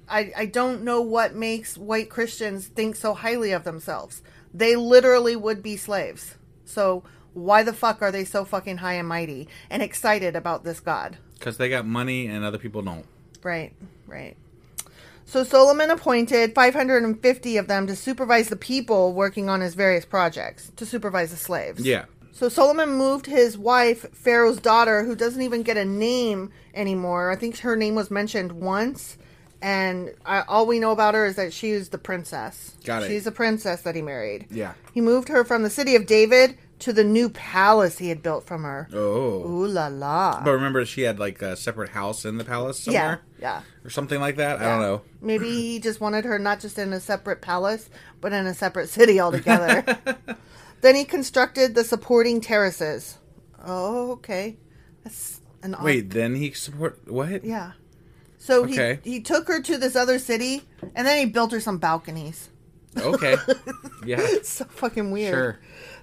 [SPEAKER 1] I I don't know what makes white Christians think so highly of themselves. They literally would be slaves. So why the fuck are they so fucking high and mighty and excited about this god?
[SPEAKER 2] Because they got money and other people don't.
[SPEAKER 1] Right, right. So Solomon appointed 550 of them to supervise the people working on his various projects, to supervise the slaves.
[SPEAKER 2] Yeah.
[SPEAKER 1] So Solomon moved his wife, Pharaoh's daughter, who doesn't even get a name anymore. I think her name was mentioned once, and I, all we know about her is that she is the princess.
[SPEAKER 2] Got it.
[SPEAKER 1] She's a princess that he married.
[SPEAKER 2] Yeah.
[SPEAKER 1] He moved her from the city of David to the new palace he had built from her.
[SPEAKER 2] Oh.
[SPEAKER 1] Ooh la la.
[SPEAKER 2] But remember, she had like a separate house in the palace
[SPEAKER 1] Yeah,
[SPEAKER 2] somewhere
[SPEAKER 1] yeah.
[SPEAKER 2] or something like that. I don't know.
[SPEAKER 1] Maybe he just wanted her not just in a separate palace, but in a separate city altogether. then he constructed the supporting terraces. Oh, okay. That's an odd-
[SPEAKER 2] Wait, then he support what?
[SPEAKER 1] Yeah. So
[SPEAKER 2] Okay.
[SPEAKER 1] he he took her to this other city, and then he built her some balconies.
[SPEAKER 2] Okay. yeah.
[SPEAKER 1] So fucking weird.
[SPEAKER 2] Sure.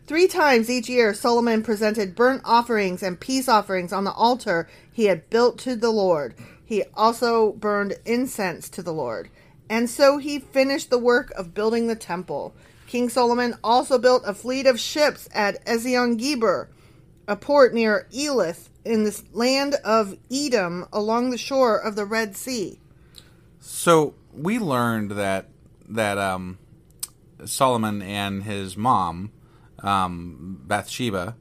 [SPEAKER 1] Three times each year, Solomon presented burnt offerings and peace offerings on the altar he had built to the Lord. He also burned incense to the Lord. And so he finished the work of building the temple. King Solomon also built a fleet of ships at Ezion Geber, a port near Elith in the land of Edom along the shore of the Red Sea.
[SPEAKER 2] So we learned that that um, Solomon and his mom, um, Bathsheba,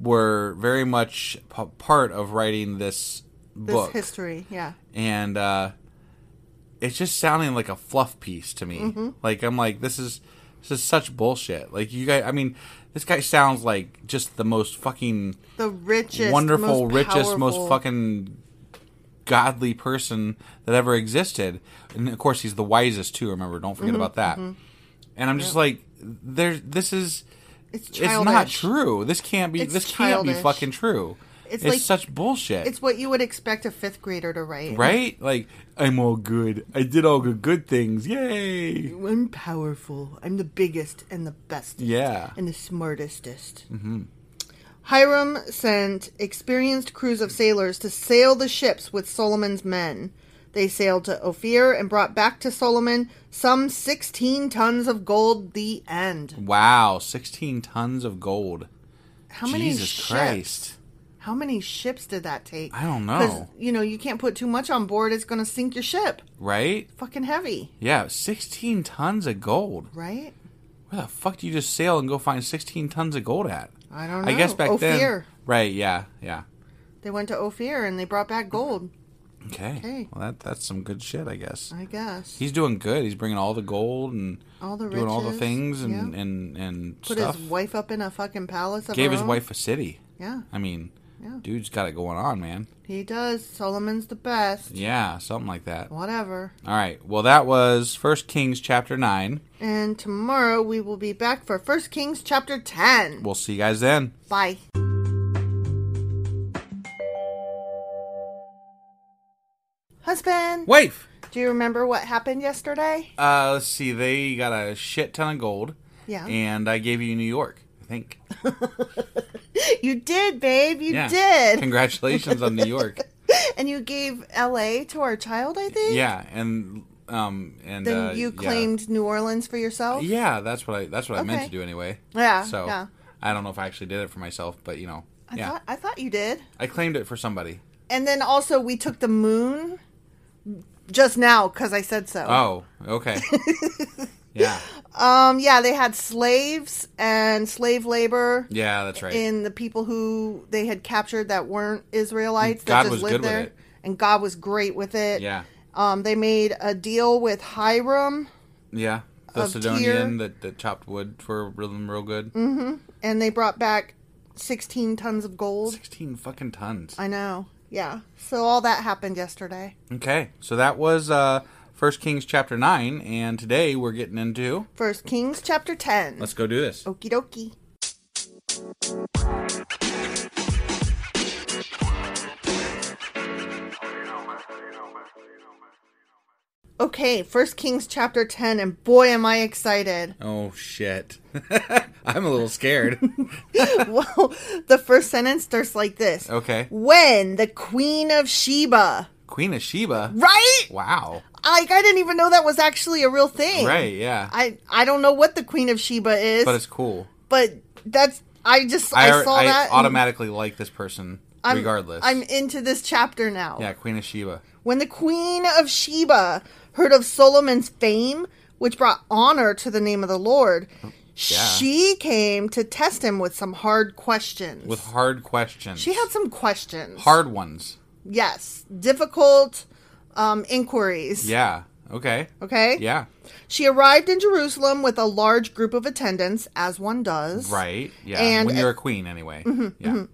[SPEAKER 2] were very much p- part of writing this
[SPEAKER 1] This
[SPEAKER 2] book,
[SPEAKER 1] history, yeah.
[SPEAKER 2] and uh, it's just sounding like a fluff piece to me. Like I'm like this is this is such bullshit. Like you guys, I mean, this guy sounds like just the most fucking
[SPEAKER 1] The richest,
[SPEAKER 2] wonderful,
[SPEAKER 1] most
[SPEAKER 2] richest, most
[SPEAKER 1] powerful-
[SPEAKER 2] fucking godly person that ever existed. And of course, he's the wisest too. Remember, don't forget
[SPEAKER 1] Mm-hmm,
[SPEAKER 2] about that. And I'm just like, there. This is.
[SPEAKER 1] It's
[SPEAKER 2] It's not
[SPEAKER 1] childish.
[SPEAKER 2] true. This can't be.
[SPEAKER 1] It's
[SPEAKER 2] this can't be
[SPEAKER 1] childish.
[SPEAKER 2] fucking true. It's,
[SPEAKER 1] It's like-
[SPEAKER 2] such bullshit.
[SPEAKER 1] It's what you would expect a fifth grader to write.
[SPEAKER 2] right? Like I'm all good. I did all the good things. Yay!
[SPEAKER 1] I'm powerful. I'm the biggest and the best.
[SPEAKER 2] Yeah.
[SPEAKER 1] And the smartestest. Mm-hmm. Hiram sent experienced crews of sailors to sail the ships with Solomon's men. They sailed to Ophir and brought back to Solomon some 16 tons of gold, the end.
[SPEAKER 2] Wow, 16 tons of gold.
[SPEAKER 1] How many
[SPEAKER 2] Jesus
[SPEAKER 1] ships?
[SPEAKER 2] Christ.
[SPEAKER 1] How many ships did that take?
[SPEAKER 2] I don't
[SPEAKER 1] 'Cause,
[SPEAKER 2] know.
[SPEAKER 1] You know, you can't put too much on board. It's going to sink your ship.
[SPEAKER 2] Right?
[SPEAKER 1] Fucking heavy,
[SPEAKER 2] Yeah, 16 tons of gold.
[SPEAKER 1] right?
[SPEAKER 2] Where the fuck do you just sail and go find 16 tons of gold at?
[SPEAKER 1] I don't know. Oh,
[SPEAKER 2] I guess back then.
[SPEAKER 1] Ophir.
[SPEAKER 2] Right, yeah, yeah.
[SPEAKER 1] They went to Ophir and they brought back gold,
[SPEAKER 2] Okay.
[SPEAKER 1] Okay.
[SPEAKER 2] Well, that that's some good shit, I guess.
[SPEAKER 1] I guess.
[SPEAKER 2] He's doing good. He's bringing all the gold and
[SPEAKER 1] All the
[SPEAKER 2] doing all the
[SPEAKER 1] riches,
[SPEAKER 2] things and
[SPEAKER 1] yeah.
[SPEAKER 2] and and
[SPEAKER 1] Put
[SPEAKER 2] stuff.
[SPEAKER 1] his wife up in a fucking palace. Of
[SPEAKER 2] Gave
[SPEAKER 1] her
[SPEAKER 2] his
[SPEAKER 1] own.
[SPEAKER 2] wife a city.
[SPEAKER 1] Yeah,
[SPEAKER 2] I mean,
[SPEAKER 1] Yeah.
[SPEAKER 2] dude's got it going on, man.
[SPEAKER 1] he does. Solomon's the best.
[SPEAKER 2] Yeah, something like that. All
[SPEAKER 1] Whatever.
[SPEAKER 2] right. Well, that was First Kings chapter 9.
[SPEAKER 1] And tomorrow we will be back for First Kings chapter 10.
[SPEAKER 2] We'll see you guys then.
[SPEAKER 1] Bye. Husband,
[SPEAKER 2] Wife.
[SPEAKER 1] do you remember what happened yesterday?
[SPEAKER 2] Uh, let's see. They got a shit ton of gold.
[SPEAKER 1] Yeah.
[SPEAKER 2] And I gave you New York, I think.
[SPEAKER 1] You did, babe. You
[SPEAKER 2] Yeah.
[SPEAKER 1] did.
[SPEAKER 2] Congratulations on New York.
[SPEAKER 1] And you gave LA to our child, I think?
[SPEAKER 2] Yeah, and um and
[SPEAKER 1] Then
[SPEAKER 2] uh,
[SPEAKER 1] you
[SPEAKER 2] yeah.
[SPEAKER 1] claimed New Orleans for yourself?
[SPEAKER 2] Yeah, that's what I that's what I meant
[SPEAKER 1] Okay.
[SPEAKER 2] to do anyway.
[SPEAKER 1] Yeah,
[SPEAKER 2] So
[SPEAKER 1] yeah.
[SPEAKER 2] I don't know if I actually did it for myself, but you know,
[SPEAKER 1] I
[SPEAKER 2] yeah,
[SPEAKER 1] thought I thought you did.
[SPEAKER 2] I claimed it for somebody.
[SPEAKER 1] And then also we took the moon just now because I said so.
[SPEAKER 2] Oh, okay. yeah,
[SPEAKER 1] Um, yeah, they had slaves and slave labor
[SPEAKER 2] yeah, that's right.
[SPEAKER 1] in the people who they had captured that weren't Israelites
[SPEAKER 2] God
[SPEAKER 1] that just
[SPEAKER 2] was
[SPEAKER 1] lived
[SPEAKER 2] good with
[SPEAKER 1] there.
[SPEAKER 2] it.
[SPEAKER 1] And God was great with it.
[SPEAKER 2] yeah,
[SPEAKER 1] Um, they made a deal with Hiram
[SPEAKER 2] yeah. The
[SPEAKER 1] of Mm-hmm.
[SPEAKER 2] Sidonian
[SPEAKER 1] tear.
[SPEAKER 2] that, that chopped wood for real real good.
[SPEAKER 1] and they brought back 16 tons of gold.
[SPEAKER 2] Sixteen fucking tons.
[SPEAKER 1] I know. Yeah. So all that happened yesterday.
[SPEAKER 2] Okay, so that was uh First Kings chapter nine, and today we're getting into.
[SPEAKER 1] First Kings chapter 10.
[SPEAKER 2] Let's go do this.
[SPEAKER 1] Okie dokie. Okay, First Kings chapter 10, and boy, am I excited.
[SPEAKER 2] Oh shit! I'm a little scared.
[SPEAKER 1] well, the first sentence starts like this
[SPEAKER 2] okay,
[SPEAKER 1] When the Queen of Sheba,
[SPEAKER 2] Queen of Sheba.
[SPEAKER 1] right?
[SPEAKER 2] Wow.
[SPEAKER 1] Like, I didn't even know that was actually a real thing.
[SPEAKER 2] Right? Yeah.
[SPEAKER 1] I, I don't know what the Queen of Sheba is,
[SPEAKER 2] but it's cool.
[SPEAKER 1] but that's I just I,
[SPEAKER 2] I,
[SPEAKER 1] saw
[SPEAKER 2] I
[SPEAKER 1] that and
[SPEAKER 2] automatically like this person,
[SPEAKER 1] I'm-
[SPEAKER 2] regardless.
[SPEAKER 1] I'm into this chapter now.
[SPEAKER 2] yeah, Queen of Sheba.
[SPEAKER 1] When the queen of Sheba heard of Solomon's fame, which brought honor to the name of the Lord, she came to test him with some hard questions.
[SPEAKER 2] with hard questions.
[SPEAKER 1] she had some questions.
[SPEAKER 2] hard ones.
[SPEAKER 1] Yes, difficult um, inquiries.
[SPEAKER 2] Yeah. Okay.
[SPEAKER 1] Okay.
[SPEAKER 2] Yeah.
[SPEAKER 1] She arrived in Jerusalem with a large group of attendants, as one does.
[SPEAKER 2] Right. Yeah.
[SPEAKER 1] And- Mm-hmm,
[SPEAKER 2] when you're a queen, anyway. yeah.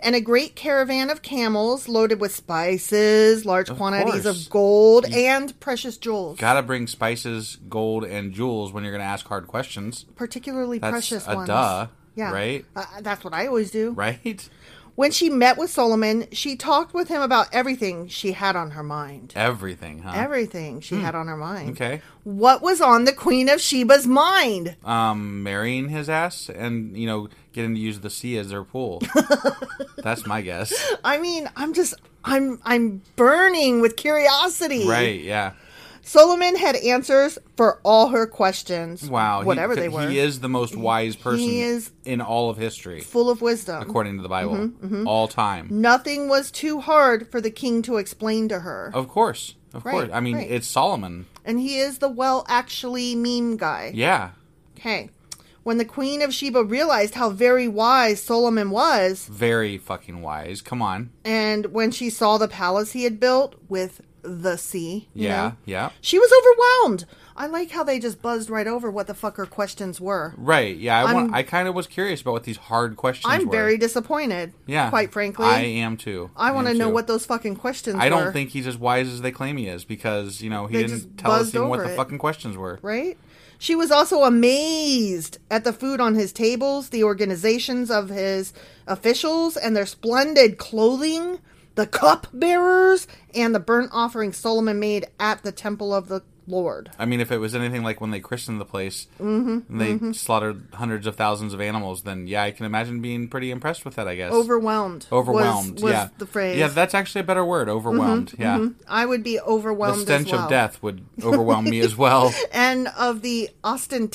[SPEAKER 1] and a great caravan of camels loaded with spices, large quantities
[SPEAKER 2] course.
[SPEAKER 1] of gold, and precious jewels.
[SPEAKER 2] Gotta bring spices, gold, and jewels when you're gonna ask hard questions.
[SPEAKER 1] particularly
[SPEAKER 2] That's
[SPEAKER 1] precious
[SPEAKER 2] a
[SPEAKER 1] ones.
[SPEAKER 2] duh, right?
[SPEAKER 1] Uh, that's what I always do.
[SPEAKER 2] Right.
[SPEAKER 1] When she met with Solomon, she talked with him about everything she had on her mind.
[SPEAKER 2] Everything, huh?
[SPEAKER 1] Everything she had on her mind.
[SPEAKER 2] Hmm. Okay.
[SPEAKER 1] What was on the Queen of Sheba's mind?
[SPEAKER 2] Um, marrying his ass, and you know, getting to use the sea as their pool. That's my guess.
[SPEAKER 1] I mean, I'm just I'm I'm burning with curiosity.
[SPEAKER 2] Right. Yeah.
[SPEAKER 1] Solomon had answers for all her questions.
[SPEAKER 2] Wow. he-
[SPEAKER 1] Whatever they were.
[SPEAKER 2] He is the most wise person
[SPEAKER 1] is- Mm-hmm,
[SPEAKER 2] in all of history,
[SPEAKER 1] full of wisdom.
[SPEAKER 2] according to the Bible, all time.
[SPEAKER 1] Nothing was too hard for the king to explain to her.
[SPEAKER 2] Of course. Of
[SPEAKER 1] Right,
[SPEAKER 2] course. I mean,
[SPEAKER 1] right.
[SPEAKER 2] it's Solomon.
[SPEAKER 1] And he is the well actually meme guy.
[SPEAKER 2] Yeah.
[SPEAKER 1] Okay. When the Queen of Sheba realized how very wise Solomon was,
[SPEAKER 2] Very fucking wise. Come on.
[SPEAKER 1] and when she saw the palace he had built with the sea, you
[SPEAKER 2] Yeah.
[SPEAKER 1] know,
[SPEAKER 2] Yeah.
[SPEAKER 1] she was overwhelmed. I like how they just buzzed right over what the fuck her questions were.
[SPEAKER 2] Right. Yeah. I want, I kind of was curious about what these hard questions
[SPEAKER 1] I'm
[SPEAKER 2] were.
[SPEAKER 1] very disappointed.
[SPEAKER 2] Yeah.
[SPEAKER 1] Quite frankly.
[SPEAKER 2] I am too.
[SPEAKER 1] I want to
[SPEAKER 2] am
[SPEAKER 1] know
[SPEAKER 2] too.
[SPEAKER 1] what those fucking questions
[SPEAKER 2] I
[SPEAKER 1] were.
[SPEAKER 2] don't think he's as wise as they claim he is because, you know, he
[SPEAKER 1] They
[SPEAKER 2] didn't
[SPEAKER 1] just
[SPEAKER 2] tell us
[SPEAKER 1] buzzed
[SPEAKER 2] even what
[SPEAKER 1] over
[SPEAKER 2] the
[SPEAKER 1] it.
[SPEAKER 2] fucking questions were.
[SPEAKER 1] Right? She was also amazed at the food on his tables, the organizations of his officials, and their splendid clothing, the cup bearers, and the burnt offering Solomon made at the temple of the Lord.
[SPEAKER 2] I mean, if it was anything like when they christened the place and
[SPEAKER 1] Mm-hmm,
[SPEAKER 2] they slaughtered hundreds of thousands of animals, then yeah, I can imagine being pretty impressed with that, I guess.
[SPEAKER 1] Overwhelmed. was-
[SPEAKER 2] Overwhelmed.
[SPEAKER 1] was
[SPEAKER 2] yeah.
[SPEAKER 1] the phrase.
[SPEAKER 2] Yeah, that's actually a better word. Overwhelmed. yeah.
[SPEAKER 1] I would be
[SPEAKER 2] The
[SPEAKER 1] overwhelmed
[SPEAKER 2] stench
[SPEAKER 1] as well.
[SPEAKER 2] of death would overwhelm me as well.
[SPEAKER 1] And of the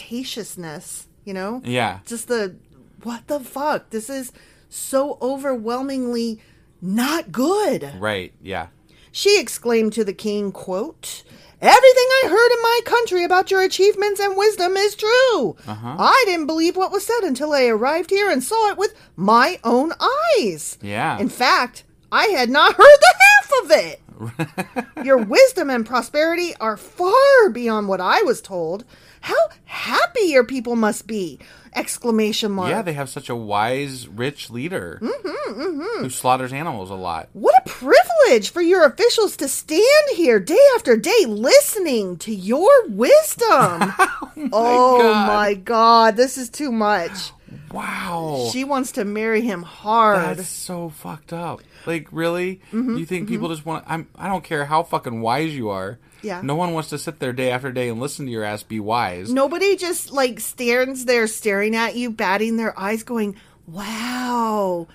[SPEAKER 1] ostentatiousness, you know?
[SPEAKER 2] Yeah.
[SPEAKER 1] Just the what the fuck? This is so overwhelmingly not good.
[SPEAKER 2] Right. Yeah.
[SPEAKER 1] She exclaimed to the king, quote, Everything I heard in my country about your achievements and wisdom is true.
[SPEAKER 2] Uh-huh.
[SPEAKER 1] I didn't believe what was said until I arrived here and saw it with my own eyes.
[SPEAKER 2] Yeah.
[SPEAKER 1] In fact, I had not heard the half of it. Your wisdom and prosperity are far beyond what I was told. How happy your people must be! Exclamation mark.
[SPEAKER 2] Yeah, they have such a wise, rich leader
[SPEAKER 1] Mm-hmm,
[SPEAKER 2] who slaughters animals a lot.
[SPEAKER 1] What a privilege for your officials to stand here day after day listening to your wisdom. oh my,
[SPEAKER 2] God.
[SPEAKER 1] God, this is too much.
[SPEAKER 2] Wow.
[SPEAKER 1] She wants to marry him hard.
[SPEAKER 2] Oh.
[SPEAKER 1] Mm-hmm,
[SPEAKER 2] that's so fucked up. Like, really? you think people just want? I'm. I don't care how fucking wise you are.
[SPEAKER 1] Yeah.
[SPEAKER 2] No one wants to sit there day after day and listen to your ass be wise.
[SPEAKER 1] Nobody just like stands there staring at you, batting their eyes, going, Wow,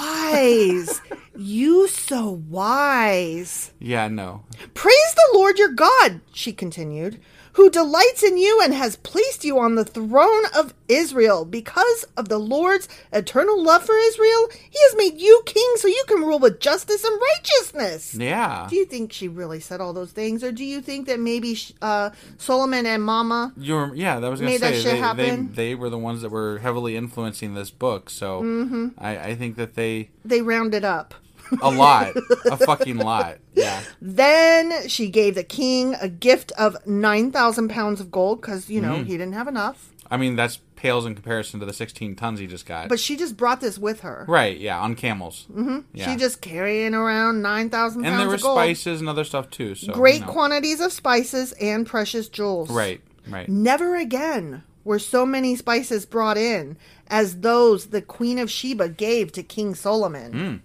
[SPEAKER 1] wise. you so wise.
[SPEAKER 2] Yeah. No.
[SPEAKER 1] Praise the Lord your God, she continued, who delights in you and has placed you on the throne of Israel. Because of the Lord's eternal love for Israel, he has made you king so you can rule with justice and righteousness.
[SPEAKER 2] Yeah.
[SPEAKER 1] Do you think she really said all those things, or do you think that maybe sh- uh, Solomon and Mama?
[SPEAKER 2] You were, yeah, that was gonna
[SPEAKER 1] Made
[SPEAKER 2] say
[SPEAKER 1] that shit
[SPEAKER 2] they,
[SPEAKER 1] happen?
[SPEAKER 2] They, they were the ones that were heavily influencing this book, so
[SPEAKER 1] Mm-hmm.
[SPEAKER 2] I, I think that they
[SPEAKER 1] They rounded up.
[SPEAKER 2] a lot, a fucking lot, yeah.
[SPEAKER 1] Then she gave the king a gift of 9,000 pounds of gold because, you know, he didn't have enough.
[SPEAKER 2] I mean, that's pales in comparison to the 16 tons he just got.
[SPEAKER 1] But she just brought this with her.
[SPEAKER 2] right, yeah, on camels. Mm-hmm. Yeah.
[SPEAKER 1] She just carrying around 9,000 pounds
[SPEAKER 2] and there were
[SPEAKER 1] of gold.
[SPEAKER 2] spices and other stuff too. So
[SPEAKER 1] Great
[SPEAKER 2] you know.
[SPEAKER 1] quantities of spices and precious jewels.
[SPEAKER 2] Right, right.
[SPEAKER 1] Never again were so many spices brought in as those the Queen of Sheba gave to King Solomon.
[SPEAKER 2] Hmm.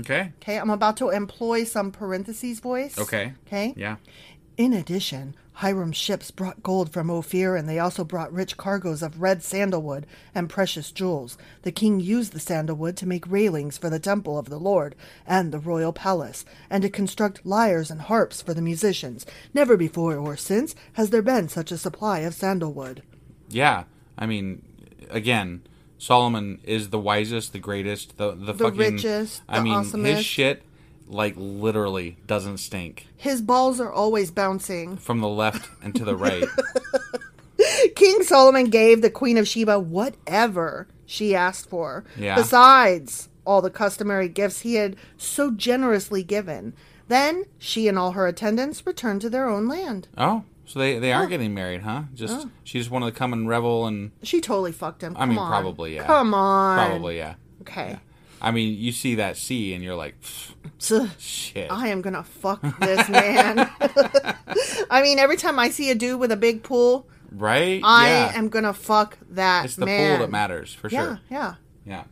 [SPEAKER 2] Okay.
[SPEAKER 1] Okay, I'm about to employ some parentheses voice.
[SPEAKER 2] Okay.
[SPEAKER 1] Okay.
[SPEAKER 2] Yeah.
[SPEAKER 1] In addition, Hiram's ships brought gold from Ophir and they also brought rich cargoes of red sandalwood and precious jewels. The king used the sandalwood to make railings for the temple of the Lord and the royal palace, and to construct lyres and harps for the musicians. Never before or since has there been such a supply of sandalwood.
[SPEAKER 2] Yeah. I mean, again, Solomon is the wisest, the greatest, the the, fucking
[SPEAKER 1] richest,
[SPEAKER 2] I
[SPEAKER 1] the
[SPEAKER 2] mean, his
[SPEAKER 1] awesomest.
[SPEAKER 2] shit like literally doesn't stink
[SPEAKER 1] His balls are always bouncing.
[SPEAKER 2] from the left and to the right.
[SPEAKER 1] King Solomon gave the Queen of Sheba whatever she asked for,
[SPEAKER 2] Yeah.
[SPEAKER 1] besides all the customary gifts he had so generously given. Then she and all her attendants returned to their own land.
[SPEAKER 2] oh, so they they are getting married, huh? Just
[SPEAKER 1] Oh.
[SPEAKER 2] she just wanted to come and revel and
[SPEAKER 1] She totally fucked him.
[SPEAKER 2] I mean
[SPEAKER 1] Come on.
[SPEAKER 2] probably yeah.
[SPEAKER 1] Come on.
[SPEAKER 2] Probably yeah.
[SPEAKER 1] Okay.
[SPEAKER 2] I mean, you see that sea and you're like, "Pfft,
[SPEAKER 1] So,
[SPEAKER 2] shit.
[SPEAKER 1] I am gonna fuck this man. I mean, every time I see a dude with a big pool,
[SPEAKER 2] right?
[SPEAKER 1] I
[SPEAKER 2] yeah.
[SPEAKER 1] am gonna fuck that
[SPEAKER 2] It's the
[SPEAKER 1] man.
[SPEAKER 2] pool that matters for
[SPEAKER 1] Yeah,
[SPEAKER 2] sure.
[SPEAKER 1] yeah.
[SPEAKER 2] Yeah.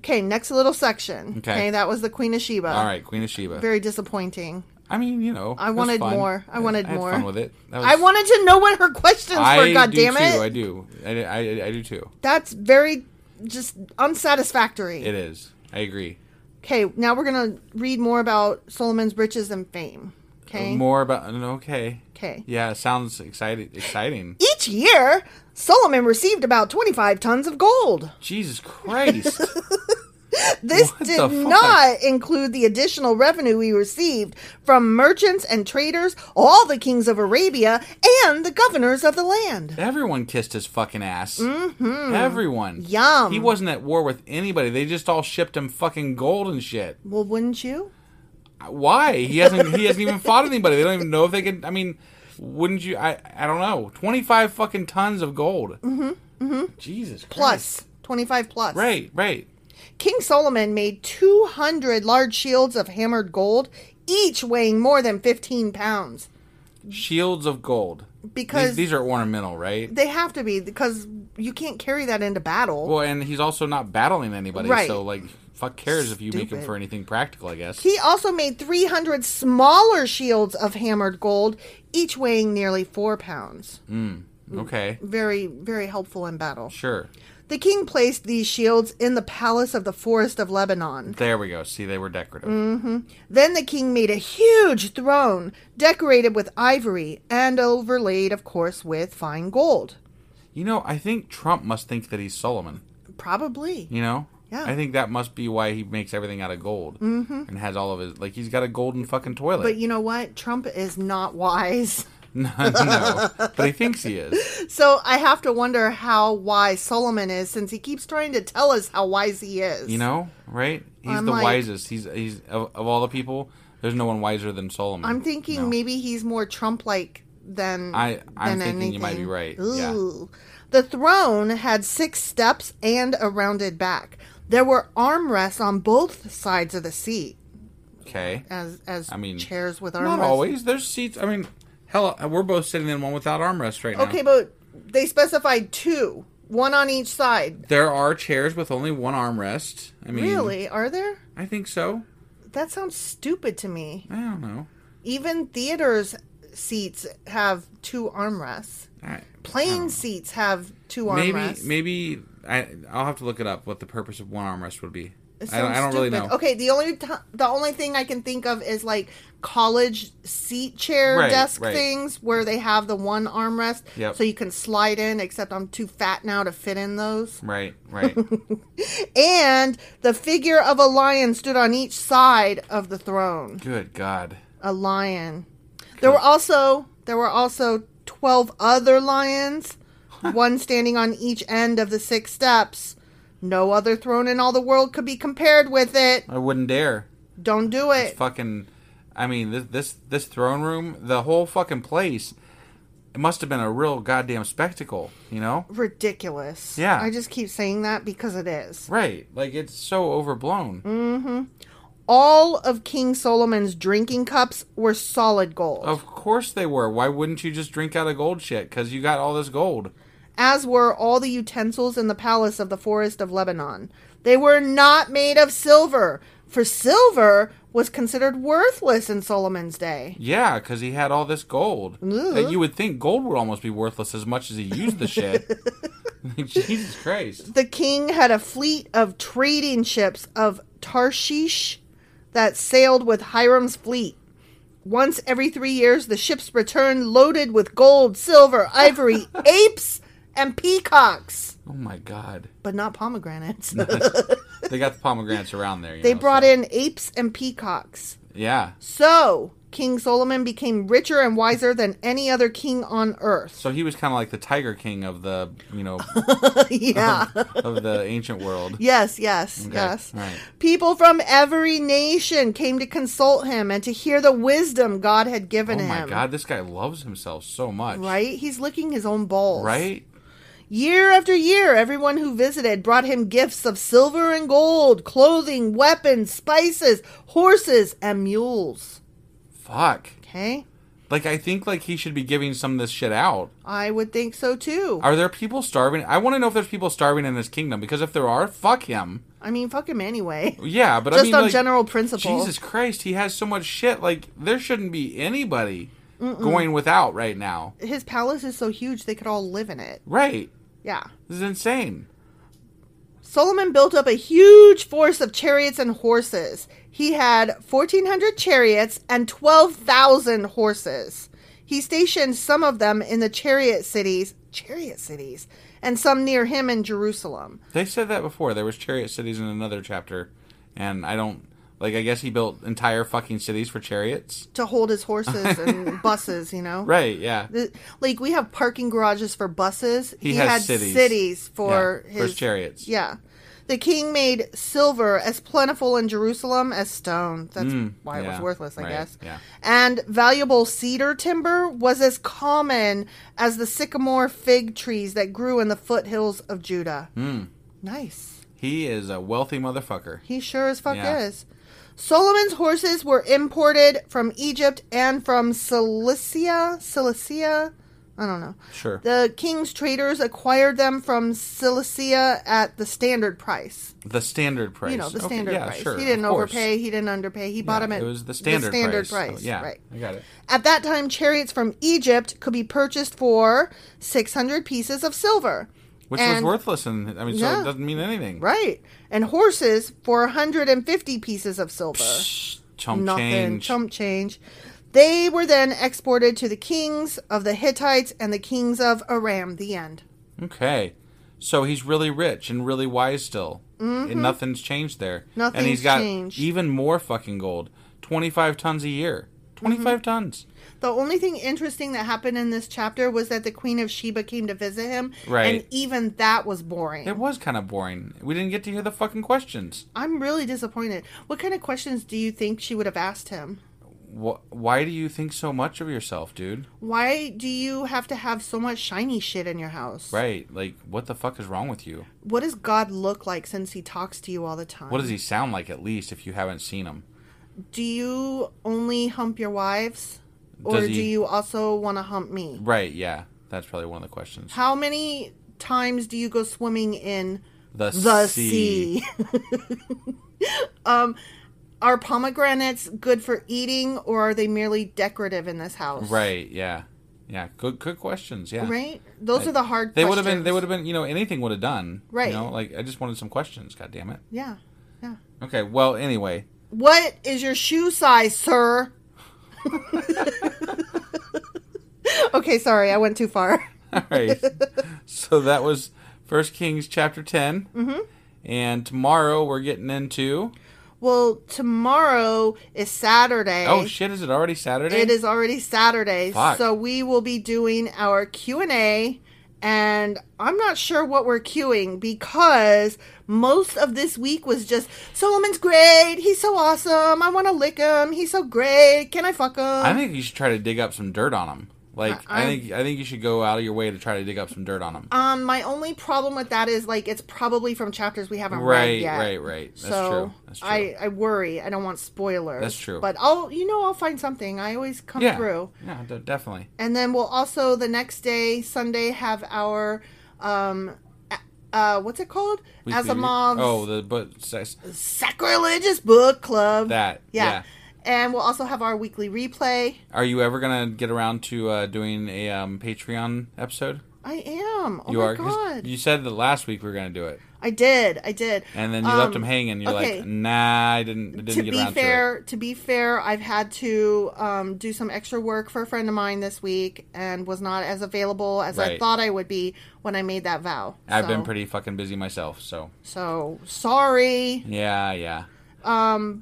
[SPEAKER 1] Okay, next little section.
[SPEAKER 2] Okay.
[SPEAKER 1] that was the Queen of Sheba.
[SPEAKER 2] All right, Queen of Sheba.
[SPEAKER 1] Very disappointing.
[SPEAKER 2] I mean, you know,
[SPEAKER 1] I
[SPEAKER 2] it was
[SPEAKER 1] wanted
[SPEAKER 2] fun.
[SPEAKER 1] more. I wanted
[SPEAKER 2] had
[SPEAKER 1] more.
[SPEAKER 2] Fun with it. That
[SPEAKER 1] I
[SPEAKER 2] was-
[SPEAKER 1] wanted to know what her questions were.
[SPEAKER 2] I
[SPEAKER 1] God
[SPEAKER 2] do
[SPEAKER 1] damn
[SPEAKER 2] too.
[SPEAKER 1] it!
[SPEAKER 2] I do. I, I, I do too.
[SPEAKER 1] That's very just unsatisfactory.
[SPEAKER 2] It is. I agree.
[SPEAKER 1] Okay, now we're gonna read more about Solomon's riches and fame. Okay.
[SPEAKER 2] More about okay.
[SPEAKER 1] Okay.
[SPEAKER 2] Yeah, it sounds exciting. Exciting.
[SPEAKER 1] Each year, Solomon received about 25 tons of gold.
[SPEAKER 2] Jesus Christ.
[SPEAKER 1] This
[SPEAKER 2] What the
[SPEAKER 1] did
[SPEAKER 2] fuck?
[SPEAKER 1] not include the additional revenue he received from merchants and traders, all the kings of Arabia, and the governors of the land.
[SPEAKER 2] Everyone kissed his fucking ass. Mm-hmm. Everyone.
[SPEAKER 1] Yum.
[SPEAKER 2] He wasn't at war with anybody. They just all shipped him fucking gold and shit.
[SPEAKER 1] Well, wouldn't you?
[SPEAKER 2] Why? He hasn't. he hasn't even fought anybody. They don't even know if they can. I mean, wouldn't you? I. I don't know. Twenty five fucking tons of gold. Mm-hmm. Mm-hmm. Jesus. Christ.
[SPEAKER 1] Plus, 25 plus.
[SPEAKER 2] Right. Right.
[SPEAKER 1] King Solomon made 200 large shields of hammered gold, each weighing more than 15 pounds.
[SPEAKER 2] Shields of gold.
[SPEAKER 1] Because-
[SPEAKER 2] these, these are ornamental, right?
[SPEAKER 1] They have to be because you can't carry that into battle.
[SPEAKER 2] Well, and he's also not battling anybody,
[SPEAKER 1] Right.
[SPEAKER 2] so like, fuck cares if you make him
[SPEAKER 1] Stupid.
[SPEAKER 2] for anything practical, I guess.
[SPEAKER 1] he also made 300 smaller shields of hammered gold, each weighing nearly 4 pounds.
[SPEAKER 2] Okay,
[SPEAKER 1] Very, very helpful in battle.
[SPEAKER 2] sure.
[SPEAKER 1] The king placed these shields in the palace of the forest of Lebanon.
[SPEAKER 2] There we go. See, they were decorative.
[SPEAKER 1] Mm. Then the king made a huge throne, decorated with ivory and overlaid, of course, with fine gold.
[SPEAKER 2] You know, I think Trump must think that he's Solomon.
[SPEAKER 1] Probably.
[SPEAKER 2] You know.
[SPEAKER 1] Yeah. Mm-hmm.
[SPEAKER 2] I think that must be why he makes everything out of gold and has all of his like he's got a golden fucking toilet.
[SPEAKER 1] But you know what? Trump is not wise.
[SPEAKER 2] no, no, but he thinks he is.
[SPEAKER 1] So I have to wonder how wise Solomon is since he keeps trying to tell us how wise he is.
[SPEAKER 2] You know, right? He's
[SPEAKER 1] I'm
[SPEAKER 2] the
[SPEAKER 1] like-
[SPEAKER 2] wisest. He's he's of, of all the people. There's no one wiser than Solomon.
[SPEAKER 1] I'm thinking
[SPEAKER 2] No.
[SPEAKER 1] maybe he's more Trump like than
[SPEAKER 2] I- I'm
[SPEAKER 1] than
[SPEAKER 2] thinking you might
[SPEAKER 1] anything.
[SPEAKER 2] be right, yeah.
[SPEAKER 1] Ooh. The throne had six steps and a rounded back. There were armrests on both sides of the seat.
[SPEAKER 2] Okay.
[SPEAKER 1] as as
[SPEAKER 2] I mean,
[SPEAKER 1] chairs with armrests.
[SPEAKER 2] Not always. There's seats. I mean, hell, we're both sitting in one without armrest right now.
[SPEAKER 1] Okay, but they specified two, one on each side.
[SPEAKER 2] There are chairs with only one armrest. I mean,
[SPEAKER 1] Really? Are there?
[SPEAKER 2] I think so.
[SPEAKER 1] That sounds stupid to me.
[SPEAKER 2] I don't know.
[SPEAKER 1] Even theaters seats have two armrests.
[SPEAKER 2] I,
[SPEAKER 1] Plane seats have two
[SPEAKER 2] Hmm. maybe
[SPEAKER 1] armrests.
[SPEAKER 2] maybe I I'll have to look it up what the purpose of one armrest would be.
[SPEAKER 1] It
[SPEAKER 2] I, don't-
[SPEAKER 1] sounds
[SPEAKER 2] I don't really know.
[SPEAKER 1] stupid. Okay, the only t- the only thing I can think of is like college seat chair
[SPEAKER 2] Right,
[SPEAKER 1] desk
[SPEAKER 2] right.
[SPEAKER 1] things where they have the one armrest
[SPEAKER 2] Yep.
[SPEAKER 1] so you can slide in except I'm too fat now to fit in those.
[SPEAKER 2] Right, right.
[SPEAKER 1] and the figure of a lion stood on each side of the throne.
[SPEAKER 2] Good God.
[SPEAKER 1] A lion. There were also there were also twelve other lions, one standing on each end of the six steps. No other throne in all the world could be compared with it.
[SPEAKER 2] I wouldn't dare.
[SPEAKER 1] Don't do it.
[SPEAKER 2] Fucking. I mean, this this this throne room, the whole fucking place. It must have been a real goddamn spectacle, you know?
[SPEAKER 1] Ridiculous.
[SPEAKER 2] Yeah.
[SPEAKER 1] I just keep saying that because it is.
[SPEAKER 2] Right. Like it's so overblown.
[SPEAKER 1] All of King Solomon's drinking cups were solid gold,
[SPEAKER 2] Of course they were. Why wouldn't you just drink out of gold shit? Because you got all this gold.
[SPEAKER 1] as were all the utensils in the palace of the forest of Lebanon. They were not made of silver, for silver was considered worthless in Solomon's day.
[SPEAKER 2] Yeah, because he had all this gold. That you would think gold would almost be worthless as much as he used the shit. Jesus Christ.
[SPEAKER 1] The king had a fleet of trading ships of Tarshish that sailed with Hiram's fleet. Once every three years, the ships returned loaded with gold, silver, ivory, apes, and peacocks,
[SPEAKER 2] Oh my god.
[SPEAKER 1] but not pomegranates.
[SPEAKER 2] They got the pomegranates around there.
[SPEAKER 1] they brought in apes and peacocks.
[SPEAKER 2] Yeah.
[SPEAKER 1] So, King Solomon became richer and wiser than any other king on earth.
[SPEAKER 2] So he was kind of like the Tiger King of the, you know,
[SPEAKER 1] yeah.
[SPEAKER 2] of the ancient world.
[SPEAKER 1] Yes, yes,
[SPEAKER 2] Okay,
[SPEAKER 1] yes.
[SPEAKER 2] all right.
[SPEAKER 1] People from every nation came to consult him and to hear the wisdom God had
[SPEAKER 2] Oh
[SPEAKER 1] given him.
[SPEAKER 2] my god, this guy loves himself so much.
[SPEAKER 1] Right? He's licking his own balls.
[SPEAKER 2] Right?
[SPEAKER 1] Year after year, everyone who visited brought him gifts of silver and gold, clothing, weapons, spices, horses, and mules.
[SPEAKER 2] Fuck.
[SPEAKER 1] Okay?
[SPEAKER 2] Like I think like he should be giving some of this shit out.
[SPEAKER 1] I would think so too.
[SPEAKER 2] Are there people starving? I want to know if there's people starving in this kingdom because if there are, fuck him.
[SPEAKER 1] I mean, fuck him anyway.
[SPEAKER 2] Yeah, but I
[SPEAKER 1] Just
[SPEAKER 2] mean,
[SPEAKER 1] on
[SPEAKER 2] like,
[SPEAKER 1] general principle.
[SPEAKER 2] Jesus Christ, he has so much shit. Like there shouldn't be anybody going without right now.
[SPEAKER 1] His palace is so huge, they could all live in it.
[SPEAKER 2] Right?
[SPEAKER 1] Yeah.
[SPEAKER 2] This is insane.
[SPEAKER 1] Solomon built up a huge force of chariots and horses. He had 1,400 chariots and 12,000 horses. He stationed some of them in the chariot cities, chariot cities, and some near him in Jerusalem.
[SPEAKER 2] They said that before. There was chariot cities in another chapter, and I don't like. I guess he built entire fucking cities for chariots.
[SPEAKER 1] to hold his horses and buses, you know?
[SPEAKER 2] Right? Yeah.
[SPEAKER 1] The- Like we have parking garages for buses.
[SPEAKER 2] He has
[SPEAKER 1] had
[SPEAKER 2] cities.
[SPEAKER 1] for
[SPEAKER 2] Yeah,
[SPEAKER 1] his
[SPEAKER 2] for his chariots.
[SPEAKER 1] Yeah. The king made silver as plentiful in Jerusalem as stone. That's why it
[SPEAKER 2] Mm, yeah,
[SPEAKER 1] was worthless, I
[SPEAKER 2] right,
[SPEAKER 1] guess.
[SPEAKER 2] yeah.
[SPEAKER 1] And valuable cedar timber was as common as the sycamore fig trees that grew in the foothills of Judah.
[SPEAKER 2] Mm.
[SPEAKER 1] Nice.
[SPEAKER 2] He is a wealthy motherfucker.
[SPEAKER 1] He sure as fuck
[SPEAKER 2] Yeah.
[SPEAKER 1] is. Solomon's horses were imported from Egypt and from Cilicia. Cilicia? I don't know.
[SPEAKER 2] Sure.
[SPEAKER 1] The king's traders acquired them from Cilicia at the standard price.
[SPEAKER 2] The standard price.
[SPEAKER 1] You know, the
[SPEAKER 2] Okay,
[SPEAKER 1] standard
[SPEAKER 2] yeah,
[SPEAKER 1] price.
[SPEAKER 2] Sure,
[SPEAKER 1] he didn't
[SPEAKER 2] of course.
[SPEAKER 1] overpay, he didn't underpay. He bought them at
[SPEAKER 2] It was the standard,
[SPEAKER 1] price.
[SPEAKER 2] Oh, yeah,
[SPEAKER 1] Right.
[SPEAKER 2] I got it.
[SPEAKER 1] At that time, chariots from Egypt could be purchased for 600 pieces of silver.
[SPEAKER 2] Which
[SPEAKER 1] And-
[SPEAKER 2] was worthless, and I mean, so
[SPEAKER 1] Yeah.
[SPEAKER 2] it doesn't mean anything.
[SPEAKER 1] Right. And horses for 150 pieces of silver.
[SPEAKER 2] Chump
[SPEAKER 1] nothing,
[SPEAKER 2] change.
[SPEAKER 1] chump change. They were then exported to the kings of the Hittites and the kings of Aram. The end.
[SPEAKER 2] Okay, so he's really rich and really wise still, and nothing's changed there.
[SPEAKER 1] Mm-hmm. Nothing's
[SPEAKER 2] and he's got
[SPEAKER 1] changed.
[SPEAKER 2] even more fucking gold. Twenty-five tons a year.
[SPEAKER 1] Mm-hmm.
[SPEAKER 2] 25 tons.
[SPEAKER 1] The only thing interesting that happened in this chapter was that the Queen of Sheba came to visit him, and
[SPEAKER 2] Right.
[SPEAKER 1] even that was boring.
[SPEAKER 2] It was kind of boring. We didn't get to hear the fucking questions.
[SPEAKER 1] I'm really disappointed. What kind of questions do you think she would have asked him?
[SPEAKER 2] Wh- why do you think so much of yourself, dude?
[SPEAKER 1] Why do you have to have so much shiny shit in your house?
[SPEAKER 2] Right? Like, what the fuck is wrong with you?
[SPEAKER 1] What does God look like since he talks to you all the time?
[SPEAKER 2] What does he sound like, at least, if you haven't seen him?
[SPEAKER 1] Do you only hump your wives? Or
[SPEAKER 2] Does
[SPEAKER 1] do
[SPEAKER 2] he-
[SPEAKER 1] you also want to hump me?
[SPEAKER 2] Right, yeah. That's probably one of the questions.
[SPEAKER 1] How many times do you go swimming in
[SPEAKER 2] The,
[SPEAKER 1] the sea? um, are pomegranates good for eating or are they merely decorative in this house?
[SPEAKER 2] Right, yeah. Yeah, good good questions, yeah.
[SPEAKER 1] Right? Those are the hard
[SPEAKER 2] They would
[SPEAKER 1] questions.
[SPEAKER 2] have been they would have been, you know, anything would have done.
[SPEAKER 1] Right.
[SPEAKER 2] You know, like I just wanted some questions, god damn it.
[SPEAKER 1] Yeah. Yeah.
[SPEAKER 2] Okay, well, anyway.
[SPEAKER 1] What is your shoe size, sir? okay, sorry, I went too far.
[SPEAKER 2] All right. so that was First Kings chapter 10.
[SPEAKER 1] Mm-hmm.
[SPEAKER 2] Mhm. And tomorrow we're getting into
[SPEAKER 1] Well, tomorrow is Saturday.
[SPEAKER 2] Oh shit, is it already Saturday?
[SPEAKER 1] It is already Saturday,
[SPEAKER 2] Fuck.
[SPEAKER 1] so we will be doing our Q and A, and I'm not sure what we're queuing because most of this week was just Solomon's great. He's so awesome. I want to lick him. He's so great. Can I fuck him?
[SPEAKER 2] I think you should try to dig up some dirt on him.
[SPEAKER 1] Uh-uh.
[SPEAKER 2] Like I, think I think you should go out of your way to try to dig up some dirt on them.
[SPEAKER 1] Um, my only problem with that is like it's probably from chapters we haven't read
[SPEAKER 2] right,
[SPEAKER 1] yet.
[SPEAKER 2] right, right. That's
[SPEAKER 1] so
[SPEAKER 2] true. That's true.
[SPEAKER 1] I, I worry. I don't want spoilers.
[SPEAKER 2] That's true.
[SPEAKER 1] But I'll you know I'll find something. I always come
[SPEAKER 2] yeah.
[SPEAKER 1] through.
[SPEAKER 2] Yeah, de- definitely.
[SPEAKER 1] And then we'll also the next day Sunday have our um a- uh what's it called?
[SPEAKER 2] Weekly-
[SPEAKER 1] Asimov's
[SPEAKER 2] Oh, the but sex-
[SPEAKER 1] sacrilegious book club.
[SPEAKER 2] that.
[SPEAKER 1] Yeah.
[SPEAKER 2] yeah.
[SPEAKER 1] And we'll also have our weekly replay.
[SPEAKER 2] Are you ever gonna get around to uh, doing a um, Patreon episode?
[SPEAKER 1] I am. Oh
[SPEAKER 2] you
[SPEAKER 1] my
[SPEAKER 2] are. 'cause
[SPEAKER 1] god.
[SPEAKER 2] You said that last week we were gonna do it,
[SPEAKER 1] I did. I did.
[SPEAKER 2] and then you
[SPEAKER 1] Um,
[SPEAKER 2] left them hanging. You're
[SPEAKER 1] okay.
[SPEAKER 2] like, nah, I didn't. I didn't
[SPEAKER 1] to
[SPEAKER 2] get
[SPEAKER 1] be
[SPEAKER 2] around
[SPEAKER 1] fair, to, be fair, I've had to um, do some extra work for a friend of mine this week, and was not as available as I
[SPEAKER 2] Right.
[SPEAKER 1] thought I would be when I made that vow.
[SPEAKER 2] to it. I've been
[SPEAKER 1] So-
[SPEAKER 2] pretty fucking busy myself, so
[SPEAKER 1] so sorry,
[SPEAKER 2] yeah, yeah.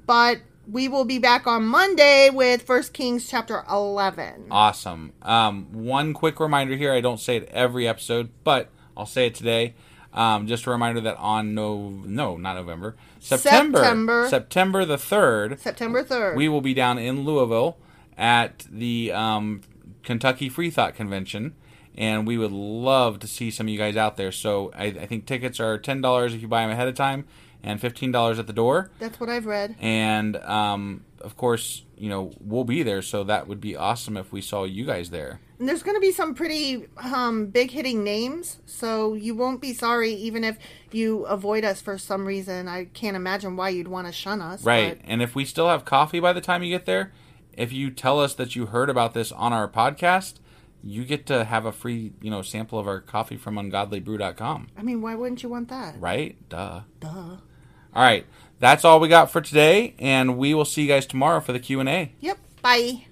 [SPEAKER 1] but we will be back on Monday with First Kings chapter eleven.
[SPEAKER 2] Awesome. Um, one quick reminder here. I don't say it every episode, but I'll say it today. Um, just a reminder that on no, no, not November, September,
[SPEAKER 1] September.
[SPEAKER 2] September the third,
[SPEAKER 1] September third.
[SPEAKER 2] we will be down in Louisville at the um, Kentucky Free Thought Convention, and we would love to see some of you guys out there. So I, I think tickets are ten dollars if you buy them ahead of time, and fifteen dollars at the door.
[SPEAKER 1] That's what I've read.
[SPEAKER 2] And um, of course, you know we'll be there, so that would be awesome if we saw you guys there.
[SPEAKER 1] And there's going to be some pretty um, big hitting names, so you won't be sorry even if you avoid us for some reason. I can't imagine why you'd want to shun us.
[SPEAKER 2] Right.
[SPEAKER 1] but-
[SPEAKER 2] And if we still have coffee by the time you get there, if you tell us that you heard about this on our podcast, you get to have a free, you know, sample of our coffee from ungodlybrew.com.
[SPEAKER 1] I mean, why wouldn't you want that?
[SPEAKER 2] Right? Duh. Duh. All right. That's all we got for today, and we will see you guys tomorrow for the Q&A.
[SPEAKER 1] Yep. Bye.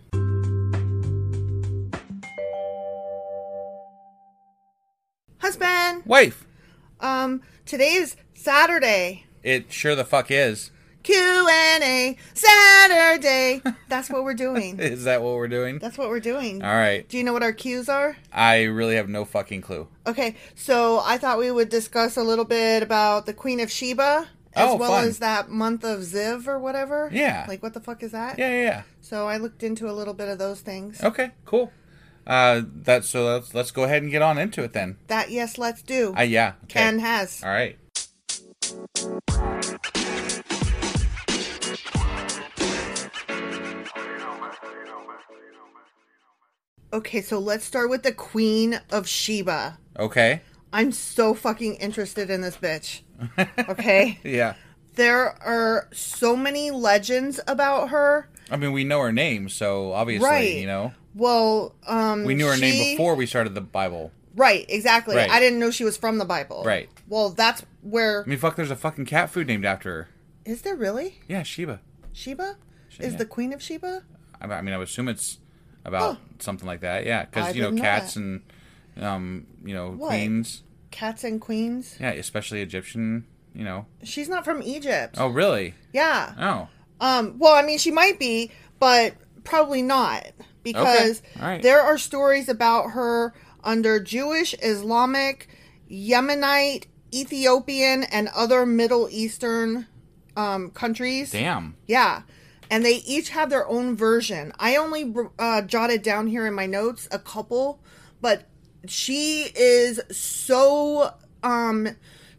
[SPEAKER 1] Husband,
[SPEAKER 2] Wife.
[SPEAKER 1] um, today is Saturday.
[SPEAKER 2] It sure the fuck is.
[SPEAKER 1] Q and A Saturday. That's what we're doing.
[SPEAKER 2] Is that what we're doing?
[SPEAKER 1] That's what we're doing.
[SPEAKER 2] All right.
[SPEAKER 1] Do you know what our cues are?
[SPEAKER 2] I really have no fucking clue.
[SPEAKER 1] Okay, so I thought we would discuss a little bit about the Queen of Sheba, as
[SPEAKER 2] Oh,
[SPEAKER 1] well
[SPEAKER 2] fun.
[SPEAKER 1] as that month of Ziv or whatever.
[SPEAKER 2] Yeah.
[SPEAKER 1] Like, what the fuck is that?
[SPEAKER 2] Yeah, Oh. yeah,
[SPEAKER 1] So I looked into a little bit of those things.
[SPEAKER 2] yeah. Okay, cool. Uh that's so let's, let's go ahead and get on into it then.
[SPEAKER 1] That, yes, let's do.
[SPEAKER 2] Uh, yeah. Okay.
[SPEAKER 1] Ken has.
[SPEAKER 2] All right.
[SPEAKER 1] Okay, so let's start with the Queen of Sheba.
[SPEAKER 2] Okay.
[SPEAKER 1] I'm so fucking interested in this bitch. Okay?
[SPEAKER 2] Yeah.
[SPEAKER 1] there are so many legends about her.
[SPEAKER 2] I mean, we know her name, so obviously,
[SPEAKER 1] Right.
[SPEAKER 2] you know,
[SPEAKER 1] Well, um
[SPEAKER 2] we knew her
[SPEAKER 1] she-
[SPEAKER 2] name before we started the Bible.
[SPEAKER 1] Right, exactly.
[SPEAKER 2] Right.
[SPEAKER 1] I didn't know she was from the Bible.
[SPEAKER 2] Right.
[SPEAKER 1] Well, that's where
[SPEAKER 2] I mean, fuck, there's a fucking cat food named after her.
[SPEAKER 1] is there really?
[SPEAKER 2] Yeah, Sheba.
[SPEAKER 1] Sheba? Is
[SPEAKER 2] yeah.
[SPEAKER 1] the Queen of Sheba?
[SPEAKER 2] I I mean, I would assume it's about something like that. Yeah,
[SPEAKER 1] I
[SPEAKER 2] because you know,
[SPEAKER 1] didn't know
[SPEAKER 2] cats
[SPEAKER 1] that.
[SPEAKER 2] and um, you know,
[SPEAKER 1] What?
[SPEAKER 2] queens.
[SPEAKER 1] Cats and Queens?
[SPEAKER 2] Yeah, especially Egyptian. You know.
[SPEAKER 1] She's not from Egypt.
[SPEAKER 2] Oh, really?
[SPEAKER 1] Yeah.
[SPEAKER 2] Oh,
[SPEAKER 1] Um, well, I mean, she might be, but probably not because
[SPEAKER 2] Okay. All right.
[SPEAKER 1] there are stories about her under Jewish, Islamic, Yemenite, Ethiopian, and other Middle Eastern um, countries.
[SPEAKER 2] damn.
[SPEAKER 1] Yeah. And they each have their own version. I only uh, jotted down here in my notes a couple, but she is so um,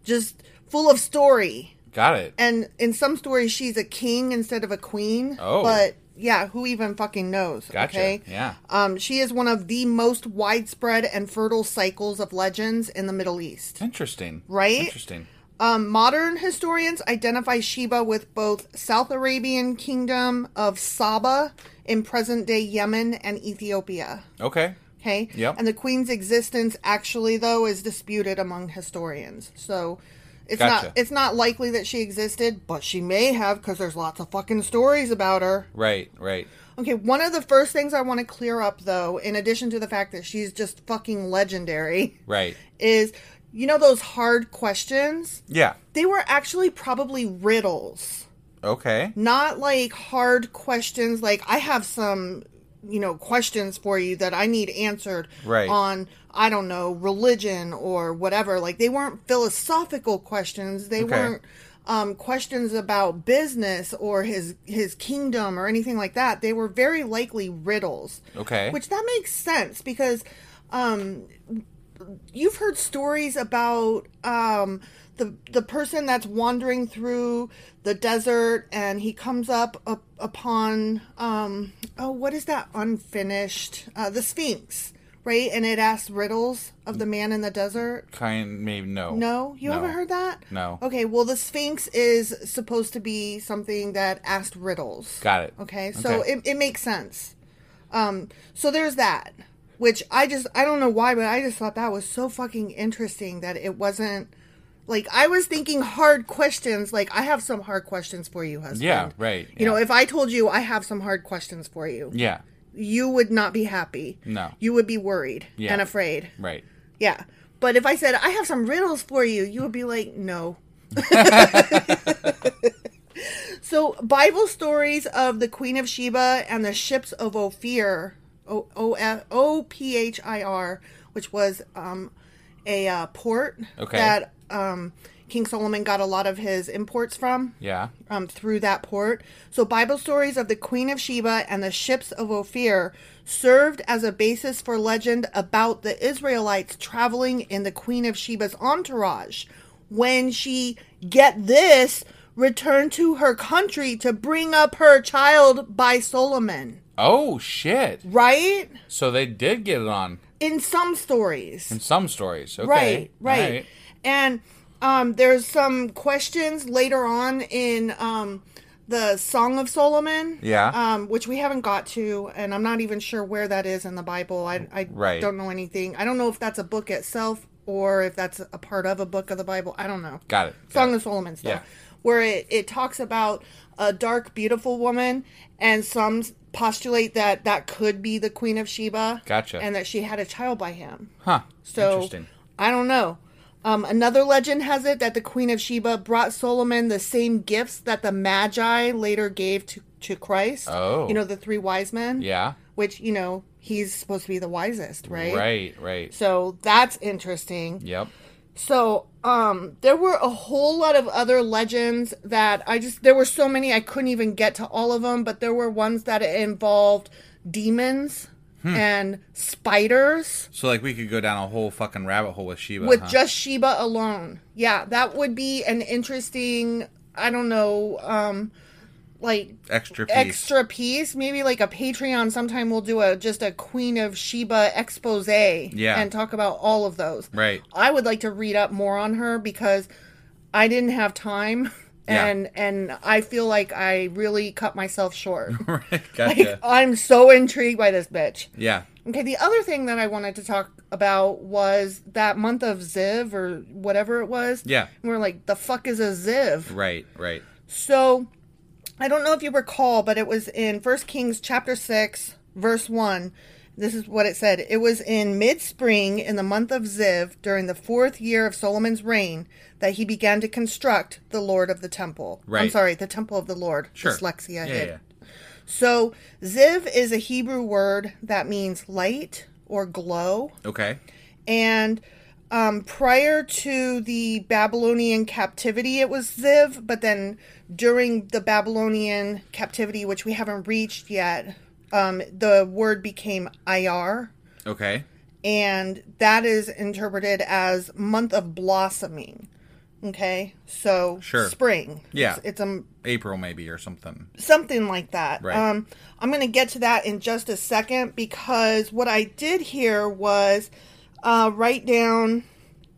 [SPEAKER 1] just full of story
[SPEAKER 2] Got it.
[SPEAKER 1] and in some stories she's a king instead of a queen.
[SPEAKER 2] Oh.
[SPEAKER 1] But yeah, who even fucking knows?
[SPEAKER 2] Gotcha.
[SPEAKER 1] Okay.
[SPEAKER 2] Yeah.
[SPEAKER 1] Um, she is one of the most widespread and fertile cycles of legends in the Middle East.
[SPEAKER 2] Interesting.
[SPEAKER 1] Right?
[SPEAKER 2] Interesting.
[SPEAKER 1] Um, modern historians identify Sheba with both South Arabian kingdom of Saba in present-day Yemen and Ethiopia.
[SPEAKER 2] Okay.
[SPEAKER 1] Okay.
[SPEAKER 2] Yep.
[SPEAKER 1] And the queen's existence actually though is disputed among historians. So it's
[SPEAKER 2] Gotcha.
[SPEAKER 1] not it's not likely that she existed, but she may have cuz there's lots of fucking stories about her.
[SPEAKER 2] Right. Right.
[SPEAKER 1] Okay, one of the first things I want to clear up though, in addition to the fact that she's just fucking legendary,
[SPEAKER 2] Right.
[SPEAKER 1] is you know those hard questions?
[SPEAKER 2] Yeah.
[SPEAKER 1] They were actually probably riddles
[SPEAKER 2] Okay.
[SPEAKER 1] not like hard questions like i have some you know questions for you that i need answered
[SPEAKER 2] Right.
[SPEAKER 1] on i don't know religion or whatever like they weren't philosophical questions they
[SPEAKER 2] Okay.
[SPEAKER 1] weren't um, questions about business or his his kingdom or anything like that. They were very likely riddles.
[SPEAKER 2] Okay.
[SPEAKER 1] Which that makes sense because um, you've heard stories about um, the the person that's wandering through the desert and he comes up, up upon um, oh what is that unfinished uh, the Sphinx right and it asks riddles of the man in the desert.
[SPEAKER 2] kind maybe no.
[SPEAKER 1] No, you
[SPEAKER 2] No.
[SPEAKER 1] haven't heard that.
[SPEAKER 2] No.
[SPEAKER 1] Okay, well the Sphinx is supposed to be something that asked riddles.
[SPEAKER 2] Got it.
[SPEAKER 1] Okay, so
[SPEAKER 2] Okay.
[SPEAKER 1] It, it makes sense. Um, so there's that, which I just I don't know why, but I just thought that was so fucking interesting that it wasn't like I was thinking hard questions. Like I have some hard questions for you, husband.
[SPEAKER 2] Yeah, right,
[SPEAKER 1] You know,
[SPEAKER 2] yeah.
[SPEAKER 1] if I told you I have some hard questions for you,
[SPEAKER 2] Yeah.
[SPEAKER 1] you would not be happy.
[SPEAKER 2] No.
[SPEAKER 1] you would be worried
[SPEAKER 2] Yeah.
[SPEAKER 1] and afraid.
[SPEAKER 2] Right.
[SPEAKER 1] Yeah. But if I said, I have some riddles for you, you would be like, no. so, Bible stories of the Queen of Sheba and the ships of Ophir, O- O- F- O P H I R, which was um, a uh, port
[SPEAKER 2] Okay.
[SPEAKER 1] that um, King Solomon got a lot of his imports from
[SPEAKER 2] Yeah.
[SPEAKER 1] um, through that port. So, Bible stories of the Queen of Sheba and the ships of Ophir served as a basis for legend about the Israelites traveling in the Queen of Sheba's entourage when she, get this, returned to her country to bring up her child by Solomon.
[SPEAKER 2] Oh shit.
[SPEAKER 1] Right?
[SPEAKER 2] So they did get it on
[SPEAKER 1] In some stories.
[SPEAKER 2] in some stories. Okay.
[SPEAKER 1] Right, right.
[SPEAKER 2] Alright.
[SPEAKER 1] And um, there's some questions later on in um, the Song of Solomon.
[SPEAKER 2] Yeah.
[SPEAKER 1] Um, which we haven't got to, and I'm not even sure where that is in the Bible. I, I
[SPEAKER 2] Right.
[SPEAKER 1] don't know anything. I don't know if that's a book itself or if that's a part of a book of the Bible. I don't know.
[SPEAKER 2] Got it. Got
[SPEAKER 1] Song
[SPEAKER 2] it.
[SPEAKER 1] of Solomon
[SPEAKER 2] Yeah.
[SPEAKER 1] stuff. Where it, it talks about a dark, beautiful woman, and some postulate that that could be the Queen of Sheba.
[SPEAKER 2] Gotcha.
[SPEAKER 1] And that she had a child by him.
[SPEAKER 2] Huh.
[SPEAKER 1] So
[SPEAKER 2] Interesting.
[SPEAKER 1] I don't know. Um, another legend has it that the Queen of Sheba brought Solomon the same gifts that the Magi later gave to, to Christ.
[SPEAKER 2] Oh.
[SPEAKER 1] You know, the three wise men?
[SPEAKER 2] Yeah.
[SPEAKER 1] Which, you know, he's supposed to be the wisest, right?
[SPEAKER 2] Right. Right.
[SPEAKER 1] So that's interesting.
[SPEAKER 2] Yep.
[SPEAKER 1] So, um, there were a whole lot of other legends that I just, there were so many I couldn't even get to all of them, but there were ones that involved demons
[SPEAKER 2] Hmm.
[SPEAKER 1] and spiders.
[SPEAKER 2] So like we could go down a whole fucking rabbit hole with Sheba.
[SPEAKER 1] with
[SPEAKER 2] huh?
[SPEAKER 1] just Sheba alone. Yeah, that would be an interesting, I don't know, um like
[SPEAKER 2] extra piece.
[SPEAKER 1] extra piece, maybe like a Patreon sometime we'll do a just a Queen of Sheba exposé
[SPEAKER 2] Yeah.
[SPEAKER 1] and talk about all of those.
[SPEAKER 2] Right.
[SPEAKER 1] I would like to read up more on her because I didn't have time
[SPEAKER 2] Yeah.
[SPEAKER 1] and and I feel like I really cut myself short.
[SPEAKER 2] gotcha.
[SPEAKER 1] I'm so intrigued by this bitch.
[SPEAKER 2] yeah.
[SPEAKER 1] Okay, the other thing that I wanted to talk about was that month of Ziv or whatever it was.
[SPEAKER 2] Yeah.
[SPEAKER 1] And we're like, the fuck is a Ziv?
[SPEAKER 2] Right. Right.
[SPEAKER 1] So I don't know if you recall, but it was in First Kings chapter 6, verse 1. This is what it said. It was in mid spring in the month of Ziv during the fourth year of Solomon's reign that he began to construct the Lord of the temple. I'm
[SPEAKER 2] Right.
[SPEAKER 1] sorry, the temple of the Lord.
[SPEAKER 2] Sure.
[SPEAKER 1] Dyslexia
[SPEAKER 2] Yeah,
[SPEAKER 1] hit.
[SPEAKER 2] yeah.
[SPEAKER 1] So, ziv is a Hebrew word that means light or glow.
[SPEAKER 2] Okay.
[SPEAKER 1] And um, prior to the Babylonian captivity, it was ziv, but then during the Babylonian captivity, which we haven't reached yet, um, the word became IR.
[SPEAKER 2] Okay.
[SPEAKER 1] And that is interpreted as month of blossoming. Okay, so
[SPEAKER 2] Sure.
[SPEAKER 1] spring.
[SPEAKER 2] Yeah.
[SPEAKER 1] It's- it's a
[SPEAKER 2] April maybe or something.
[SPEAKER 1] something like that.
[SPEAKER 2] Right.
[SPEAKER 1] Um, I'm going to get to that in just a second because what I did here was uh, write down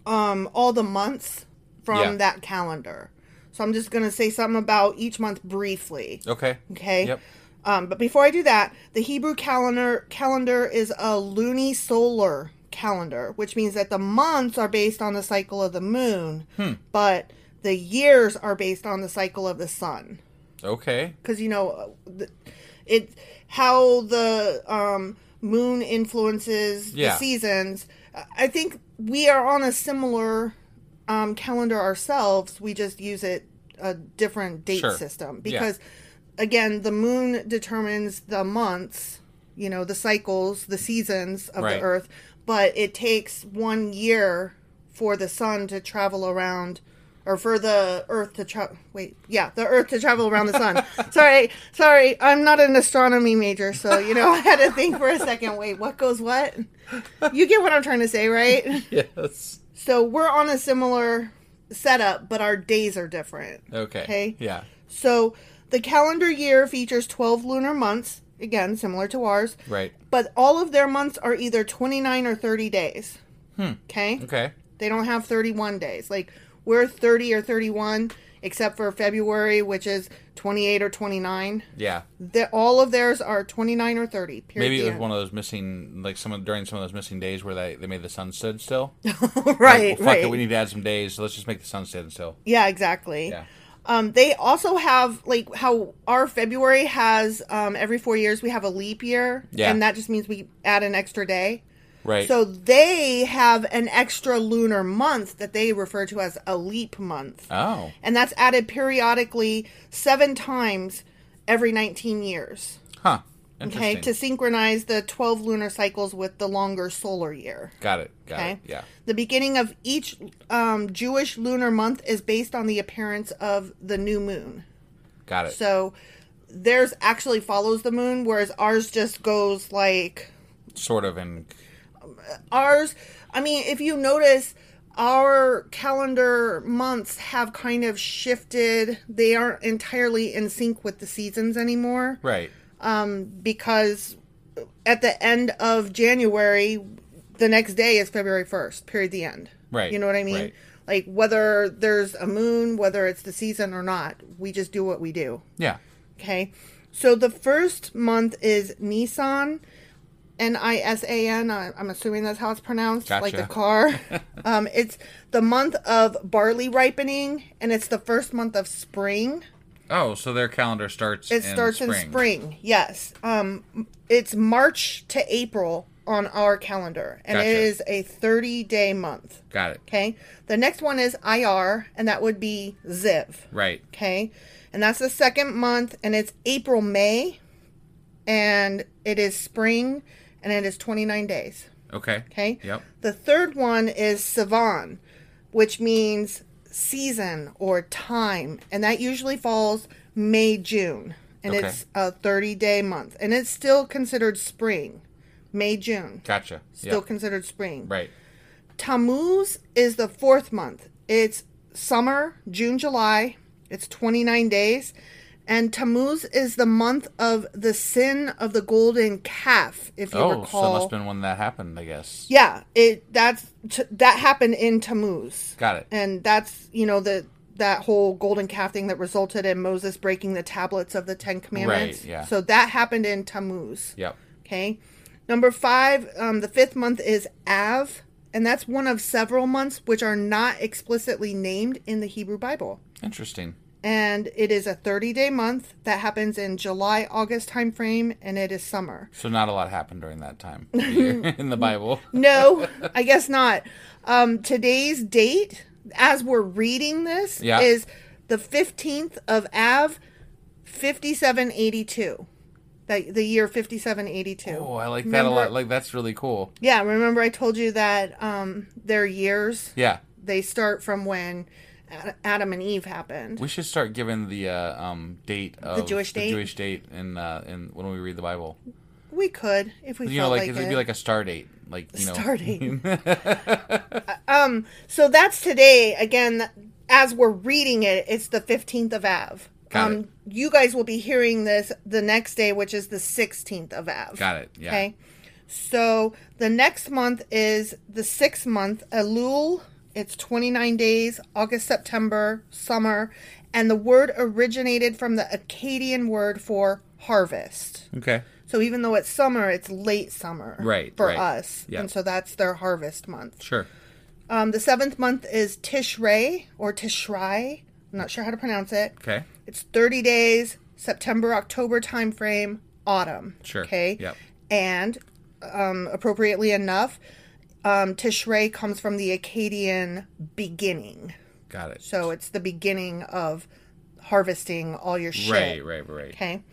[SPEAKER 1] um, all the months from
[SPEAKER 2] Yeah.
[SPEAKER 1] that calendar. So I'm just going to say something about each month briefly.
[SPEAKER 2] Okay.
[SPEAKER 1] Okay.
[SPEAKER 2] Yep.
[SPEAKER 1] Um, but before I do that, the Hebrew calendar calendar is a lunisolar calendar, which means that the months are based on the cycle of the moon,
[SPEAKER 2] Hmm.
[SPEAKER 1] but the years are based on the cycle of the sun
[SPEAKER 2] Okay.
[SPEAKER 1] because you know the- it how the um, moon influences
[SPEAKER 2] Yeah.
[SPEAKER 1] the seasons. I think we are on a similar um, calendar ourselves. We just use it a different date
[SPEAKER 2] Sure.
[SPEAKER 1] system
[SPEAKER 2] Yeah.
[SPEAKER 1] because again, the moon determines the months, you know, the cycles, the seasons of
[SPEAKER 2] Right.
[SPEAKER 1] the earth, but it takes one year for the sun to travel around or for the Earth to travel. Wait, yeah, the Earth to travel around the sun. sorry, sorry, I'm not an astronomy major, so you know I had to think for a second. Wait, what goes what? You get what I'm trying to say, right?
[SPEAKER 2] Yes.
[SPEAKER 1] So we're on a similar setup, but our days are different.
[SPEAKER 2] Okay.
[SPEAKER 1] Okay.
[SPEAKER 2] Yeah.
[SPEAKER 1] So the calendar year features 12 lunar months, again, similar to ours.
[SPEAKER 2] Right.
[SPEAKER 1] But all of their months are either 29 or 30 days. Okay?
[SPEAKER 2] Hmm. Okay.
[SPEAKER 1] They don't have 31 days. Like, we're 30 or 31, except for February, which is 28 or 29.
[SPEAKER 2] Yeah.
[SPEAKER 1] The, all of theirs are 29 or 30. Period.
[SPEAKER 2] Maybe it was one of those missing, like some of, during some of those missing days where they, they made the sun stood still. Like, well,
[SPEAKER 1] Right,
[SPEAKER 2] fuck
[SPEAKER 1] right.
[SPEAKER 2] it, we need to add some days, so let's just make the sun stand still.
[SPEAKER 1] Yeah, exactly.
[SPEAKER 2] Yeah.
[SPEAKER 1] Um, they also have like how our February has um, every four years we have a leap year,
[SPEAKER 2] Yeah.
[SPEAKER 1] and that just means we add an extra day.
[SPEAKER 2] Right.
[SPEAKER 1] So they have an extra lunar month that they refer to as a leap month,
[SPEAKER 2] oh,
[SPEAKER 1] and that's added periodically seven times every 19 years.
[SPEAKER 2] huh.
[SPEAKER 1] Okay,
[SPEAKER 2] Interesting.
[SPEAKER 1] to synchronize the 12 lunar cycles with the longer solar year.
[SPEAKER 2] Got it. Got
[SPEAKER 1] Okay.
[SPEAKER 2] it. Yeah.
[SPEAKER 1] The beginning of each um, Jewish lunar month is based on the appearance of the new moon.
[SPEAKER 2] Got it.
[SPEAKER 1] So theirs actually follows the moon, whereas ours just goes like
[SPEAKER 2] sort of. And
[SPEAKER 1] ours. I mean, if you notice, our calendar months have kind of shifted. They aren't entirely in sync with the seasons anymore.
[SPEAKER 2] right.
[SPEAKER 1] because at the end of January, the next day is February 1st, period, the end.
[SPEAKER 2] Right,
[SPEAKER 1] You know what I mean?
[SPEAKER 2] right.
[SPEAKER 1] Like, whether there's a moon, whether it's the season or not, we just do what we do.
[SPEAKER 2] Yeah.
[SPEAKER 1] Okay. So the first month is Nissan, N I S A N. I- I'm assuming that's how it's pronounced, like the
[SPEAKER 2] Gotcha.
[SPEAKER 1] car. um, it's the month of barley ripening, and it's the first month of spring.
[SPEAKER 2] Oh, so their calendar starts.
[SPEAKER 1] It starts in spring. Yes. Um, it's March to April on our calendar, and it
[SPEAKER 2] Gotcha.
[SPEAKER 1] is a 30 day month.
[SPEAKER 2] Got it.
[SPEAKER 1] Okay. The next one is IR, and that would be Ziv.
[SPEAKER 2] Right.
[SPEAKER 1] Okay. And that's the second month, and it's April, May, and it is spring, and it is 29 days.
[SPEAKER 2] Okay.
[SPEAKER 1] Okay.
[SPEAKER 2] Yep.
[SPEAKER 1] The third one is Savan, which means season or time, and that usually falls May June, and
[SPEAKER 2] Okay.
[SPEAKER 1] it's a 30 day month, and it's still considered spring. May June,
[SPEAKER 2] Gotcha.
[SPEAKER 1] still
[SPEAKER 2] yeah.
[SPEAKER 1] considered spring.
[SPEAKER 2] right.
[SPEAKER 1] Tammuz is the fourth month. It's summer, June, July. It's 29 days. And Tammuz is the month of the sin of the golden calf, if you
[SPEAKER 2] Oh, so
[SPEAKER 1] recall.
[SPEAKER 2] there must have been one that happened, I guess.
[SPEAKER 1] Yeah, it that's t- that happened in Tammuz.
[SPEAKER 2] Got it.
[SPEAKER 1] And that's you know the that whole golden calf thing that resulted in Moses breaking the tablets of the Ten Commandments.
[SPEAKER 2] Right, yeah.
[SPEAKER 1] So that happened in Tammuz.
[SPEAKER 2] Yep.
[SPEAKER 1] Okay. Number five, um, the fifth month is Av, and that's one of several months which are not explicitly named in the Hebrew Bible.
[SPEAKER 2] Interesting.
[SPEAKER 1] And it is a 30 day month that happens in July, August timeframe, and it is summer.
[SPEAKER 2] So not a lot happened during that time of year in the Bible.
[SPEAKER 1] No, I guess not. Um, today's date, as we're reading this,
[SPEAKER 2] Yeah.
[SPEAKER 1] is the 15th of Av, 5782. The, the year 5782.
[SPEAKER 2] Oh, I like that a
[SPEAKER 1] Remember-
[SPEAKER 2] lot. Like that's really cool.
[SPEAKER 1] Yeah, remember I told you that um, their years,
[SPEAKER 2] Yeah.
[SPEAKER 1] they start from when Ad- Adam and Eve happened.
[SPEAKER 2] We should start giving the uh, um, date of
[SPEAKER 1] Jewish date?
[SPEAKER 2] Jewish date in, uh, in when we read the Bible.
[SPEAKER 1] We could if we
[SPEAKER 2] You know,
[SPEAKER 1] felt
[SPEAKER 2] like,
[SPEAKER 1] like,
[SPEAKER 2] it
[SPEAKER 1] it.
[SPEAKER 2] would be like a star date, like you know,
[SPEAKER 1] starting. um, so that's today. Again, as we're reading it, it's the 15th of Av.
[SPEAKER 2] Got
[SPEAKER 1] um,
[SPEAKER 2] it.
[SPEAKER 1] You guys will be hearing this the next day, which is the 16th of Av.
[SPEAKER 2] Got it, yeah.
[SPEAKER 1] Okay. So the next month is the sixth month, Elul. It's 29 days, August, September, summer. And the word originated from the Akkadian word for harvest.
[SPEAKER 2] Okay.
[SPEAKER 1] So even though it's summer, it's late summer
[SPEAKER 2] Right,
[SPEAKER 1] for
[SPEAKER 2] right.
[SPEAKER 1] us.
[SPEAKER 2] Yeah.
[SPEAKER 1] And so that's their harvest month.
[SPEAKER 2] Sure.
[SPEAKER 1] Um, the seventh month is Tishrei or Tishrai. I'm not sure how to pronounce it.
[SPEAKER 2] Okay.
[SPEAKER 1] It's 30 days, September, October timeframe, autumn.
[SPEAKER 2] Sure.
[SPEAKER 1] Okay.
[SPEAKER 2] Yep.
[SPEAKER 1] And um, appropriately enough, um, Tishrei comes from the Akkadian beginning.
[SPEAKER 2] Got it.
[SPEAKER 1] So it's the beginning of harvesting all your shit.
[SPEAKER 2] right, right, right.
[SPEAKER 1] Okay.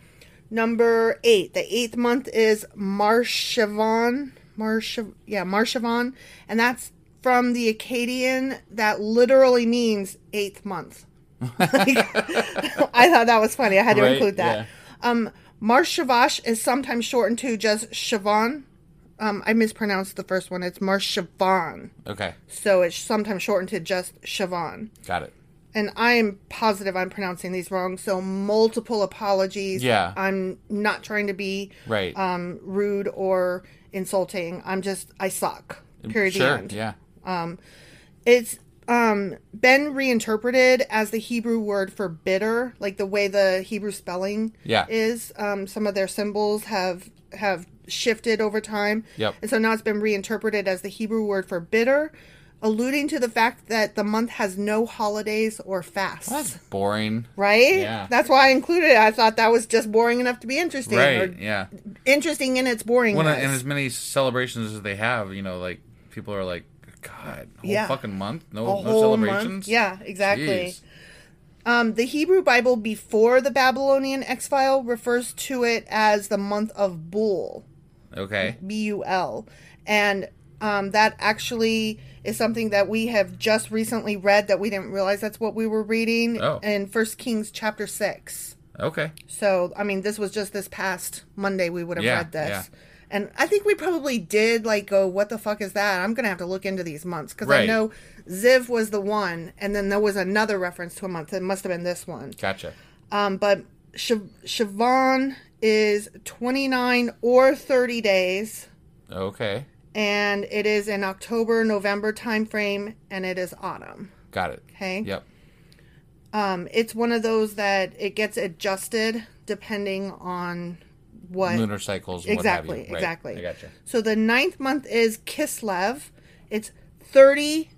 [SPEAKER 1] Number eight. The eighth month is Marshavan. Marshav yeah, Marshavan. And that's from the Akkadian that literally means eighth month. Like, I thought that was funny. I had to
[SPEAKER 2] Right,
[SPEAKER 1] include that. Um, Mar Shavash is sometimes shortened to just Siobhan. Um, I mispronounced the first one. It's Mar Siobhan.
[SPEAKER 2] Okay,
[SPEAKER 1] So it's sometimes shortened to just Siobhan.
[SPEAKER 2] got it.
[SPEAKER 1] And I am positive I'm pronouncing these wrong. So multiple apologies.
[SPEAKER 2] Yeah.
[SPEAKER 1] I'm not trying to be
[SPEAKER 2] Right.
[SPEAKER 1] um, rude or insulting. I'm just, I suck. Period.
[SPEAKER 2] Mm, sure.
[SPEAKER 1] The end.
[SPEAKER 2] Yeah.
[SPEAKER 1] It's um, been reinterpreted as the Hebrew word for bitter, like the way the Hebrew spelling
[SPEAKER 2] Yeah.
[SPEAKER 1] is. Um, some of their symbols have have shifted over time.
[SPEAKER 2] Yep.
[SPEAKER 1] And so now it's been reinterpreted as the Hebrew word for bitter, alluding to the fact that the month has no holidays or fasts.
[SPEAKER 2] That's boring.
[SPEAKER 1] Right?
[SPEAKER 2] Yeah.
[SPEAKER 1] That's why I included it. I thought that was just boring enough to be interesting. or
[SPEAKER 2] Right. Yeah.
[SPEAKER 1] Interesting in its boring.
[SPEAKER 2] Well, and as many celebrations as they have, you know, like people are like, God, a whole
[SPEAKER 1] Yeah.
[SPEAKER 2] fucking month, no,
[SPEAKER 1] a
[SPEAKER 2] no
[SPEAKER 1] whole
[SPEAKER 2] celebrations.
[SPEAKER 1] month. Yeah, exactly.
[SPEAKER 2] Jeez.
[SPEAKER 1] Um, the Hebrew Bible before the Babylonian exile refers to it as the month of Bul,
[SPEAKER 2] Okay.
[SPEAKER 1] B U L, and um, that actually is something that we have just recently read that we didn't realize that's what we were reading
[SPEAKER 2] Oh.
[SPEAKER 1] in First Kings chapter six.
[SPEAKER 2] Okay.
[SPEAKER 1] So I mean, this was just this past Monday we would have
[SPEAKER 2] Yeah,
[SPEAKER 1] read this.
[SPEAKER 2] yeah.
[SPEAKER 1] And I think we probably did like go, what the fuck is that? I'm gonna have to look into these months because I
[SPEAKER 2] Right.
[SPEAKER 1] know Ziv was the one, and then there was another reference to a month. It must have been this one.
[SPEAKER 2] Gotcha.
[SPEAKER 1] Um, but Shav- Siobhan is 29 or 30 days,
[SPEAKER 2] Okay.
[SPEAKER 1] and it is in October, November timeframe, and it is autumn.
[SPEAKER 2] Got it.
[SPEAKER 1] Okay.
[SPEAKER 2] Yep.
[SPEAKER 1] Um, it's one of those that it gets adjusted depending on what
[SPEAKER 2] Lunar cycles. and
[SPEAKER 1] exactly,
[SPEAKER 2] What have you. Right.
[SPEAKER 1] exactly.
[SPEAKER 2] I gotcha.
[SPEAKER 1] So the ninth month is Kislev. It's 30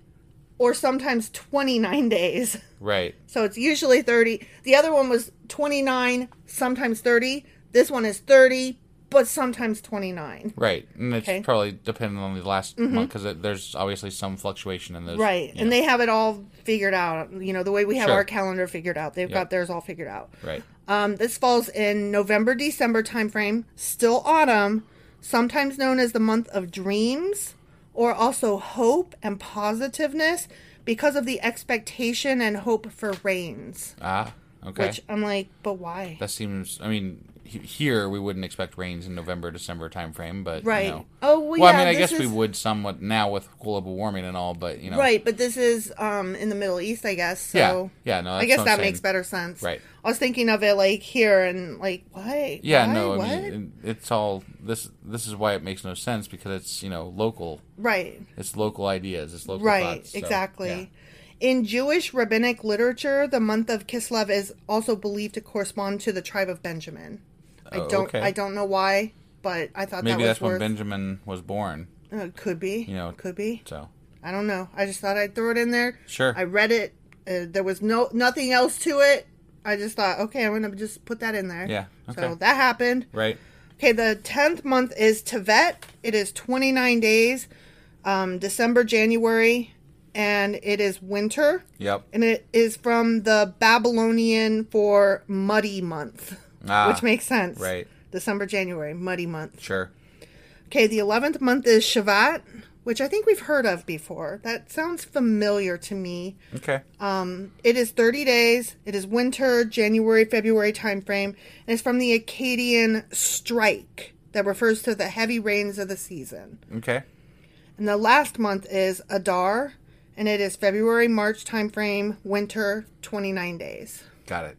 [SPEAKER 1] or sometimes 29 days.
[SPEAKER 2] Right.
[SPEAKER 1] So it's usually 30. The other one was 29, sometimes 30. This one is 30, but sometimes 29.
[SPEAKER 2] Right. And it's
[SPEAKER 1] Okay. Mm-hmm.
[SPEAKER 2] probably dependent on the last month 'cause month because there's obviously some fluctuation in those.
[SPEAKER 1] Right.
[SPEAKER 2] you know.
[SPEAKER 1] And they have it all figured out. You know, the way we have
[SPEAKER 2] Sure.
[SPEAKER 1] our calendar figured out, they've got theirs all figured out.
[SPEAKER 2] Right.
[SPEAKER 1] Um, this falls in November, December timeframe, still autumn, sometimes known as the month of dreams or also hope and positiveness because of the expectation and hope for rains.
[SPEAKER 2] Ah. Okay.
[SPEAKER 1] Which I'm like, but why?
[SPEAKER 2] that seems. I mean, he- here we wouldn't expect rains in November, December timeframe, but you
[SPEAKER 1] Right.
[SPEAKER 2] know.
[SPEAKER 1] Oh, well,
[SPEAKER 2] Well,
[SPEAKER 1] yeah,
[SPEAKER 2] I mean, I
[SPEAKER 1] this
[SPEAKER 2] guess we
[SPEAKER 1] is-
[SPEAKER 2] would somewhat now with global warming and all, but you know.
[SPEAKER 1] Right, but this is um in the Middle East, I guess. So
[SPEAKER 2] Yeah. Yeah, no,
[SPEAKER 1] I
[SPEAKER 2] that's
[SPEAKER 1] guess
[SPEAKER 2] what I'm
[SPEAKER 1] that
[SPEAKER 2] saying.
[SPEAKER 1] makes better sense.
[SPEAKER 2] Right.
[SPEAKER 1] I was thinking of it like here and like why?
[SPEAKER 2] Yeah,
[SPEAKER 1] Why?
[SPEAKER 2] no,
[SPEAKER 1] what?
[SPEAKER 2] I mean, it- it's all this. This is why it makes no sense because it's you know local.
[SPEAKER 1] right.
[SPEAKER 2] It's local ideas. It's local.
[SPEAKER 1] Right,
[SPEAKER 2] thoughts, so,
[SPEAKER 1] exactly. In Jewish rabbinic literature, the month of Kislev is also believed to correspond to the tribe of Benjamin. I
[SPEAKER 2] Oh,
[SPEAKER 1] don't
[SPEAKER 2] okay.
[SPEAKER 1] I don't know why, but I thought
[SPEAKER 2] yeah. Maybe
[SPEAKER 1] that was
[SPEAKER 2] that's when
[SPEAKER 1] worth
[SPEAKER 2] Benjamin was born.
[SPEAKER 1] uh, could be.
[SPEAKER 2] You know,
[SPEAKER 1] could be.
[SPEAKER 2] So
[SPEAKER 1] I don't know. I just thought I'd throw it in there.
[SPEAKER 2] Sure.
[SPEAKER 1] I read it. Uh, there was no nothing else to it. I just thought, okay, I'm gonna just put that in there.
[SPEAKER 2] Yeah,
[SPEAKER 1] So
[SPEAKER 2] okay.
[SPEAKER 1] that happened.
[SPEAKER 2] right.
[SPEAKER 1] Okay, the tenth month is Tevet. It is twenty nine days, um, December, January, and it is winter.
[SPEAKER 2] Yep.
[SPEAKER 1] And it is from the Babylonian for muddy month,
[SPEAKER 2] Ah,
[SPEAKER 1] which makes sense.
[SPEAKER 2] right.
[SPEAKER 1] December, January, muddy month.
[SPEAKER 2] Sure.
[SPEAKER 1] Okay, the 11th month is Shavat, which I think we've heard of before. That sounds familiar to me.
[SPEAKER 2] Okay.
[SPEAKER 1] It is 30 days. It is winter, January, February timeframe. And it's from the Akkadian strike that refers to the heavy rains of the season.
[SPEAKER 2] okay.
[SPEAKER 1] And the last month is Adar, and it is February, March timeframe, winter, 29 days.
[SPEAKER 2] Got it.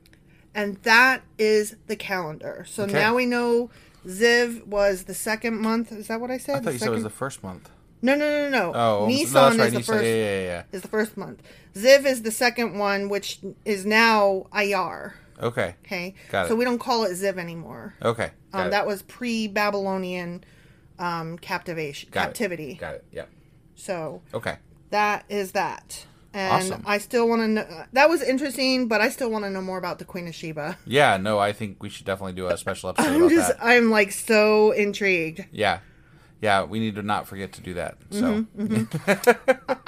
[SPEAKER 1] And that is the calendar. So
[SPEAKER 2] Okay.
[SPEAKER 1] now we know Ziv was the second month. Is that what I said?
[SPEAKER 2] I thought you said it was
[SPEAKER 1] second-
[SPEAKER 2] the first month.
[SPEAKER 1] No, no, no, no.
[SPEAKER 2] Oh,
[SPEAKER 1] Nissan
[SPEAKER 2] no, that's right.
[SPEAKER 1] is the
[SPEAKER 2] Nissan.
[SPEAKER 1] first.
[SPEAKER 2] Yeah, yeah, yeah,
[SPEAKER 1] Is the first month. Ziv is the second one, which is now Ayar.
[SPEAKER 2] yeah. Okay.
[SPEAKER 1] Okay.
[SPEAKER 2] Got
[SPEAKER 1] so
[SPEAKER 2] it.
[SPEAKER 1] we don't call it Ziv anymore.
[SPEAKER 2] Okay.
[SPEAKER 1] Um,
[SPEAKER 2] Got
[SPEAKER 1] that
[SPEAKER 2] it.
[SPEAKER 1] was pre-Babylonian um, captivation,
[SPEAKER 2] Got it.
[SPEAKER 1] captivity.
[SPEAKER 2] Got it. Yep.
[SPEAKER 1] So
[SPEAKER 2] Okay.
[SPEAKER 1] that is that. And
[SPEAKER 2] Awesome.
[SPEAKER 1] I still want to know. That was interesting, but I still want to know more about the Queen of Sheba.
[SPEAKER 2] Yeah. No, I think we should definitely do a special episode
[SPEAKER 1] Uh, I'm
[SPEAKER 2] about
[SPEAKER 1] just, uh,
[SPEAKER 2] that.
[SPEAKER 1] I'm like so intrigued.
[SPEAKER 2] Yeah. Yeah. We need to not forget to do that. So.
[SPEAKER 1] Mm-hmm,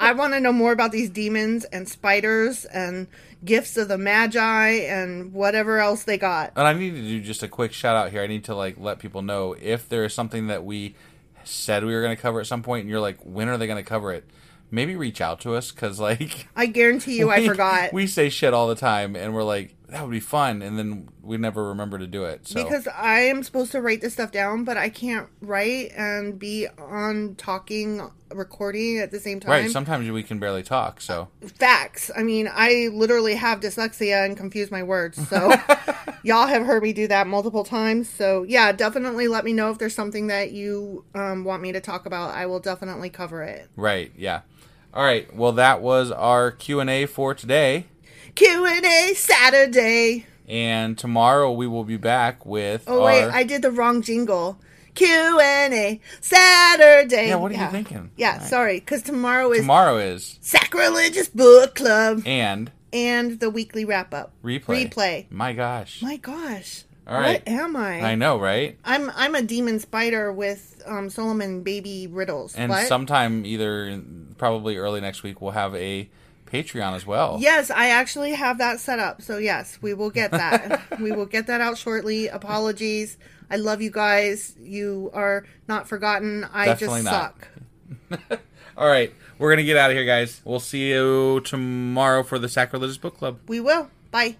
[SPEAKER 1] I want to know more about these demons and spiders and gifts of the Magi and whatever else they got.
[SPEAKER 2] And I need to do just a quick shout out here. I need to like let people know if there is something that we said we were going to cover at some point, and you're like, when are they going to cover it? maybe reach out to us because like
[SPEAKER 1] I guarantee you, I forgot.
[SPEAKER 2] we say shit all the time and we're like that would be fun and then we never remember to do it so
[SPEAKER 1] because I am supposed to write this stuff down, but I can't write and be on talking, recording at the same time.
[SPEAKER 2] right sometimes we can barely talk so
[SPEAKER 1] Facts. I mean, I literally have dyslexia and confuse my words. So, y'all have heard me do that multiple times. So, yeah, definitely let me know if there's something that you um, want me to talk about. I will definitely cover it.
[SPEAKER 2] right yeah all right well that was our q&a for today
[SPEAKER 1] Q and A Saturday.
[SPEAKER 2] and tomorrow we will be back with
[SPEAKER 1] Oh wait,
[SPEAKER 2] our-
[SPEAKER 1] I did the wrong jingle. Q and A Saturday.
[SPEAKER 2] Yeah, what are you thinking?
[SPEAKER 1] Yeah,
[SPEAKER 2] Right.
[SPEAKER 1] sorry, because tomorrow is
[SPEAKER 2] tomorrow is
[SPEAKER 1] sacrilegious book club
[SPEAKER 2] and
[SPEAKER 1] and the weekly wrap up
[SPEAKER 2] replay
[SPEAKER 1] Replay.
[SPEAKER 2] my gosh
[SPEAKER 1] My gosh.
[SPEAKER 2] All right.
[SPEAKER 1] What am I?
[SPEAKER 2] i know right
[SPEAKER 1] I'm I'm a demon spider with um, Solomon baby riddles.
[SPEAKER 2] and
[SPEAKER 1] What?
[SPEAKER 2] sometime either in- probably early next week we'll have a patreon as well
[SPEAKER 1] yes, I actually have that set up. So yes, we will get that. we will get that out shortly. Apologies. I love you guys. You are not forgotten. I
[SPEAKER 2] Definitely
[SPEAKER 1] just
[SPEAKER 2] not.
[SPEAKER 1] suck.
[SPEAKER 2] all right we're gonna get out of here guys we'll see you tomorrow for the sacrilegious book club
[SPEAKER 1] We will. Bye.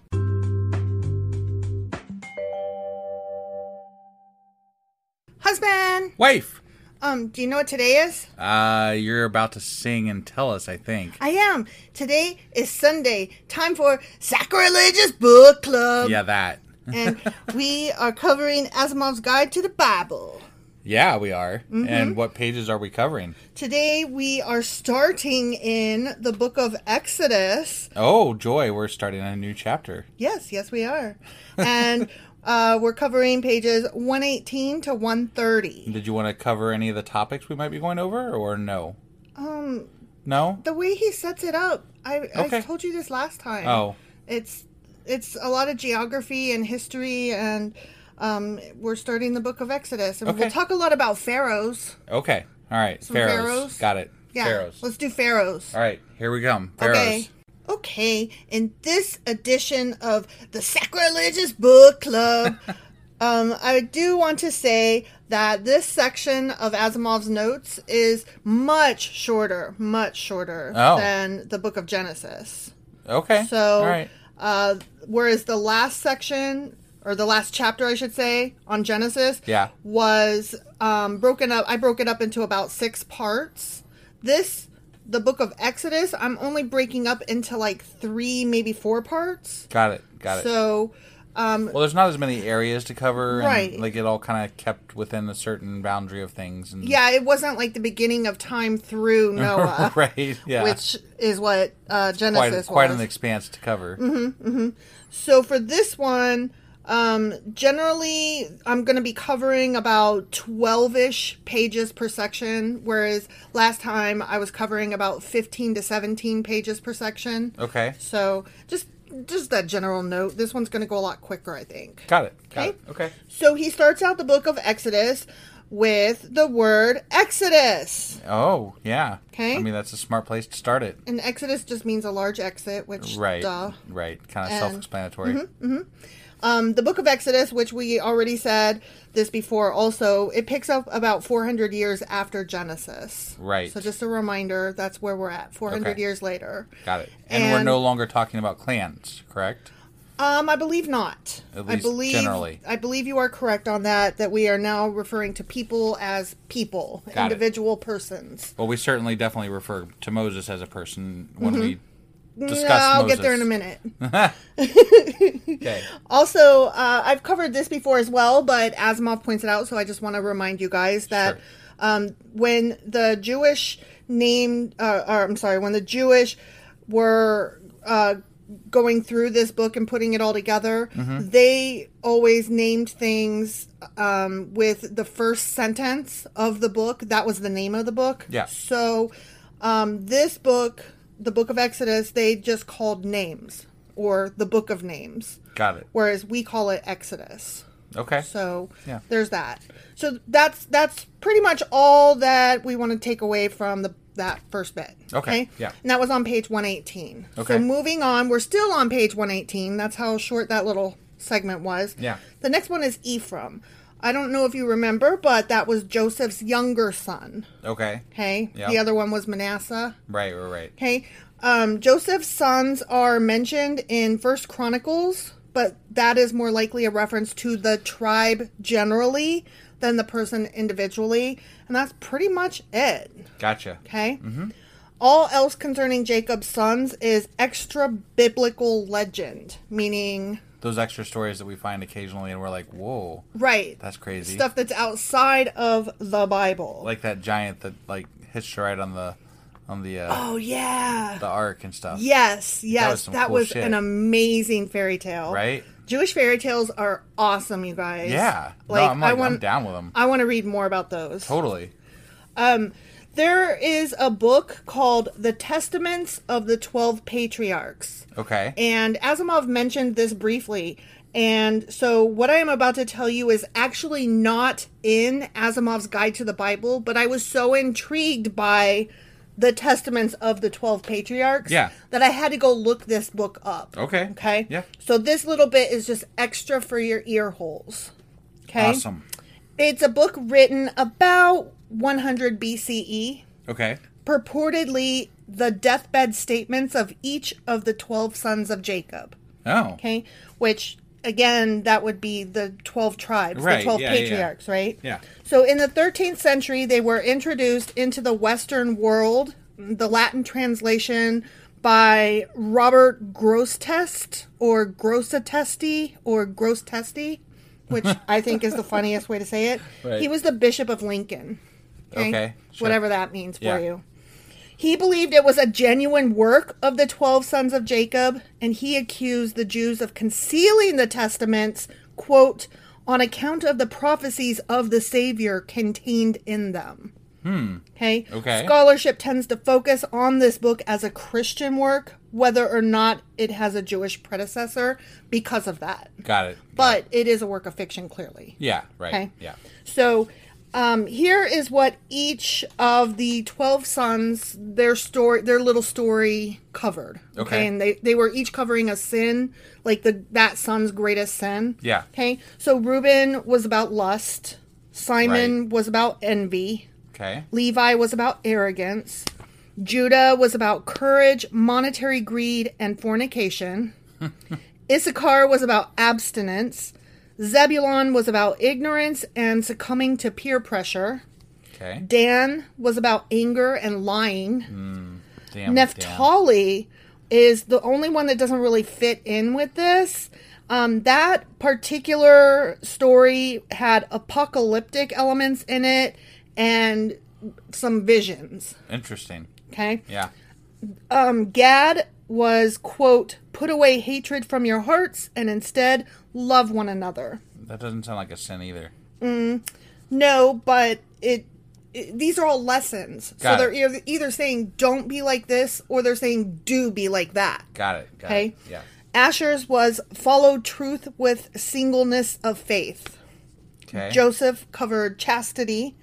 [SPEAKER 1] Husband,
[SPEAKER 2] wife
[SPEAKER 1] um, do you know what today is?
[SPEAKER 2] uh you're about to sing and tell us i think
[SPEAKER 1] I am. Today is Sunday. Time for sacrilegious book club.
[SPEAKER 2] yeah that
[SPEAKER 1] and we are covering Asimov's Guide to the Bible.
[SPEAKER 2] yeah we are
[SPEAKER 1] Mm-hmm.
[SPEAKER 2] and what pages are we covering
[SPEAKER 1] Today we are starting in the book of Exodus.
[SPEAKER 2] oh joy we're starting a new chapter
[SPEAKER 1] Yes, yes, we are. And uh, we're covering pages 118 to 130.
[SPEAKER 2] Did you want to cover any of the topics we might be going over, or no? Um, no.
[SPEAKER 1] The way he sets it up, I, I
[SPEAKER 2] Okay.
[SPEAKER 1] told you this last time.
[SPEAKER 2] Oh.
[SPEAKER 1] It's it's a lot of geography and history and um, we're starting the book of Exodus and we'll
[SPEAKER 2] Okay.
[SPEAKER 1] talk a lot about pharaohs.
[SPEAKER 2] Okay. All right.
[SPEAKER 1] Some
[SPEAKER 2] Pharaohs.
[SPEAKER 1] pharaohs?
[SPEAKER 2] Got it.
[SPEAKER 1] Yeah.
[SPEAKER 2] Pharaohs.
[SPEAKER 1] Let's do pharaohs.
[SPEAKER 2] All right. Here we come. Pharaohs.
[SPEAKER 1] Okay. Okay. In this edition of the Sacrilegious Book Club, um, I do want to say that this section of Asimov's notes is much shorter, much shorter
[SPEAKER 2] Oh.
[SPEAKER 1] than the Book of Genesis.
[SPEAKER 2] Okay.
[SPEAKER 1] So,
[SPEAKER 2] All right.
[SPEAKER 1] uh, whereas the last section, or the last chapter, I should say, on Genesis,
[SPEAKER 2] Yeah.
[SPEAKER 1] was um, broken up. I broke it up into about six parts. This, the book of Exodus, I'm only breaking up into like three, maybe four parts.
[SPEAKER 2] Got it. Got it.
[SPEAKER 1] So, um,
[SPEAKER 2] well, there's not as many areas to cover, and,
[SPEAKER 1] Right.
[SPEAKER 2] Like it all kind of kept within a certain boundary of things. And,
[SPEAKER 1] yeah, it wasn't like the beginning of time through Noah,
[SPEAKER 2] right. Yeah.
[SPEAKER 1] which is what uh,
[SPEAKER 2] quite
[SPEAKER 1] Genesis
[SPEAKER 2] quite
[SPEAKER 1] was. Mm-hmm.
[SPEAKER 2] an expanse to cover.
[SPEAKER 1] So for this one, um, generally I'm going to be covering about 12 ish pages per section, whereas last time I was covering about 15 to 17 pages per section.
[SPEAKER 2] Okay.
[SPEAKER 1] So just just that general note. This one's going to go a lot quicker, I think.
[SPEAKER 2] Got it. Got
[SPEAKER 1] Okay.
[SPEAKER 2] It. Okay.
[SPEAKER 1] So he starts out the book of Exodus with the word Exodus.
[SPEAKER 2] Oh yeah.
[SPEAKER 1] 'Kay.
[SPEAKER 2] I mean that's a smart place to start it.
[SPEAKER 1] And Exodus just means a large exit, which
[SPEAKER 2] Right.
[SPEAKER 1] duh.
[SPEAKER 2] Right. Kind of self-explanatory.
[SPEAKER 1] Mm-hmm. Um, the book of Exodus, which we already said this before, also it picks up about 400 years after Genesis.
[SPEAKER 2] Right.
[SPEAKER 1] So just a reminder, that's where we're at. 400
[SPEAKER 2] Okay.
[SPEAKER 1] years later.
[SPEAKER 2] Got it. And, we're
[SPEAKER 1] And-
[SPEAKER 2] no longer talking about clans, correct?
[SPEAKER 1] Um, I believe not.
[SPEAKER 2] At
[SPEAKER 1] I
[SPEAKER 2] least
[SPEAKER 1] believe
[SPEAKER 2] generally.
[SPEAKER 1] I believe you are correct on that. That we are now referring to people as people,
[SPEAKER 2] Got it.
[SPEAKER 1] individual persons.
[SPEAKER 2] Well, we certainly definitely refer to Moses as a person when we discuss
[SPEAKER 1] Mm-hmm. Uh, I'll
[SPEAKER 2] Moses.
[SPEAKER 1] get there in a minute.
[SPEAKER 2] Okay.
[SPEAKER 1] Also, uh, I've covered this before as well, but Asimov points it out, so I just want to remind you guys that
[SPEAKER 2] Sure.
[SPEAKER 1] um, when the Jewish name, uh, or I'm sorry, when the Jewish were uh, going through this book and putting it all together, they always named things um, with the first sentence of the book. That was the name of the book.
[SPEAKER 2] Yeah.
[SPEAKER 1] So um, this book, the book of Exodus, they just called names or the book of names
[SPEAKER 2] Got it.
[SPEAKER 1] whereas we call it Exodus.
[SPEAKER 2] Okay.
[SPEAKER 1] So
[SPEAKER 2] Yeah.
[SPEAKER 1] there's that. So that's that's pretty much all that we want to take away from the that first bit.
[SPEAKER 2] Okay, yeah.
[SPEAKER 1] And that was on page 118.
[SPEAKER 2] Okay.
[SPEAKER 1] So moving on, we're still on page 118. That's how short that little segment was.
[SPEAKER 2] Yeah.
[SPEAKER 1] The next one is Ephraim. I don't know if you remember, but that was Joseph's younger son.
[SPEAKER 2] Okay.
[SPEAKER 1] Okay.
[SPEAKER 2] Yeah.
[SPEAKER 1] The other one was Manasseh.
[SPEAKER 2] Right, right, right.
[SPEAKER 1] Okay. Um, Joseph's sons are mentioned in First Chronicles, but that is more likely a reference to the tribe generally than the person individually. And that's pretty much it.
[SPEAKER 2] Gotcha.
[SPEAKER 1] Okay.
[SPEAKER 2] Mm-hmm.
[SPEAKER 1] All else concerning Jacob's sons is extra biblical legend, meaning,
[SPEAKER 2] Those extra stories that we find occasionally, and we're like, whoa,
[SPEAKER 1] right,
[SPEAKER 2] that's crazy.
[SPEAKER 1] stuff that's outside of the Bible.
[SPEAKER 2] like that giant that like hitched a ride on the on the uh,
[SPEAKER 1] oh, yeah.
[SPEAKER 2] the ark and stuff.
[SPEAKER 1] Yes, yes,
[SPEAKER 2] some
[SPEAKER 1] that
[SPEAKER 2] cool
[SPEAKER 1] was
[SPEAKER 2] shit.
[SPEAKER 1] an amazing fairy tale.
[SPEAKER 2] Right?
[SPEAKER 1] Jewish fairy tales are awesome, you guys.
[SPEAKER 2] Yeah.
[SPEAKER 1] like,
[SPEAKER 2] no, I'm like
[SPEAKER 1] I want
[SPEAKER 2] I'm down with them.
[SPEAKER 1] I want to read more about those.
[SPEAKER 2] Totally.
[SPEAKER 1] There is a book called The Testaments of the Twelve Patriarchs,
[SPEAKER 2] Okay.
[SPEAKER 1] and Asimov mentioned this briefly. And so, what I am about to tell you is actually not in Asimov's Guide to the Bible, but I was so intrigued by the testaments of the 12 patriarchs
[SPEAKER 2] Yeah. Oh,
[SPEAKER 1] that I had to go look this book up.
[SPEAKER 2] Okay.
[SPEAKER 1] Okay.
[SPEAKER 2] Yeah.
[SPEAKER 1] So this little bit is just extra for your ear holes. Okay.
[SPEAKER 2] Awesome.
[SPEAKER 1] It's a book written about 100 BCE,
[SPEAKER 2] Okay.
[SPEAKER 1] E, purportedly the deathbed statements of each of the 12 sons of Jacob.
[SPEAKER 2] Oh.
[SPEAKER 1] Okay. Which, again, that would be the 12 tribes,
[SPEAKER 2] Right,
[SPEAKER 1] the 12
[SPEAKER 2] yeah, yeah, yeah.
[SPEAKER 1] patriarchs, right?
[SPEAKER 2] Yeah.
[SPEAKER 1] So in the 13th century, they were introduced into the Western world, the Latin translation by Robert Grosseteste or Grosseteste or Grosseteste, which I think is the funniest way to say it.
[SPEAKER 2] Right.
[SPEAKER 1] He was the Bishop of Lincoln.
[SPEAKER 2] Okay, sure.
[SPEAKER 1] Whatever that means for
[SPEAKER 2] Yeah.
[SPEAKER 1] you. He believed it was a genuine work of the 12 sons of Jacob, and he accused the Jews of concealing the testaments, quote, on account of the prophecies of the Savior contained in them. Hmm. Okay.
[SPEAKER 2] Okay.
[SPEAKER 1] Scholarship tends to focus on this book as a Christian work, whether or not it has a Jewish predecessor, because of that.
[SPEAKER 2] Got it.
[SPEAKER 1] But it is a work of fiction, clearly.
[SPEAKER 2] Yeah. Right.
[SPEAKER 1] Okay.
[SPEAKER 2] Yeah.
[SPEAKER 1] So um, here is what each of the 12 sons, their story, their little story covered.
[SPEAKER 2] Okay.
[SPEAKER 1] And they, they were each covering a sin, like the that son's greatest sin.
[SPEAKER 2] Yeah.
[SPEAKER 1] Okay. So Reuben was about lust. Simon
[SPEAKER 2] Right.
[SPEAKER 1] was about envy.
[SPEAKER 2] Okay.
[SPEAKER 1] Levi was about arrogance. Judah was about courage, monetary greed, and fornication. Issachar was about abstinence. Zebulon was about ignorance and succumbing to peer pressure.
[SPEAKER 2] Okay.
[SPEAKER 1] Dan was about anger and lying.
[SPEAKER 2] Damn. damn.
[SPEAKER 1] Neftali is the only one that doesn't really fit in with this. Um, that particular story had apocalyptic elements in it and some visions.
[SPEAKER 2] Interesting.
[SPEAKER 1] Okay.
[SPEAKER 2] Yeah.
[SPEAKER 1] Um, Gad was, quote, put away hatred from your hearts and instead love one another.
[SPEAKER 2] That doesn't sound like a sin either.
[SPEAKER 1] No, but it, it- these are all lessons. so
[SPEAKER 2] Got
[SPEAKER 1] they're
[SPEAKER 2] it.
[SPEAKER 1] either, either saying don't be like this or they're saying do be like that.
[SPEAKER 2] Got it. Got
[SPEAKER 1] Okay.
[SPEAKER 2] It. Yeah.
[SPEAKER 1] Asher's was follow truth with singleness of faith.
[SPEAKER 2] Okay.
[SPEAKER 1] Joseph covered chastity,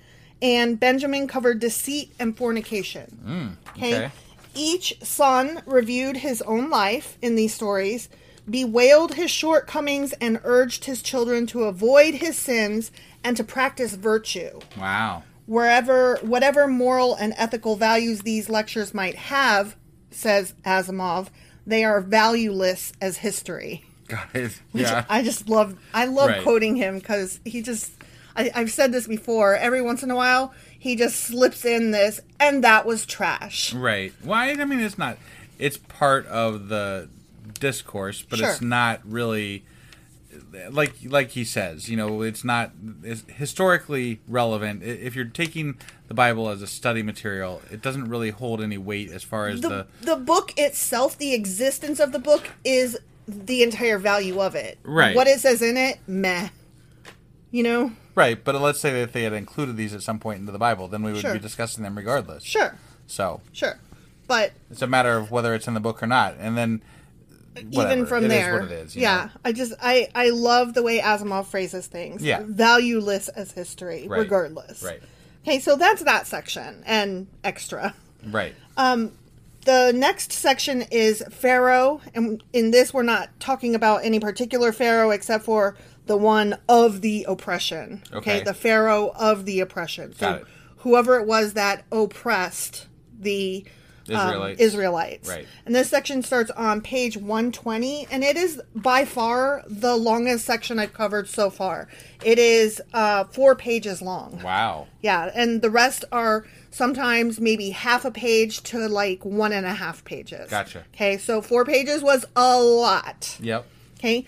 [SPEAKER 1] and Benjamin covered deceit and fornication.
[SPEAKER 2] Mm, okay.
[SPEAKER 1] Each son reviewed his own life in these stories, bewailed his shortcomings, and urged his children to avoid his sins and to practice virtue.
[SPEAKER 2] Wow.
[SPEAKER 1] Wherever, whatever moral and ethical values these lectures might have, says Asimov, they are valueless as history.
[SPEAKER 2] Got it. Yeah.
[SPEAKER 1] I just love I love
[SPEAKER 2] Right.
[SPEAKER 1] quoting him because he just I, I've said this before. Every once in a while, he just slips in this, and that was trash.
[SPEAKER 2] Right. Why? I mean, it's not. It's part of the discourse, but it's
[SPEAKER 1] Sure.
[SPEAKER 2] not really like like he says. You know, it's not it's historically relevant. I- If you're taking the Bible as a study material, it doesn't really hold any weight as far as
[SPEAKER 1] The
[SPEAKER 2] the,
[SPEAKER 1] the book itself, the existence of the book, is the entire value of it.
[SPEAKER 2] Right.
[SPEAKER 1] What it says in it, meh. You know,
[SPEAKER 2] right. But let's say that they had included these at some point into the Bible, then we would
[SPEAKER 1] Sure.
[SPEAKER 2] be discussing them regardless.
[SPEAKER 1] sure,
[SPEAKER 2] So
[SPEAKER 1] sure, but
[SPEAKER 2] it's a matter of whether it's in the book or not, and then whatever.
[SPEAKER 1] even from
[SPEAKER 2] It is
[SPEAKER 1] there,
[SPEAKER 2] what it is. you
[SPEAKER 1] yeah.
[SPEAKER 2] know?
[SPEAKER 1] I just I I love the way Asimov phrases things.
[SPEAKER 2] Yeah.
[SPEAKER 1] Valueless as history,
[SPEAKER 2] Right.
[SPEAKER 1] regardless.
[SPEAKER 2] Right.
[SPEAKER 1] Okay, so that's that section and extra.
[SPEAKER 2] Right.
[SPEAKER 1] The next section is Pharaoh, and in this, we're not talking about any particular Pharaoh except for the one of the oppression. Okay,
[SPEAKER 2] Okay.
[SPEAKER 1] the pharaoh of the oppression. So
[SPEAKER 2] Got it.
[SPEAKER 1] whoever it was that oppressed the um,
[SPEAKER 2] Israelites.
[SPEAKER 1] Israelites.
[SPEAKER 2] Right.
[SPEAKER 1] And this section starts on page 120, and it is by far the longest section I've covered so far. It is uh, four pages long.
[SPEAKER 2] Wow.
[SPEAKER 1] Yeah, and the rest are sometimes maybe half a page to like one and a half pages.
[SPEAKER 2] Gotcha.
[SPEAKER 1] Okay, so four pages was a lot.
[SPEAKER 2] Yep.
[SPEAKER 1] Okay.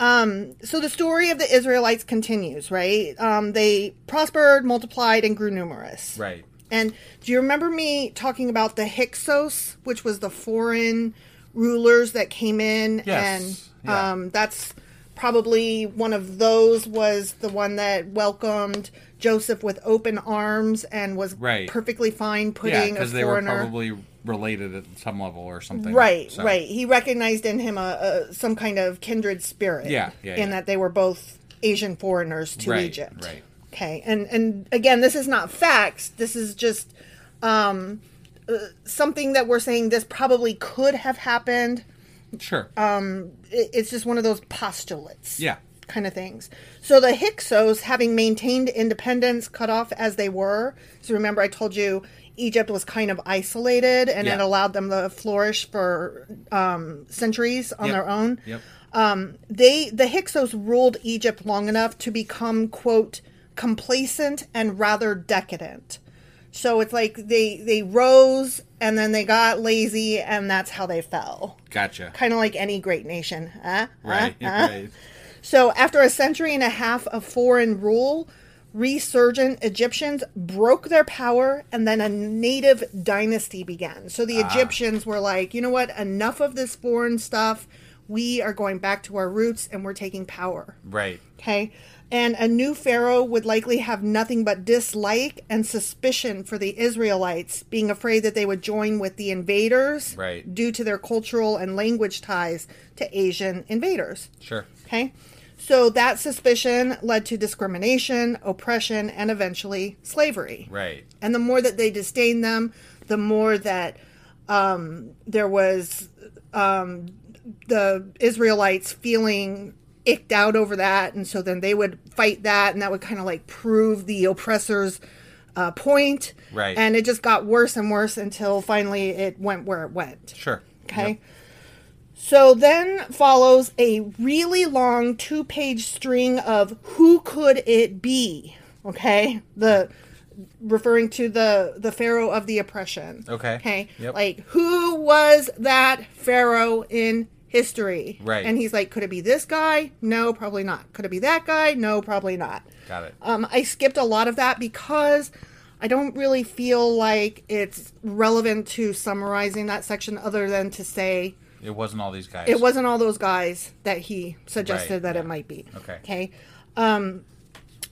[SPEAKER 1] Um, so the story of the Israelites continues, right? Um, they prospered, multiplied, and grew numerous.
[SPEAKER 2] Right.
[SPEAKER 1] And do you remember me talking about the Hyksos, which was the foreign rulers that came in?
[SPEAKER 2] Yes,
[SPEAKER 1] And
[SPEAKER 2] yeah.
[SPEAKER 1] um, that's probably one of those was the one that welcomed Joseph with open arms and was
[SPEAKER 2] Right.
[SPEAKER 1] perfectly fine
[SPEAKER 2] Yeah,
[SPEAKER 1] putting a
[SPEAKER 2] because they were
[SPEAKER 1] foreigner.
[SPEAKER 2] probably related at some level or something.
[SPEAKER 1] Right,
[SPEAKER 2] so.
[SPEAKER 1] right. He recognized in him a, a some kind of kindred spirit.
[SPEAKER 2] Yeah, yeah,
[SPEAKER 1] In
[SPEAKER 2] yeah.
[SPEAKER 1] that they were both Asian foreigners to
[SPEAKER 2] Right,
[SPEAKER 1] Egypt.
[SPEAKER 2] right.
[SPEAKER 1] Okay, and and again, this is not facts. This is just um, uh, something that we're saying. This probably could have happened.
[SPEAKER 2] Sure.
[SPEAKER 1] Uh, It- It's just one of those postulates
[SPEAKER 2] yeah.
[SPEAKER 1] kind of things. So the Hyksos, having maintained independence, cut off as they were. So remember, I told you Egypt was kind of isolated, and it
[SPEAKER 2] Yeah.
[SPEAKER 1] allowed them to flourish for um, centuries on
[SPEAKER 2] Yep.
[SPEAKER 1] their own.
[SPEAKER 2] Yep.
[SPEAKER 1] They the Hyksos ruled Egypt long enough to become quote complacent and rather decadent. So it's like they they rose and then they got lazy, and that's how they fell.
[SPEAKER 2] Gotcha.
[SPEAKER 1] Kind of like any great nation, huh?
[SPEAKER 2] Right.
[SPEAKER 1] Huh? Huh?
[SPEAKER 2] Right.
[SPEAKER 1] So, after a century and a half of foreign rule, resurgent Egyptians broke their power and then a native dynasty began. So, the Egyptians were like, you know what? Enough of this foreign stuff. We are going back to our roots and we're taking power.
[SPEAKER 2] Right.
[SPEAKER 1] Okay. And a new pharaoh would likely have nothing but dislike and suspicion for the Israelites, being afraid that they would join with the invaders
[SPEAKER 2] Right.
[SPEAKER 1] due to their cultural and language ties to Asian invaders.
[SPEAKER 2] Sure.
[SPEAKER 1] Okay. So that suspicion led to discrimination, oppression, and eventually slavery.
[SPEAKER 2] Right.
[SPEAKER 1] And the more that they disdained them, the more that um, there was um, the Israelites feeling icked out over that. And so then they would fight that, and that would kind of like prove the oppressor's uh, point.
[SPEAKER 2] Right.
[SPEAKER 1] And it just got worse and worse until finally it went where it went.
[SPEAKER 2] Sure.
[SPEAKER 1] Okay. So then follows a really long two page string of who could it be? Okay. The referring to the the pharaoh of the oppression.
[SPEAKER 2] Okay.
[SPEAKER 1] Okay.
[SPEAKER 2] Yep.
[SPEAKER 1] Like who was that pharaoh in history?
[SPEAKER 2] Right.
[SPEAKER 1] And he's like, could it be this guy? No, probably not. Could it be that guy? No, probably not.
[SPEAKER 2] Got it.
[SPEAKER 1] Um, I skipped a lot of that because I don't really feel like it's relevant to summarizing that section other than to say
[SPEAKER 2] It wasn't all these guys.
[SPEAKER 1] it wasn't all those guys that he suggested
[SPEAKER 2] Right,
[SPEAKER 1] that it
[SPEAKER 2] yeah.
[SPEAKER 1] might be.
[SPEAKER 2] Okay.
[SPEAKER 1] Okay. Um,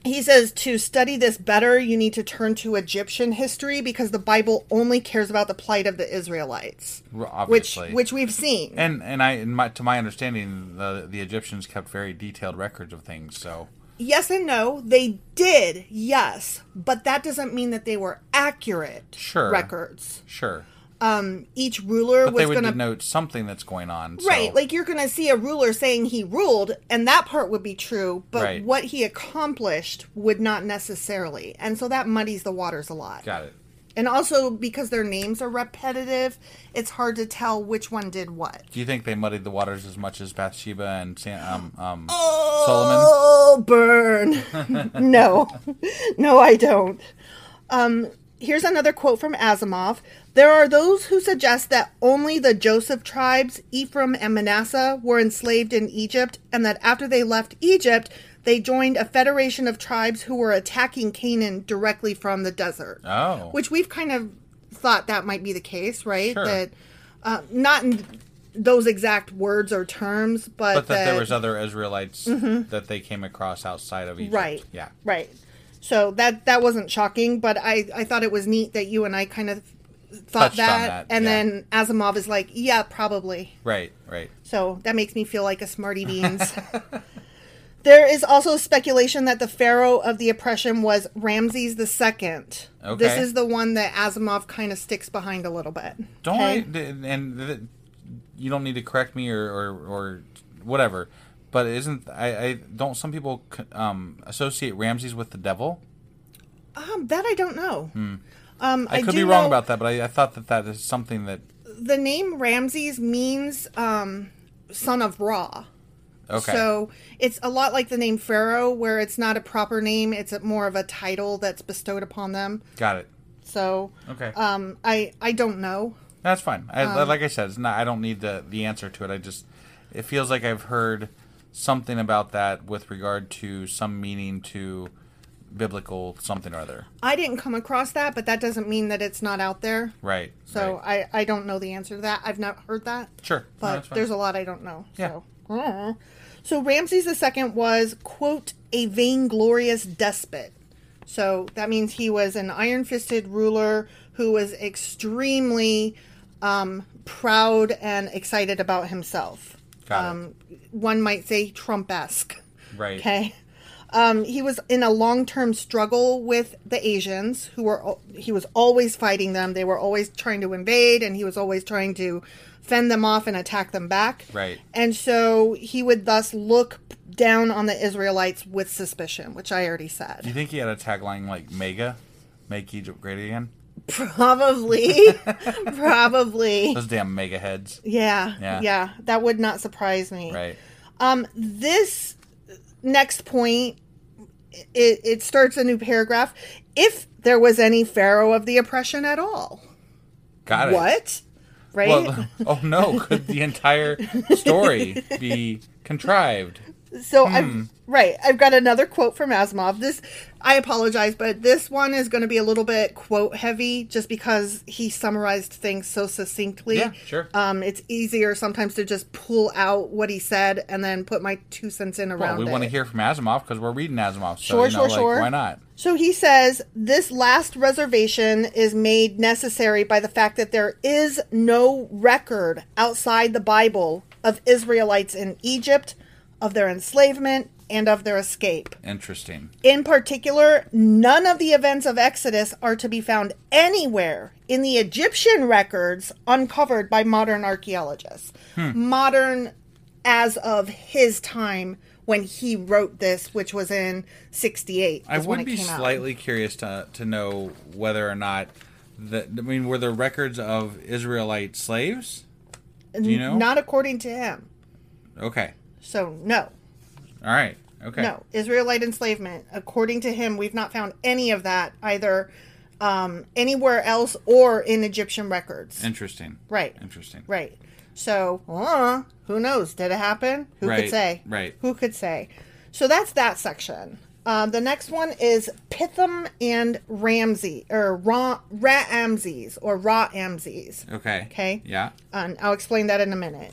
[SPEAKER 1] he says to study this better, you need to turn to Egyptian history because the Bible only cares about the plight of the Israelites,
[SPEAKER 2] R-
[SPEAKER 1] which
[SPEAKER 2] obviously.
[SPEAKER 1] which we've seen.
[SPEAKER 2] And and I in my, to my understanding, the the Egyptians kept very detailed records of things. So
[SPEAKER 1] yes and no, they did, yes, but that doesn't mean that they were accurate
[SPEAKER 2] Sure.
[SPEAKER 1] records.
[SPEAKER 2] sure,
[SPEAKER 1] um, each ruler
[SPEAKER 2] but
[SPEAKER 1] was
[SPEAKER 2] they would
[SPEAKER 1] going to
[SPEAKER 2] denote something that's going on. so-
[SPEAKER 1] right like you're going to see a ruler saying he ruled and that part would be true but
[SPEAKER 2] Right.
[SPEAKER 1] what he accomplished would not necessarily and so that muddies the waters a lot
[SPEAKER 2] got it.
[SPEAKER 1] and also because their names are repetitive it's hard to tell which one did what
[SPEAKER 2] Do you think they muddied the waters as much as Bathsheba and San, um, um, Solomon?
[SPEAKER 1] Oh, burn. no, no, I don't. Um, here's another quote from Asimov There are those who suggest that only the Joseph tribes, Ephraim and Manasseh, were enslaved in Egypt, and that after they left Egypt, they joined a federation of tribes who were attacking Canaan directly from the desert.
[SPEAKER 2] Oh,
[SPEAKER 1] Which we've kind of thought that might be the case, right?
[SPEAKER 2] Sure.
[SPEAKER 1] That uh, not in those exact words or terms, but,
[SPEAKER 2] but that there was other Israelites that they came across outside of Egypt.
[SPEAKER 1] Mm-hmm. Right.
[SPEAKER 2] Yeah.
[SPEAKER 1] Right. So that that wasn't shocking, but I I thought it was neat that you and I kind of thought
[SPEAKER 2] Touched on
[SPEAKER 1] that,
[SPEAKER 2] that,
[SPEAKER 1] and
[SPEAKER 2] yeah.
[SPEAKER 1] then Asimov is like, yeah, probably.
[SPEAKER 2] Right. Right.
[SPEAKER 1] So that makes me feel like a smarty beans. there is also speculation that the pharaoh of the oppression was Ramses the Second. This
[SPEAKER 2] Okay.
[SPEAKER 1] is the one that Asimov kind of sticks behind a little bit.
[SPEAKER 2] Don't
[SPEAKER 1] Okay?
[SPEAKER 2] worry, th- and th- you don't need to correct me or or, or whatever. But isn't I, I don't some people c- um, associate Ramses with the devil?
[SPEAKER 1] Um, that I don't know. Um,
[SPEAKER 2] Hmm. I, could
[SPEAKER 1] do
[SPEAKER 2] be wrong
[SPEAKER 1] know
[SPEAKER 2] about that, but I, I thought that that is something that
[SPEAKER 1] the name Ramses means um, son of Ra.
[SPEAKER 2] okay.
[SPEAKER 1] So it's a lot like the name Pharaoh, where it's not a proper name; it's a, more of a title that's bestowed upon them.
[SPEAKER 2] Got it.
[SPEAKER 1] So,
[SPEAKER 2] Okay.
[SPEAKER 1] um, I I don't know.
[SPEAKER 2] That's fine. I,
[SPEAKER 1] um,
[SPEAKER 2] like I said, it's not. I don't need the the answer to it. I just it feels like I've heard something about that with regard to some meaning to biblical something or other.
[SPEAKER 1] I didn't come across that, but that doesn't mean that it's not out there.
[SPEAKER 2] Right.
[SPEAKER 1] So
[SPEAKER 2] right.
[SPEAKER 1] I I don't know the answer to that. I've not heard that.
[SPEAKER 2] sure. no,
[SPEAKER 1] but
[SPEAKER 2] that's fine.
[SPEAKER 1] there's a lot I don't know.
[SPEAKER 2] Yeah.
[SPEAKER 1] So. I don't know. So Ramses II was quote a vainglorious despot. So that means he was an iron-fisted ruler who was extremely um, proud and excited about himself.
[SPEAKER 2] Got it.
[SPEAKER 1] um, One might say Trump-esque.
[SPEAKER 2] right.
[SPEAKER 1] Okay. Um, he was in a long-term struggle with the Asians, who were al- he was always fighting them. They were always trying to invade, and he was always trying to fend them off and attack them back.
[SPEAKER 2] Right.
[SPEAKER 1] And so he would thus look down on the Israelites with suspicion, which I already
[SPEAKER 2] Do you
[SPEAKER 1] said.
[SPEAKER 2] think he had a tagline like "Mega, make Egypt great again"?
[SPEAKER 1] Probably, probably,
[SPEAKER 2] Those damn mega heads.
[SPEAKER 1] yeah,
[SPEAKER 2] Yeah.
[SPEAKER 1] yeah. That would not surprise me.
[SPEAKER 2] Right.
[SPEAKER 1] Um, this next point, it, it starts a new paragraph. If there was any pharaoh of the oppression at all,
[SPEAKER 2] Got it.
[SPEAKER 1] what? Right?
[SPEAKER 2] Well, oh no! Could the entire story be contrived?
[SPEAKER 1] so
[SPEAKER 2] hmm.
[SPEAKER 1] I've right. I've got another quote from Asimov. This, I apologize, but this one is going to be a little bit quote heavy, just because he summarized things so succinctly.
[SPEAKER 2] Yeah, sure.
[SPEAKER 1] Um, it's easier sometimes to just pull out what he said and then put my two cents in around.
[SPEAKER 2] Well, we want to
[SPEAKER 1] it.
[SPEAKER 2] hear from Asimov because we're reading Asimov. So,
[SPEAKER 1] Sure,
[SPEAKER 2] you know,
[SPEAKER 1] sure,
[SPEAKER 2] like,
[SPEAKER 1] sure.
[SPEAKER 2] Why not?
[SPEAKER 1] So he says this last reservation is made necessary by the fact that there is no record outside the Bible of Israelites in Egypt, of their enslavement, and of their escape.
[SPEAKER 2] Interesting.
[SPEAKER 1] In particular, none of the events of Exodus are to be found anywhere in the Egyptian records uncovered by modern archaeologists.
[SPEAKER 2] Hmm.
[SPEAKER 1] Modern as of his time when he wrote this, which was in 68.
[SPEAKER 2] I
[SPEAKER 1] is when
[SPEAKER 2] would
[SPEAKER 1] it
[SPEAKER 2] be
[SPEAKER 1] came out.
[SPEAKER 2] slightly curious to to know whether or not the I mean were there records of Israelite slaves? Do you know?
[SPEAKER 1] Not according to him.
[SPEAKER 2] okay.
[SPEAKER 1] So, no.
[SPEAKER 2] All right. Okay.
[SPEAKER 1] No. Israelite enslavement. According to him, we've not found any of that either um, anywhere else or in Egyptian records.
[SPEAKER 2] Interesting.
[SPEAKER 1] Right.
[SPEAKER 2] Interesting.
[SPEAKER 1] Right. So, uh, who knows? Did it happen? Who
[SPEAKER 2] Right,
[SPEAKER 1] could say?
[SPEAKER 2] right.
[SPEAKER 1] Who could say? So that's that section. Um, the next one is Pithom and Ramsey, or Ra- Ramses, or Ra Amses.
[SPEAKER 2] Okay.
[SPEAKER 1] Okay.
[SPEAKER 2] Yeah.
[SPEAKER 1] Um, I'll explain that in a minute.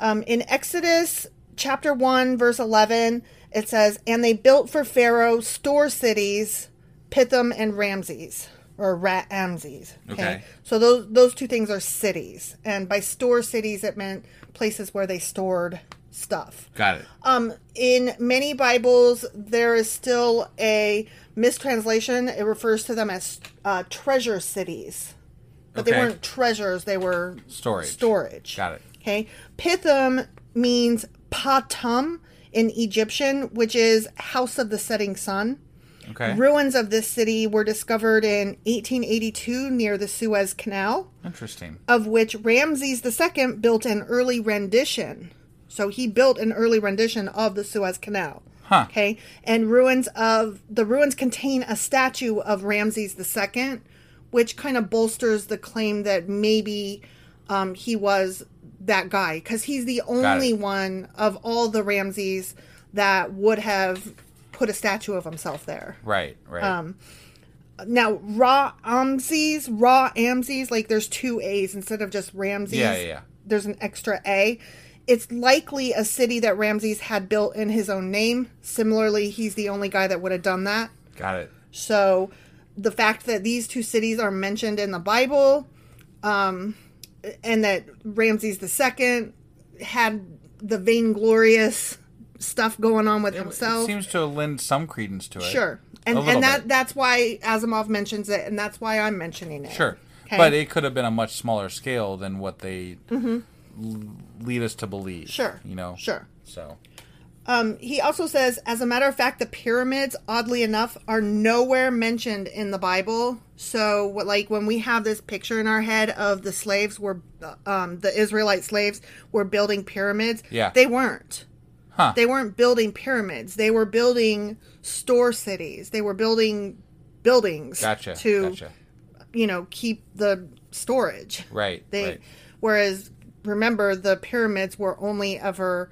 [SPEAKER 1] Um, in Exodus chapter 1, verse 11, it says, And they built for Pharaoh store cities, Pithom and Ramses, or Ramses.
[SPEAKER 2] Okay.
[SPEAKER 1] So those, those two things are cities. And by store cities, it meant places where they stored stuff.
[SPEAKER 2] Got it.
[SPEAKER 1] Um, in many Bibles, there is still a mistranslation. It refers to them as uh, treasure cities, but they
[SPEAKER 2] Okay.
[SPEAKER 1] weren't treasures. They were
[SPEAKER 2] Storage.
[SPEAKER 1] Storage.
[SPEAKER 2] Got it.
[SPEAKER 1] Okay. Pithom means patum in Egyptian, which is house of the setting sun.
[SPEAKER 2] Okay.
[SPEAKER 1] Ruins of this city were discovered in 1882 near the Suez Canal
[SPEAKER 2] Interesting.
[SPEAKER 1] of which Ramses II built an early rendition. So he built an early rendition of the Suez Canal.
[SPEAKER 2] Huh.
[SPEAKER 1] Okay. And ruins of the ruins contain a statue of Ramses II, which kind of bolsters the claim that maybe um, he was that guy because he's the only one of all the Ramses that would have put a statue of himself there
[SPEAKER 2] Right. Right.
[SPEAKER 1] Um, now Ra Amses, Ra Amses, like there's two A's instead of just Ramses.
[SPEAKER 2] Yeah, yeah, yeah.
[SPEAKER 1] There's an extra A. It's likely a city that Ramses had built in his own name. Similarly, he's the only guy that would have done that.
[SPEAKER 2] Got it.
[SPEAKER 1] So the fact that these two cities are mentioned in the Bible, um, and that Ramses II had the vainglorious stuff going on with himself.
[SPEAKER 2] It seems to lend some credence to it.
[SPEAKER 1] Sure.
[SPEAKER 2] A
[SPEAKER 1] And
[SPEAKER 2] little
[SPEAKER 1] and that
[SPEAKER 2] bit.
[SPEAKER 1] that's why Asimov mentions it and that's why I'm mentioning it.
[SPEAKER 2] Sure.
[SPEAKER 1] Okay.
[SPEAKER 2] But it could have been a much smaller scale than what they l- lead us to believe.
[SPEAKER 1] Mm-hmm. Sure.
[SPEAKER 2] You know?
[SPEAKER 1] Sure.
[SPEAKER 2] So,
[SPEAKER 1] Um, he also says, as a matter of fact, the pyramids, oddly enough, are nowhere mentioned in the Bible. So, what- like when we have this picture in our head of the slaves were, um, the Israelite slaves were building pyramids.
[SPEAKER 2] Yeah.
[SPEAKER 1] they weren't. They weren't building pyramids. They were building store cities. They were building buildings.
[SPEAKER 2] Gotcha.
[SPEAKER 1] To
[SPEAKER 2] gotcha.
[SPEAKER 1] you know keep the storage.
[SPEAKER 2] Right.
[SPEAKER 1] They,
[SPEAKER 2] right.
[SPEAKER 1] whereas remember the pyramids were only ever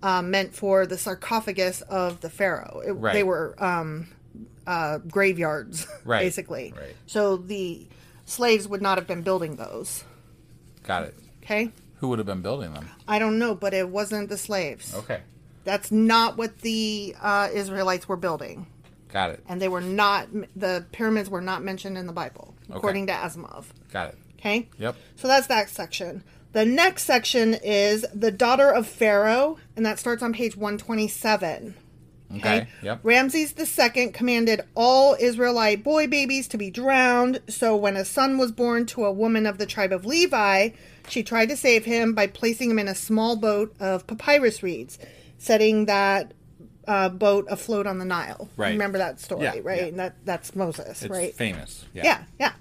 [SPEAKER 1] uh, meant for the sarcophagus of the pharaoh. It-
[SPEAKER 2] Right.
[SPEAKER 1] They were um, uh, graveyards,
[SPEAKER 2] Right.
[SPEAKER 1] basically.
[SPEAKER 2] Right.
[SPEAKER 1] So the slaves would not have been building those.
[SPEAKER 2] Got it.
[SPEAKER 1] Okay,
[SPEAKER 2] Who would have been building them?
[SPEAKER 1] I don't know, but it wasn't the slaves.
[SPEAKER 2] Okay.
[SPEAKER 1] That's not what the uh, Israelites were building,
[SPEAKER 2] Got it.
[SPEAKER 1] and they were not. The pyramids were not mentioned in the Bible, according to Asimov.
[SPEAKER 2] Got it.
[SPEAKER 1] Okay.
[SPEAKER 2] Yep.
[SPEAKER 1] So that's that section. The next section is the daughter of Pharaoh, and that starts on page 127.
[SPEAKER 2] Okay. Yep.
[SPEAKER 1] Ramses II commanded all Israelite boy babies to be drowned. So when a son was born to a woman of the tribe of Levi, she tried to save him by placing him in a small boat of papyrus reeds, setting that uh, boat afloat on the Nile.
[SPEAKER 2] Right.
[SPEAKER 1] Remember that story,
[SPEAKER 2] Yeah,
[SPEAKER 1] right?
[SPEAKER 2] yeah.
[SPEAKER 1] And that that's Moses,
[SPEAKER 2] It's
[SPEAKER 1] right?
[SPEAKER 2] famous. Yeah.
[SPEAKER 1] Yeah, yeah.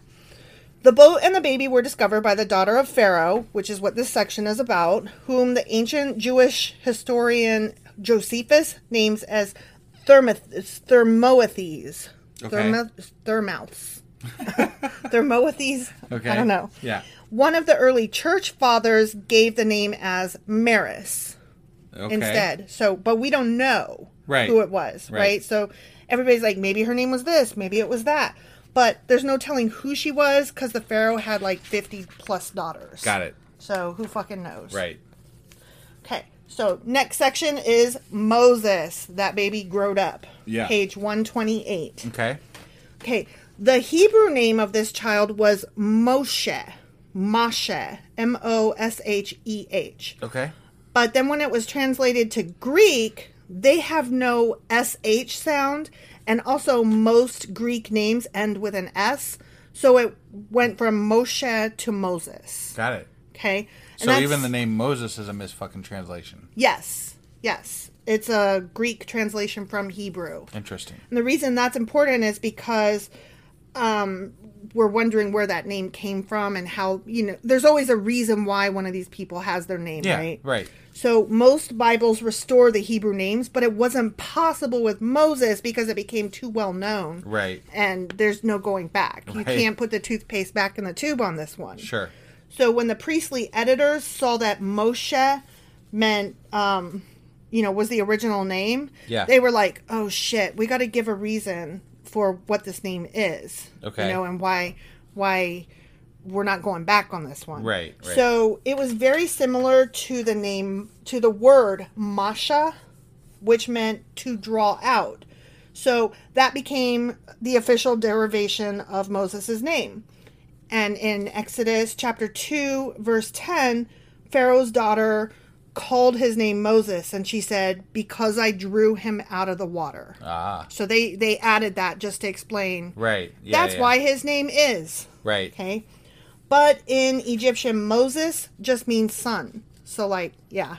[SPEAKER 1] The boat and the baby were discovered by the daughter of Pharaoh, which is what this section is about, whom the ancient Jewish historian Josephus names as Thermoth- Thermoethes.
[SPEAKER 2] Okay.
[SPEAKER 1] Thermo- Thermouths. Thermoethes.
[SPEAKER 2] Okay.
[SPEAKER 1] I don't know.
[SPEAKER 2] Yeah.
[SPEAKER 1] One of the early church fathers gave the name as Maris
[SPEAKER 2] Okay.
[SPEAKER 1] instead. So, but we don't know
[SPEAKER 2] Right.
[SPEAKER 1] who it was,
[SPEAKER 2] Right.
[SPEAKER 1] right. So everybody's like, maybe her name was this, maybe it was that, but there's no telling who she was because the pharaoh had like 50 plus daughters.
[SPEAKER 2] Got it.
[SPEAKER 1] So who fucking knows?
[SPEAKER 2] Right.
[SPEAKER 1] Okay. So next section is Moses. That baby growed up.
[SPEAKER 2] Yeah.
[SPEAKER 1] Page 128.
[SPEAKER 2] Okay.
[SPEAKER 1] Okay. The Hebrew name of this child was Moshe. Moshe. M O S H E H.
[SPEAKER 2] Okay.
[SPEAKER 1] But then when it was translated to Greek, they have no sh sound, and also most Greek names end with an s. So it went from Moshe to Moses.
[SPEAKER 2] Got it.
[SPEAKER 1] Okay. And
[SPEAKER 2] So
[SPEAKER 1] that's-
[SPEAKER 2] even the name Moses is a misfucking translation.
[SPEAKER 1] Yes. Yes. It's a Greek translation from Hebrew.
[SPEAKER 2] Interesting.
[SPEAKER 1] And the reason that's important is because um, we're wondering where that name came from and how, you know, there's always a reason why one of these people has their name,
[SPEAKER 2] Yeah.
[SPEAKER 1] right?
[SPEAKER 2] Right.
[SPEAKER 1] So most Bibles restore the Hebrew names, but it wasn't possible with Moses because it became too well known.
[SPEAKER 2] Right.
[SPEAKER 1] And there's no going back. You
[SPEAKER 2] Right.
[SPEAKER 1] can't put the toothpaste back in the tube on this one.
[SPEAKER 2] Sure.
[SPEAKER 1] So when the priestly editors saw that Moshe meant, um, you know, was the original name,
[SPEAKER 2] Yeah.
[SPEAKER 1] they were like, oh shit, we got to give a reason for what this name is.
[SPEAKER 2] Okay.
[SPEAKER 1] You know, and why, why we're not going back on this one.
[SPEAKER 2] Right, right.
[SPEAKER 1] So it was very similar to the name, to the word Masha, which meant to draw out. So that became the official derivation of Moses' name. And in Exodus chapter 2, verse 10, Pharaoh's daughter called his name Moses and she said, Because I drew him out of the water. Ah. So they, they added that just to explain.
[SPEAKER 2] Right. Yeah,
[SPEAKER 1] That's
[SPEAKER 2] yeah.
[SPEAKER 1] why his name is.
[SPEAKER 2] Right.
[SPEAKER 1] Okay. But in Egyptian, Moses just means son. So, like, yeah.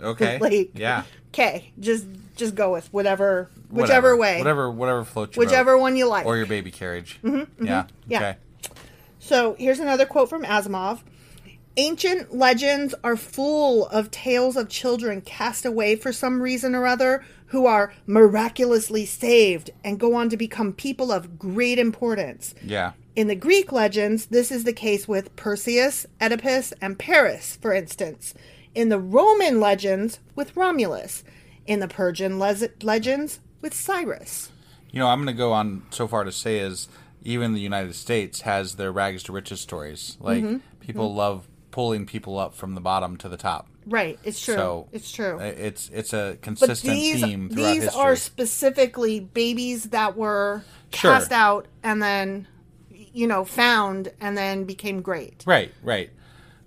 [SPEAKER 2] Okay.
[SPEAKER 1] like,
[SPEAKER 2] yeah.
[SPEAKER 1] Okay. Just just go with whatever, whichever way.
[SPEAKER 2] Whatever. Whatever floats your
[SPEAKER 1] Whichever
[SPEAKER 2] boat.
[SPEAKER 1] one you like.
[SPEAKER 2] Or your baby carriage. Yeah.
[SPEAKER 1] yeah.
[SPEAKER 2] Okay.
[SPEAKER 1] So here's another quote from Asimov. Ancient legends are full of tales of children cast away for some reason or other who are miraculously saved and go on to become people of great importance.
[SPEAKER 2] Yeah.
[SPEAKER 1] In the Greek legends, this is the case with Perseus, Oedipus, and Paris, for instance. In the Roman legends, with Romulus. In the Persian les- legends, with Cyrus.
[SPEAKER 2] You know, I'm going to go on so far to say is even the United States has their rags to riches stories. Like
[SPEAKER 1] Mm-hmm,
[SPEAKER 2] people love pulling people up from the bottom to the top.
[SPEAKER 1] Right, it's true.
[SPEAKER 2] So
[SPEAKER 1] it's true.
[SPEAKER 2] i- It's it's a
[SPEAKER 1] but
[SPEAKER 2] consistent
[SPEAKER 1] these
[SPEAKER 2] theme throughout
[SPEAKER 1] these
[SPEAKER 2] history.
[SPEAKER 1] are specifically babies that were
[SPEAKER 2] Sure.
[SPEAKER 1] cast out and then you know found and then became great
[SPEAKER 2] right, right.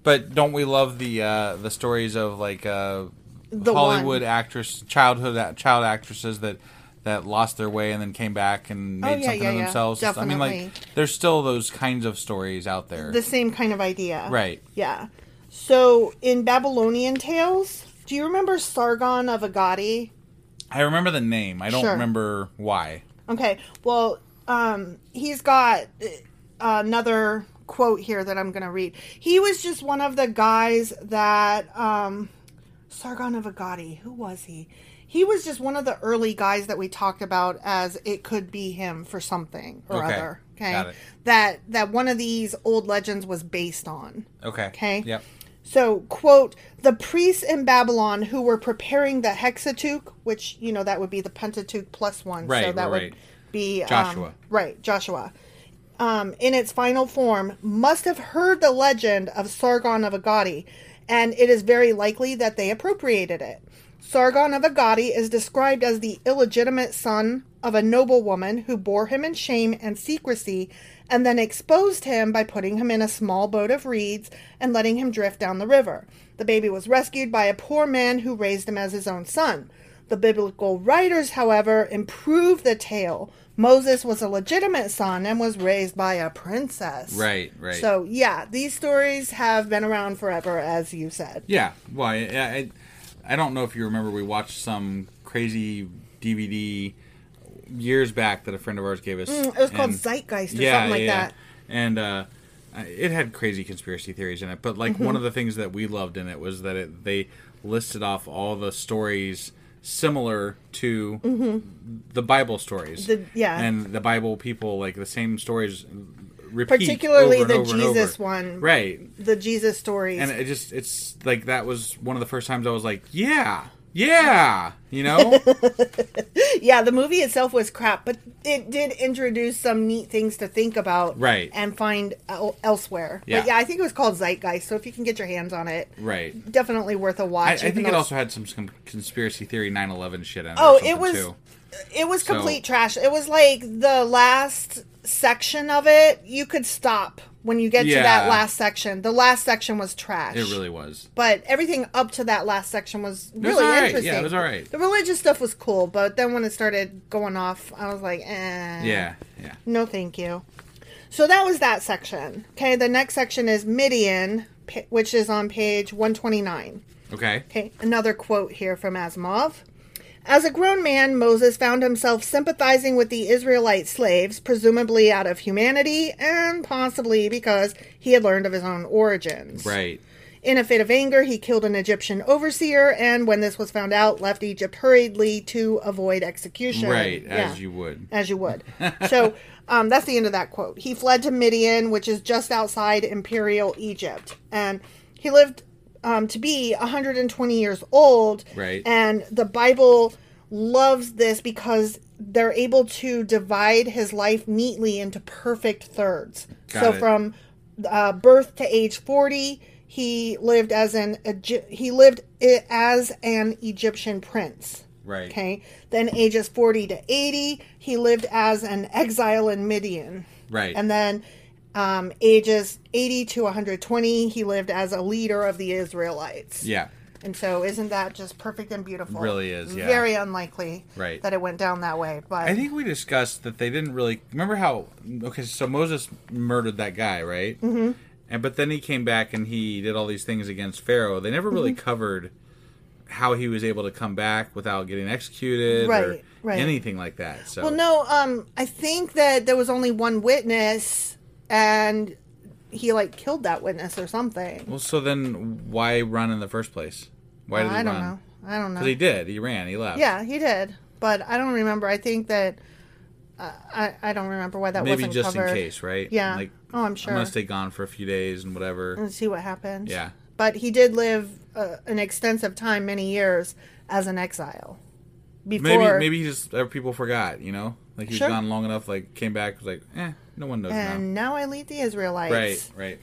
[SPEAKER 2] But don't we love the uh, the stories of like uh,
[SPEAKER 1] The
[SPEAKER 2] Hollywood
[SPEAKER 1] one.
[SPEAKER 2] actress, childhood a- child actresses that that lost their way and then came back and made
[SPEAKER 1] Oh, yeah,
[SPEAKER 2] something
[SPEAKER 1] yeah,
[SPEAKER 2] of
[SPEAKER 1] yeah.
[SPEAKER 2] themselves. I mean, like
[SPEAKER 1] Definitely.
[SPEAKER 2] there's still those kinds of stories out there.
[SPEAKER 1] the same kind of idea
[SPEAKER 2] Right.
[SPEAKER 1] yeah so in babylonian tales do you remember sargon of agadi
[SPEAKER 2] I remember the name. I don't
[SPEAKER 1] Sure.
[SPEAKER 2] remember why.
[SPEAKER 1] Okay. Well, um, he's got uh, another quote here that I'm going to read. He was just one of the guys that um, Sargon of Agadi. Who was he? He was just one of the early guys that we talked about as it could be him for something or
[SPEAKER 2] Okay.
[SPEAKER 1] other. Okay.
[SPEAKER 2] Got it.
[SPEAKER 1] That that one of these old legends was based on.
[SPEAKER 2] Okay.
[SPEAKER 1] Okay.
[SPEAKER 2] Yep.
[SPEAKER 1] So, quote, the priests in Babylon who were preparing the Hexateuch, which, you know, that would be the Pentateuch plus one. so
[SPEAKER 2] Right,
[SPEAKER 1] that
[SPEAKER 2] right.
[SPEAKER 1] would be um,
[SPEAKER 2] Joshua.
[SPEAKER 1] right, Joshua. Um, in its final form, must have heard the legend of Sargon of Agadi, and it is very likely that they appropriated it. Sargon of Agadi is described as the illegitimate son of a noblewoman who bore him in shame and secrecy, and then exposed him by putting him in a small boat of reeds and letting him drift down the river. The baby was rescued by a poor man who raised him as his own son. The biblical writers, however, improve the tale. Moses was a legitimate son and was raised by a princess.
[SPEAKER 2] Right, right.
[SPEAKER 1] So, yeah, these stories have been around forever, as you said.
[SPEAKER 2] Yeah. Well, I, I, I don't know if you remember, we watched some crazy DVD years back that a friend of ours gave us.
[SPEAKER 1] Mm, It was called Zeitgeist or something like that.
[SPEAKER 2] And uh, it had crazy conspiracy theories in it. But like
[SPEAKER 1] Mm-hmm.
[SPEAKER 2] one of the things that we loved in it was that it, they listed off all the stories similar to the Bible stories.
[SPEAKER 1] Mm-hmm. The- yeah.
[SPEAKER 2] And the Bible people, like the same stories. Repeat
[SPEAKER 1] Particularly
[SPEAKER 2] over and
[SPEAKER 1] the
[SPEAKER 2] over and over.
[SPEAKER 1] Jesus one.
[SPEAKER 2] right?
[SPEAKER 1] The Jesus stories.
[SPEAKER 2] and it just it's like that was one of the first times I was like, yeah, yeah, you know,
[SPEAKER 1] yeah, the movie itself was crap, but it did introduce some neat things to think about
[SPEAKER 2] Right.
[SPEAKER 1] and find el- elsewhere.
[SPEAKER 2] Yeah.
[SPEAKER 1] But yeah, I think it was called Zeitgeist, so if you can get your hands on it,
[SPEAKER 2] right.
[SPEAKER 1] definitely worth a
[SPEAKER 2] I, I
[SPEAKER 1] watch. even
[SPEAKER 2] think it
[SPEAKER 1] though-
[SPEAKER 2] also had some, some conspiracy theory 9/11 shit in it.
[SPEAKER 1] Oh,
[SPEAKER 2] or
[SPEAKER 1] it
[SPEAKER 2] something,
[SPEAKER 1] was-
[SPEAKER 2] too.
[SPEAKER 1] It was complete trash. It was like the last section of it. You could stop when you get to that
[SPEAKER 2] Yeah.
[SPEAKER 1] last section. The last section was trash.
[SPEAKER 2] It really was.
[SPEAKER 1] But everything up to that last section was really
[SPEAKER 2] all right. Yeah, it
[SPEAKER 1] interesting.
[SPEAKER 2] was all right.
[SPEAKER 1] The religious stuff was cool, but then when it started going off, I was like, eh.
[SPEAKER 2] Yeah, yeah.
[SPEAKER 1] No, thank you. So that was that section. Okay, the next section is Midian, pa- which is on page 129.
[SPEAKER 2] Okay.
[SPEAKER 1] Okay, another quote here from Asimov. As a grown man, Moses found himself sympathizing with the Israelite slaves, presumably out of humanity and possibly because he had learned of his own origins.
[SPEAKER 2] Right.
[SPEAKER 1] In a fit of anger, he killed an Egyptian overseer and, when this was found out, left Egypt hurriedly to avoid execution.
[SPEAKER 2] Right,
[SPEAKER 1] Yeah
[SPEAKER 2] as you would.
[SPEAKER 1] as you would. so um, that's the end of that quote. He fled to Midian, which is just outside imperial Egypt, and he lived um, to be 120 years old.
[SPEAKER 2] Right.
[SPEAKER 1] And the Bible loves this because they're able to divide his life neatly into perfect thirds.
[SPEAKER 2] Got
[SPEAKER 1] so
[SPEAKER 2] it.
[SPEAKER 1] from uh, birth to age 40. He lived as an Egy- he lived i- as an Egyptian prince.
[SPEAKER 2] Right.
[SPEAKER 1] Okay. Then ages 40 to 80, he lived as an exile in Midian.
[SPEAKER 2] Right.
[SPEAKER 1] And then um, ages 80 to 120, he lived as a leader of the Israelites.
[SPEAKER 2] Yeah.
[SPEAKER 1] And so, isn't that just perfect and beautiful?
[SPEAKER 2] Really is, yeah.
[SPEAKER 1] Very unlikely
[SPEAKER 2] Right.
[SPEAKER 1] that it went down that way. But
[SPEAKER 2] I think we discussed that they didn't really remember how. Okay, so Moses murdered that guy, right? Mm-hmm. And but then he came back and he did all these things against Pharaoh. They never
[SPEAKER 1] Mm-hmm.
[SPEAKER 2] really covered how he was able to come back without getting executed or
[SPEAKER 1] Right, right.
[SPEAKER 2] anything like that. So
[SPEAKER 1] Well, no, um, I think that there was only one witness and he like killed that witness or something.
[SPEAKER 2] Well, so then why run in the first place? Why did he
[SPEAKER 1] I don't
[SPEAKER 2] run?
[SPEAKER 1] know. I don't know.
[SPEAKER 2] Because he did. He ran. He left.
[SPEAKER 1] Yeah, he did, but I don't remember. I think that uh, I I don't remember why that
[SPEAKER 2] Maybe
[SPEAKER 1] wasn't
[SPEAKER 2] just
[SPEAKER 1] covered.
[SPEAKER 2] in case, right?
[SPEAKER 1] Yeah.
[SPEAKER 2] Like,
[SPEAKER 1] Oh, I'm sure. Mm,
[SPEAKER 2] I'm gonna stay gone for a few days and whatever.
[SPEAKER 1] and see what happens.
[SPEAKER 2] Yeah.
[SPEAKER 1] but he did live uh, an extensive time, many years, as an exile.
[SPEAKER 2] Maybe
[SPEAKER 1] Before
[SPEAKER 2] maybe he just uh, people forgot. You know, like he was
[SPEAKER 1] Sure.
[SPEAKER 2] gone long enough. Like came back was like, eh, no one knows
[SPEAKER 1] and now I lead the Israelites.
[SPEAKER 2] now. Right. Right.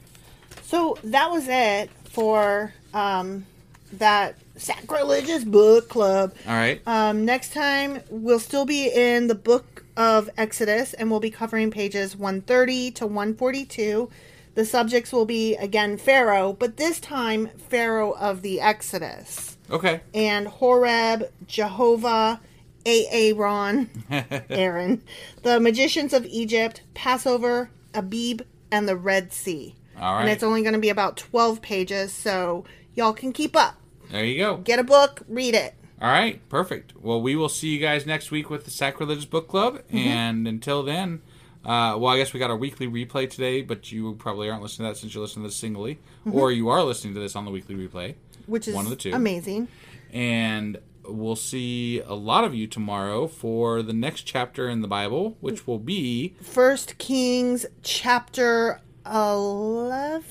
[SPEAKER 1] So that was it for um, that sacrilegious book club.
[SPEAKER 2] All right.
[SPEAKER 1] Um, next time, we'll still be in the book of Exodus and we'll be covering pages 130 to 142. The subjects will be again Pharaoh, but this time Pharaoh of the Exodus
[SPEAKER 2] okay.
[SPEAKER 1] and Horeb, Jehovah, Aaron, Aaron, the magicians of Egypt, Passover, Abib, and the Red Sea.
[SPEAKER 2] All
[SPEAKER 1] And
[SPEAKER 2] right.
[SPEAKER 1] it's only going to be about 12 pages, so y'all can keep up.
[SPEAKER 2] There you go.
[SPEAKER 1] Get a book, read it.
[SPEAKER 2] All right, perfect. Well, we will see you guys next week with the Sacrilegious Book Club.
[SPEAKER 1] Mm-hmm.
[SPEAKER 2] And until then, uh, well, I guess we got our weekly replay today, but you probably aren't listening to that since you're listening to this singly,
[SPEAKER 1] Mm-hmm.
[SPEAKER 2] or you are listening to this on the weekly replay,
[SPEAKER 1] which is
[SPEAKER 2] one of the two.
[SPEAKER 1] amazing.
[SPEAKER 2] And we'll see a lot of you tomorrow for the next chapter in the Bible, which will be
[SPEAKER 1] First Kings chapter eleven?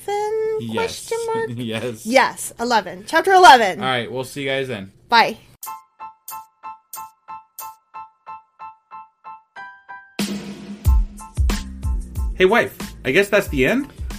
[SPEAKER 2] yes,
[SPEAKER 1] Question mark.
[SPEAKER 2] yes,
[SPEAKER 1] Yes, eleven. Chapter eleven.
[SPEAKER 2] All right, we'll see you guys then.
[SPEAKER 1] Bye.
[SPEAKER 2] Hey, wife. I guess that's the end.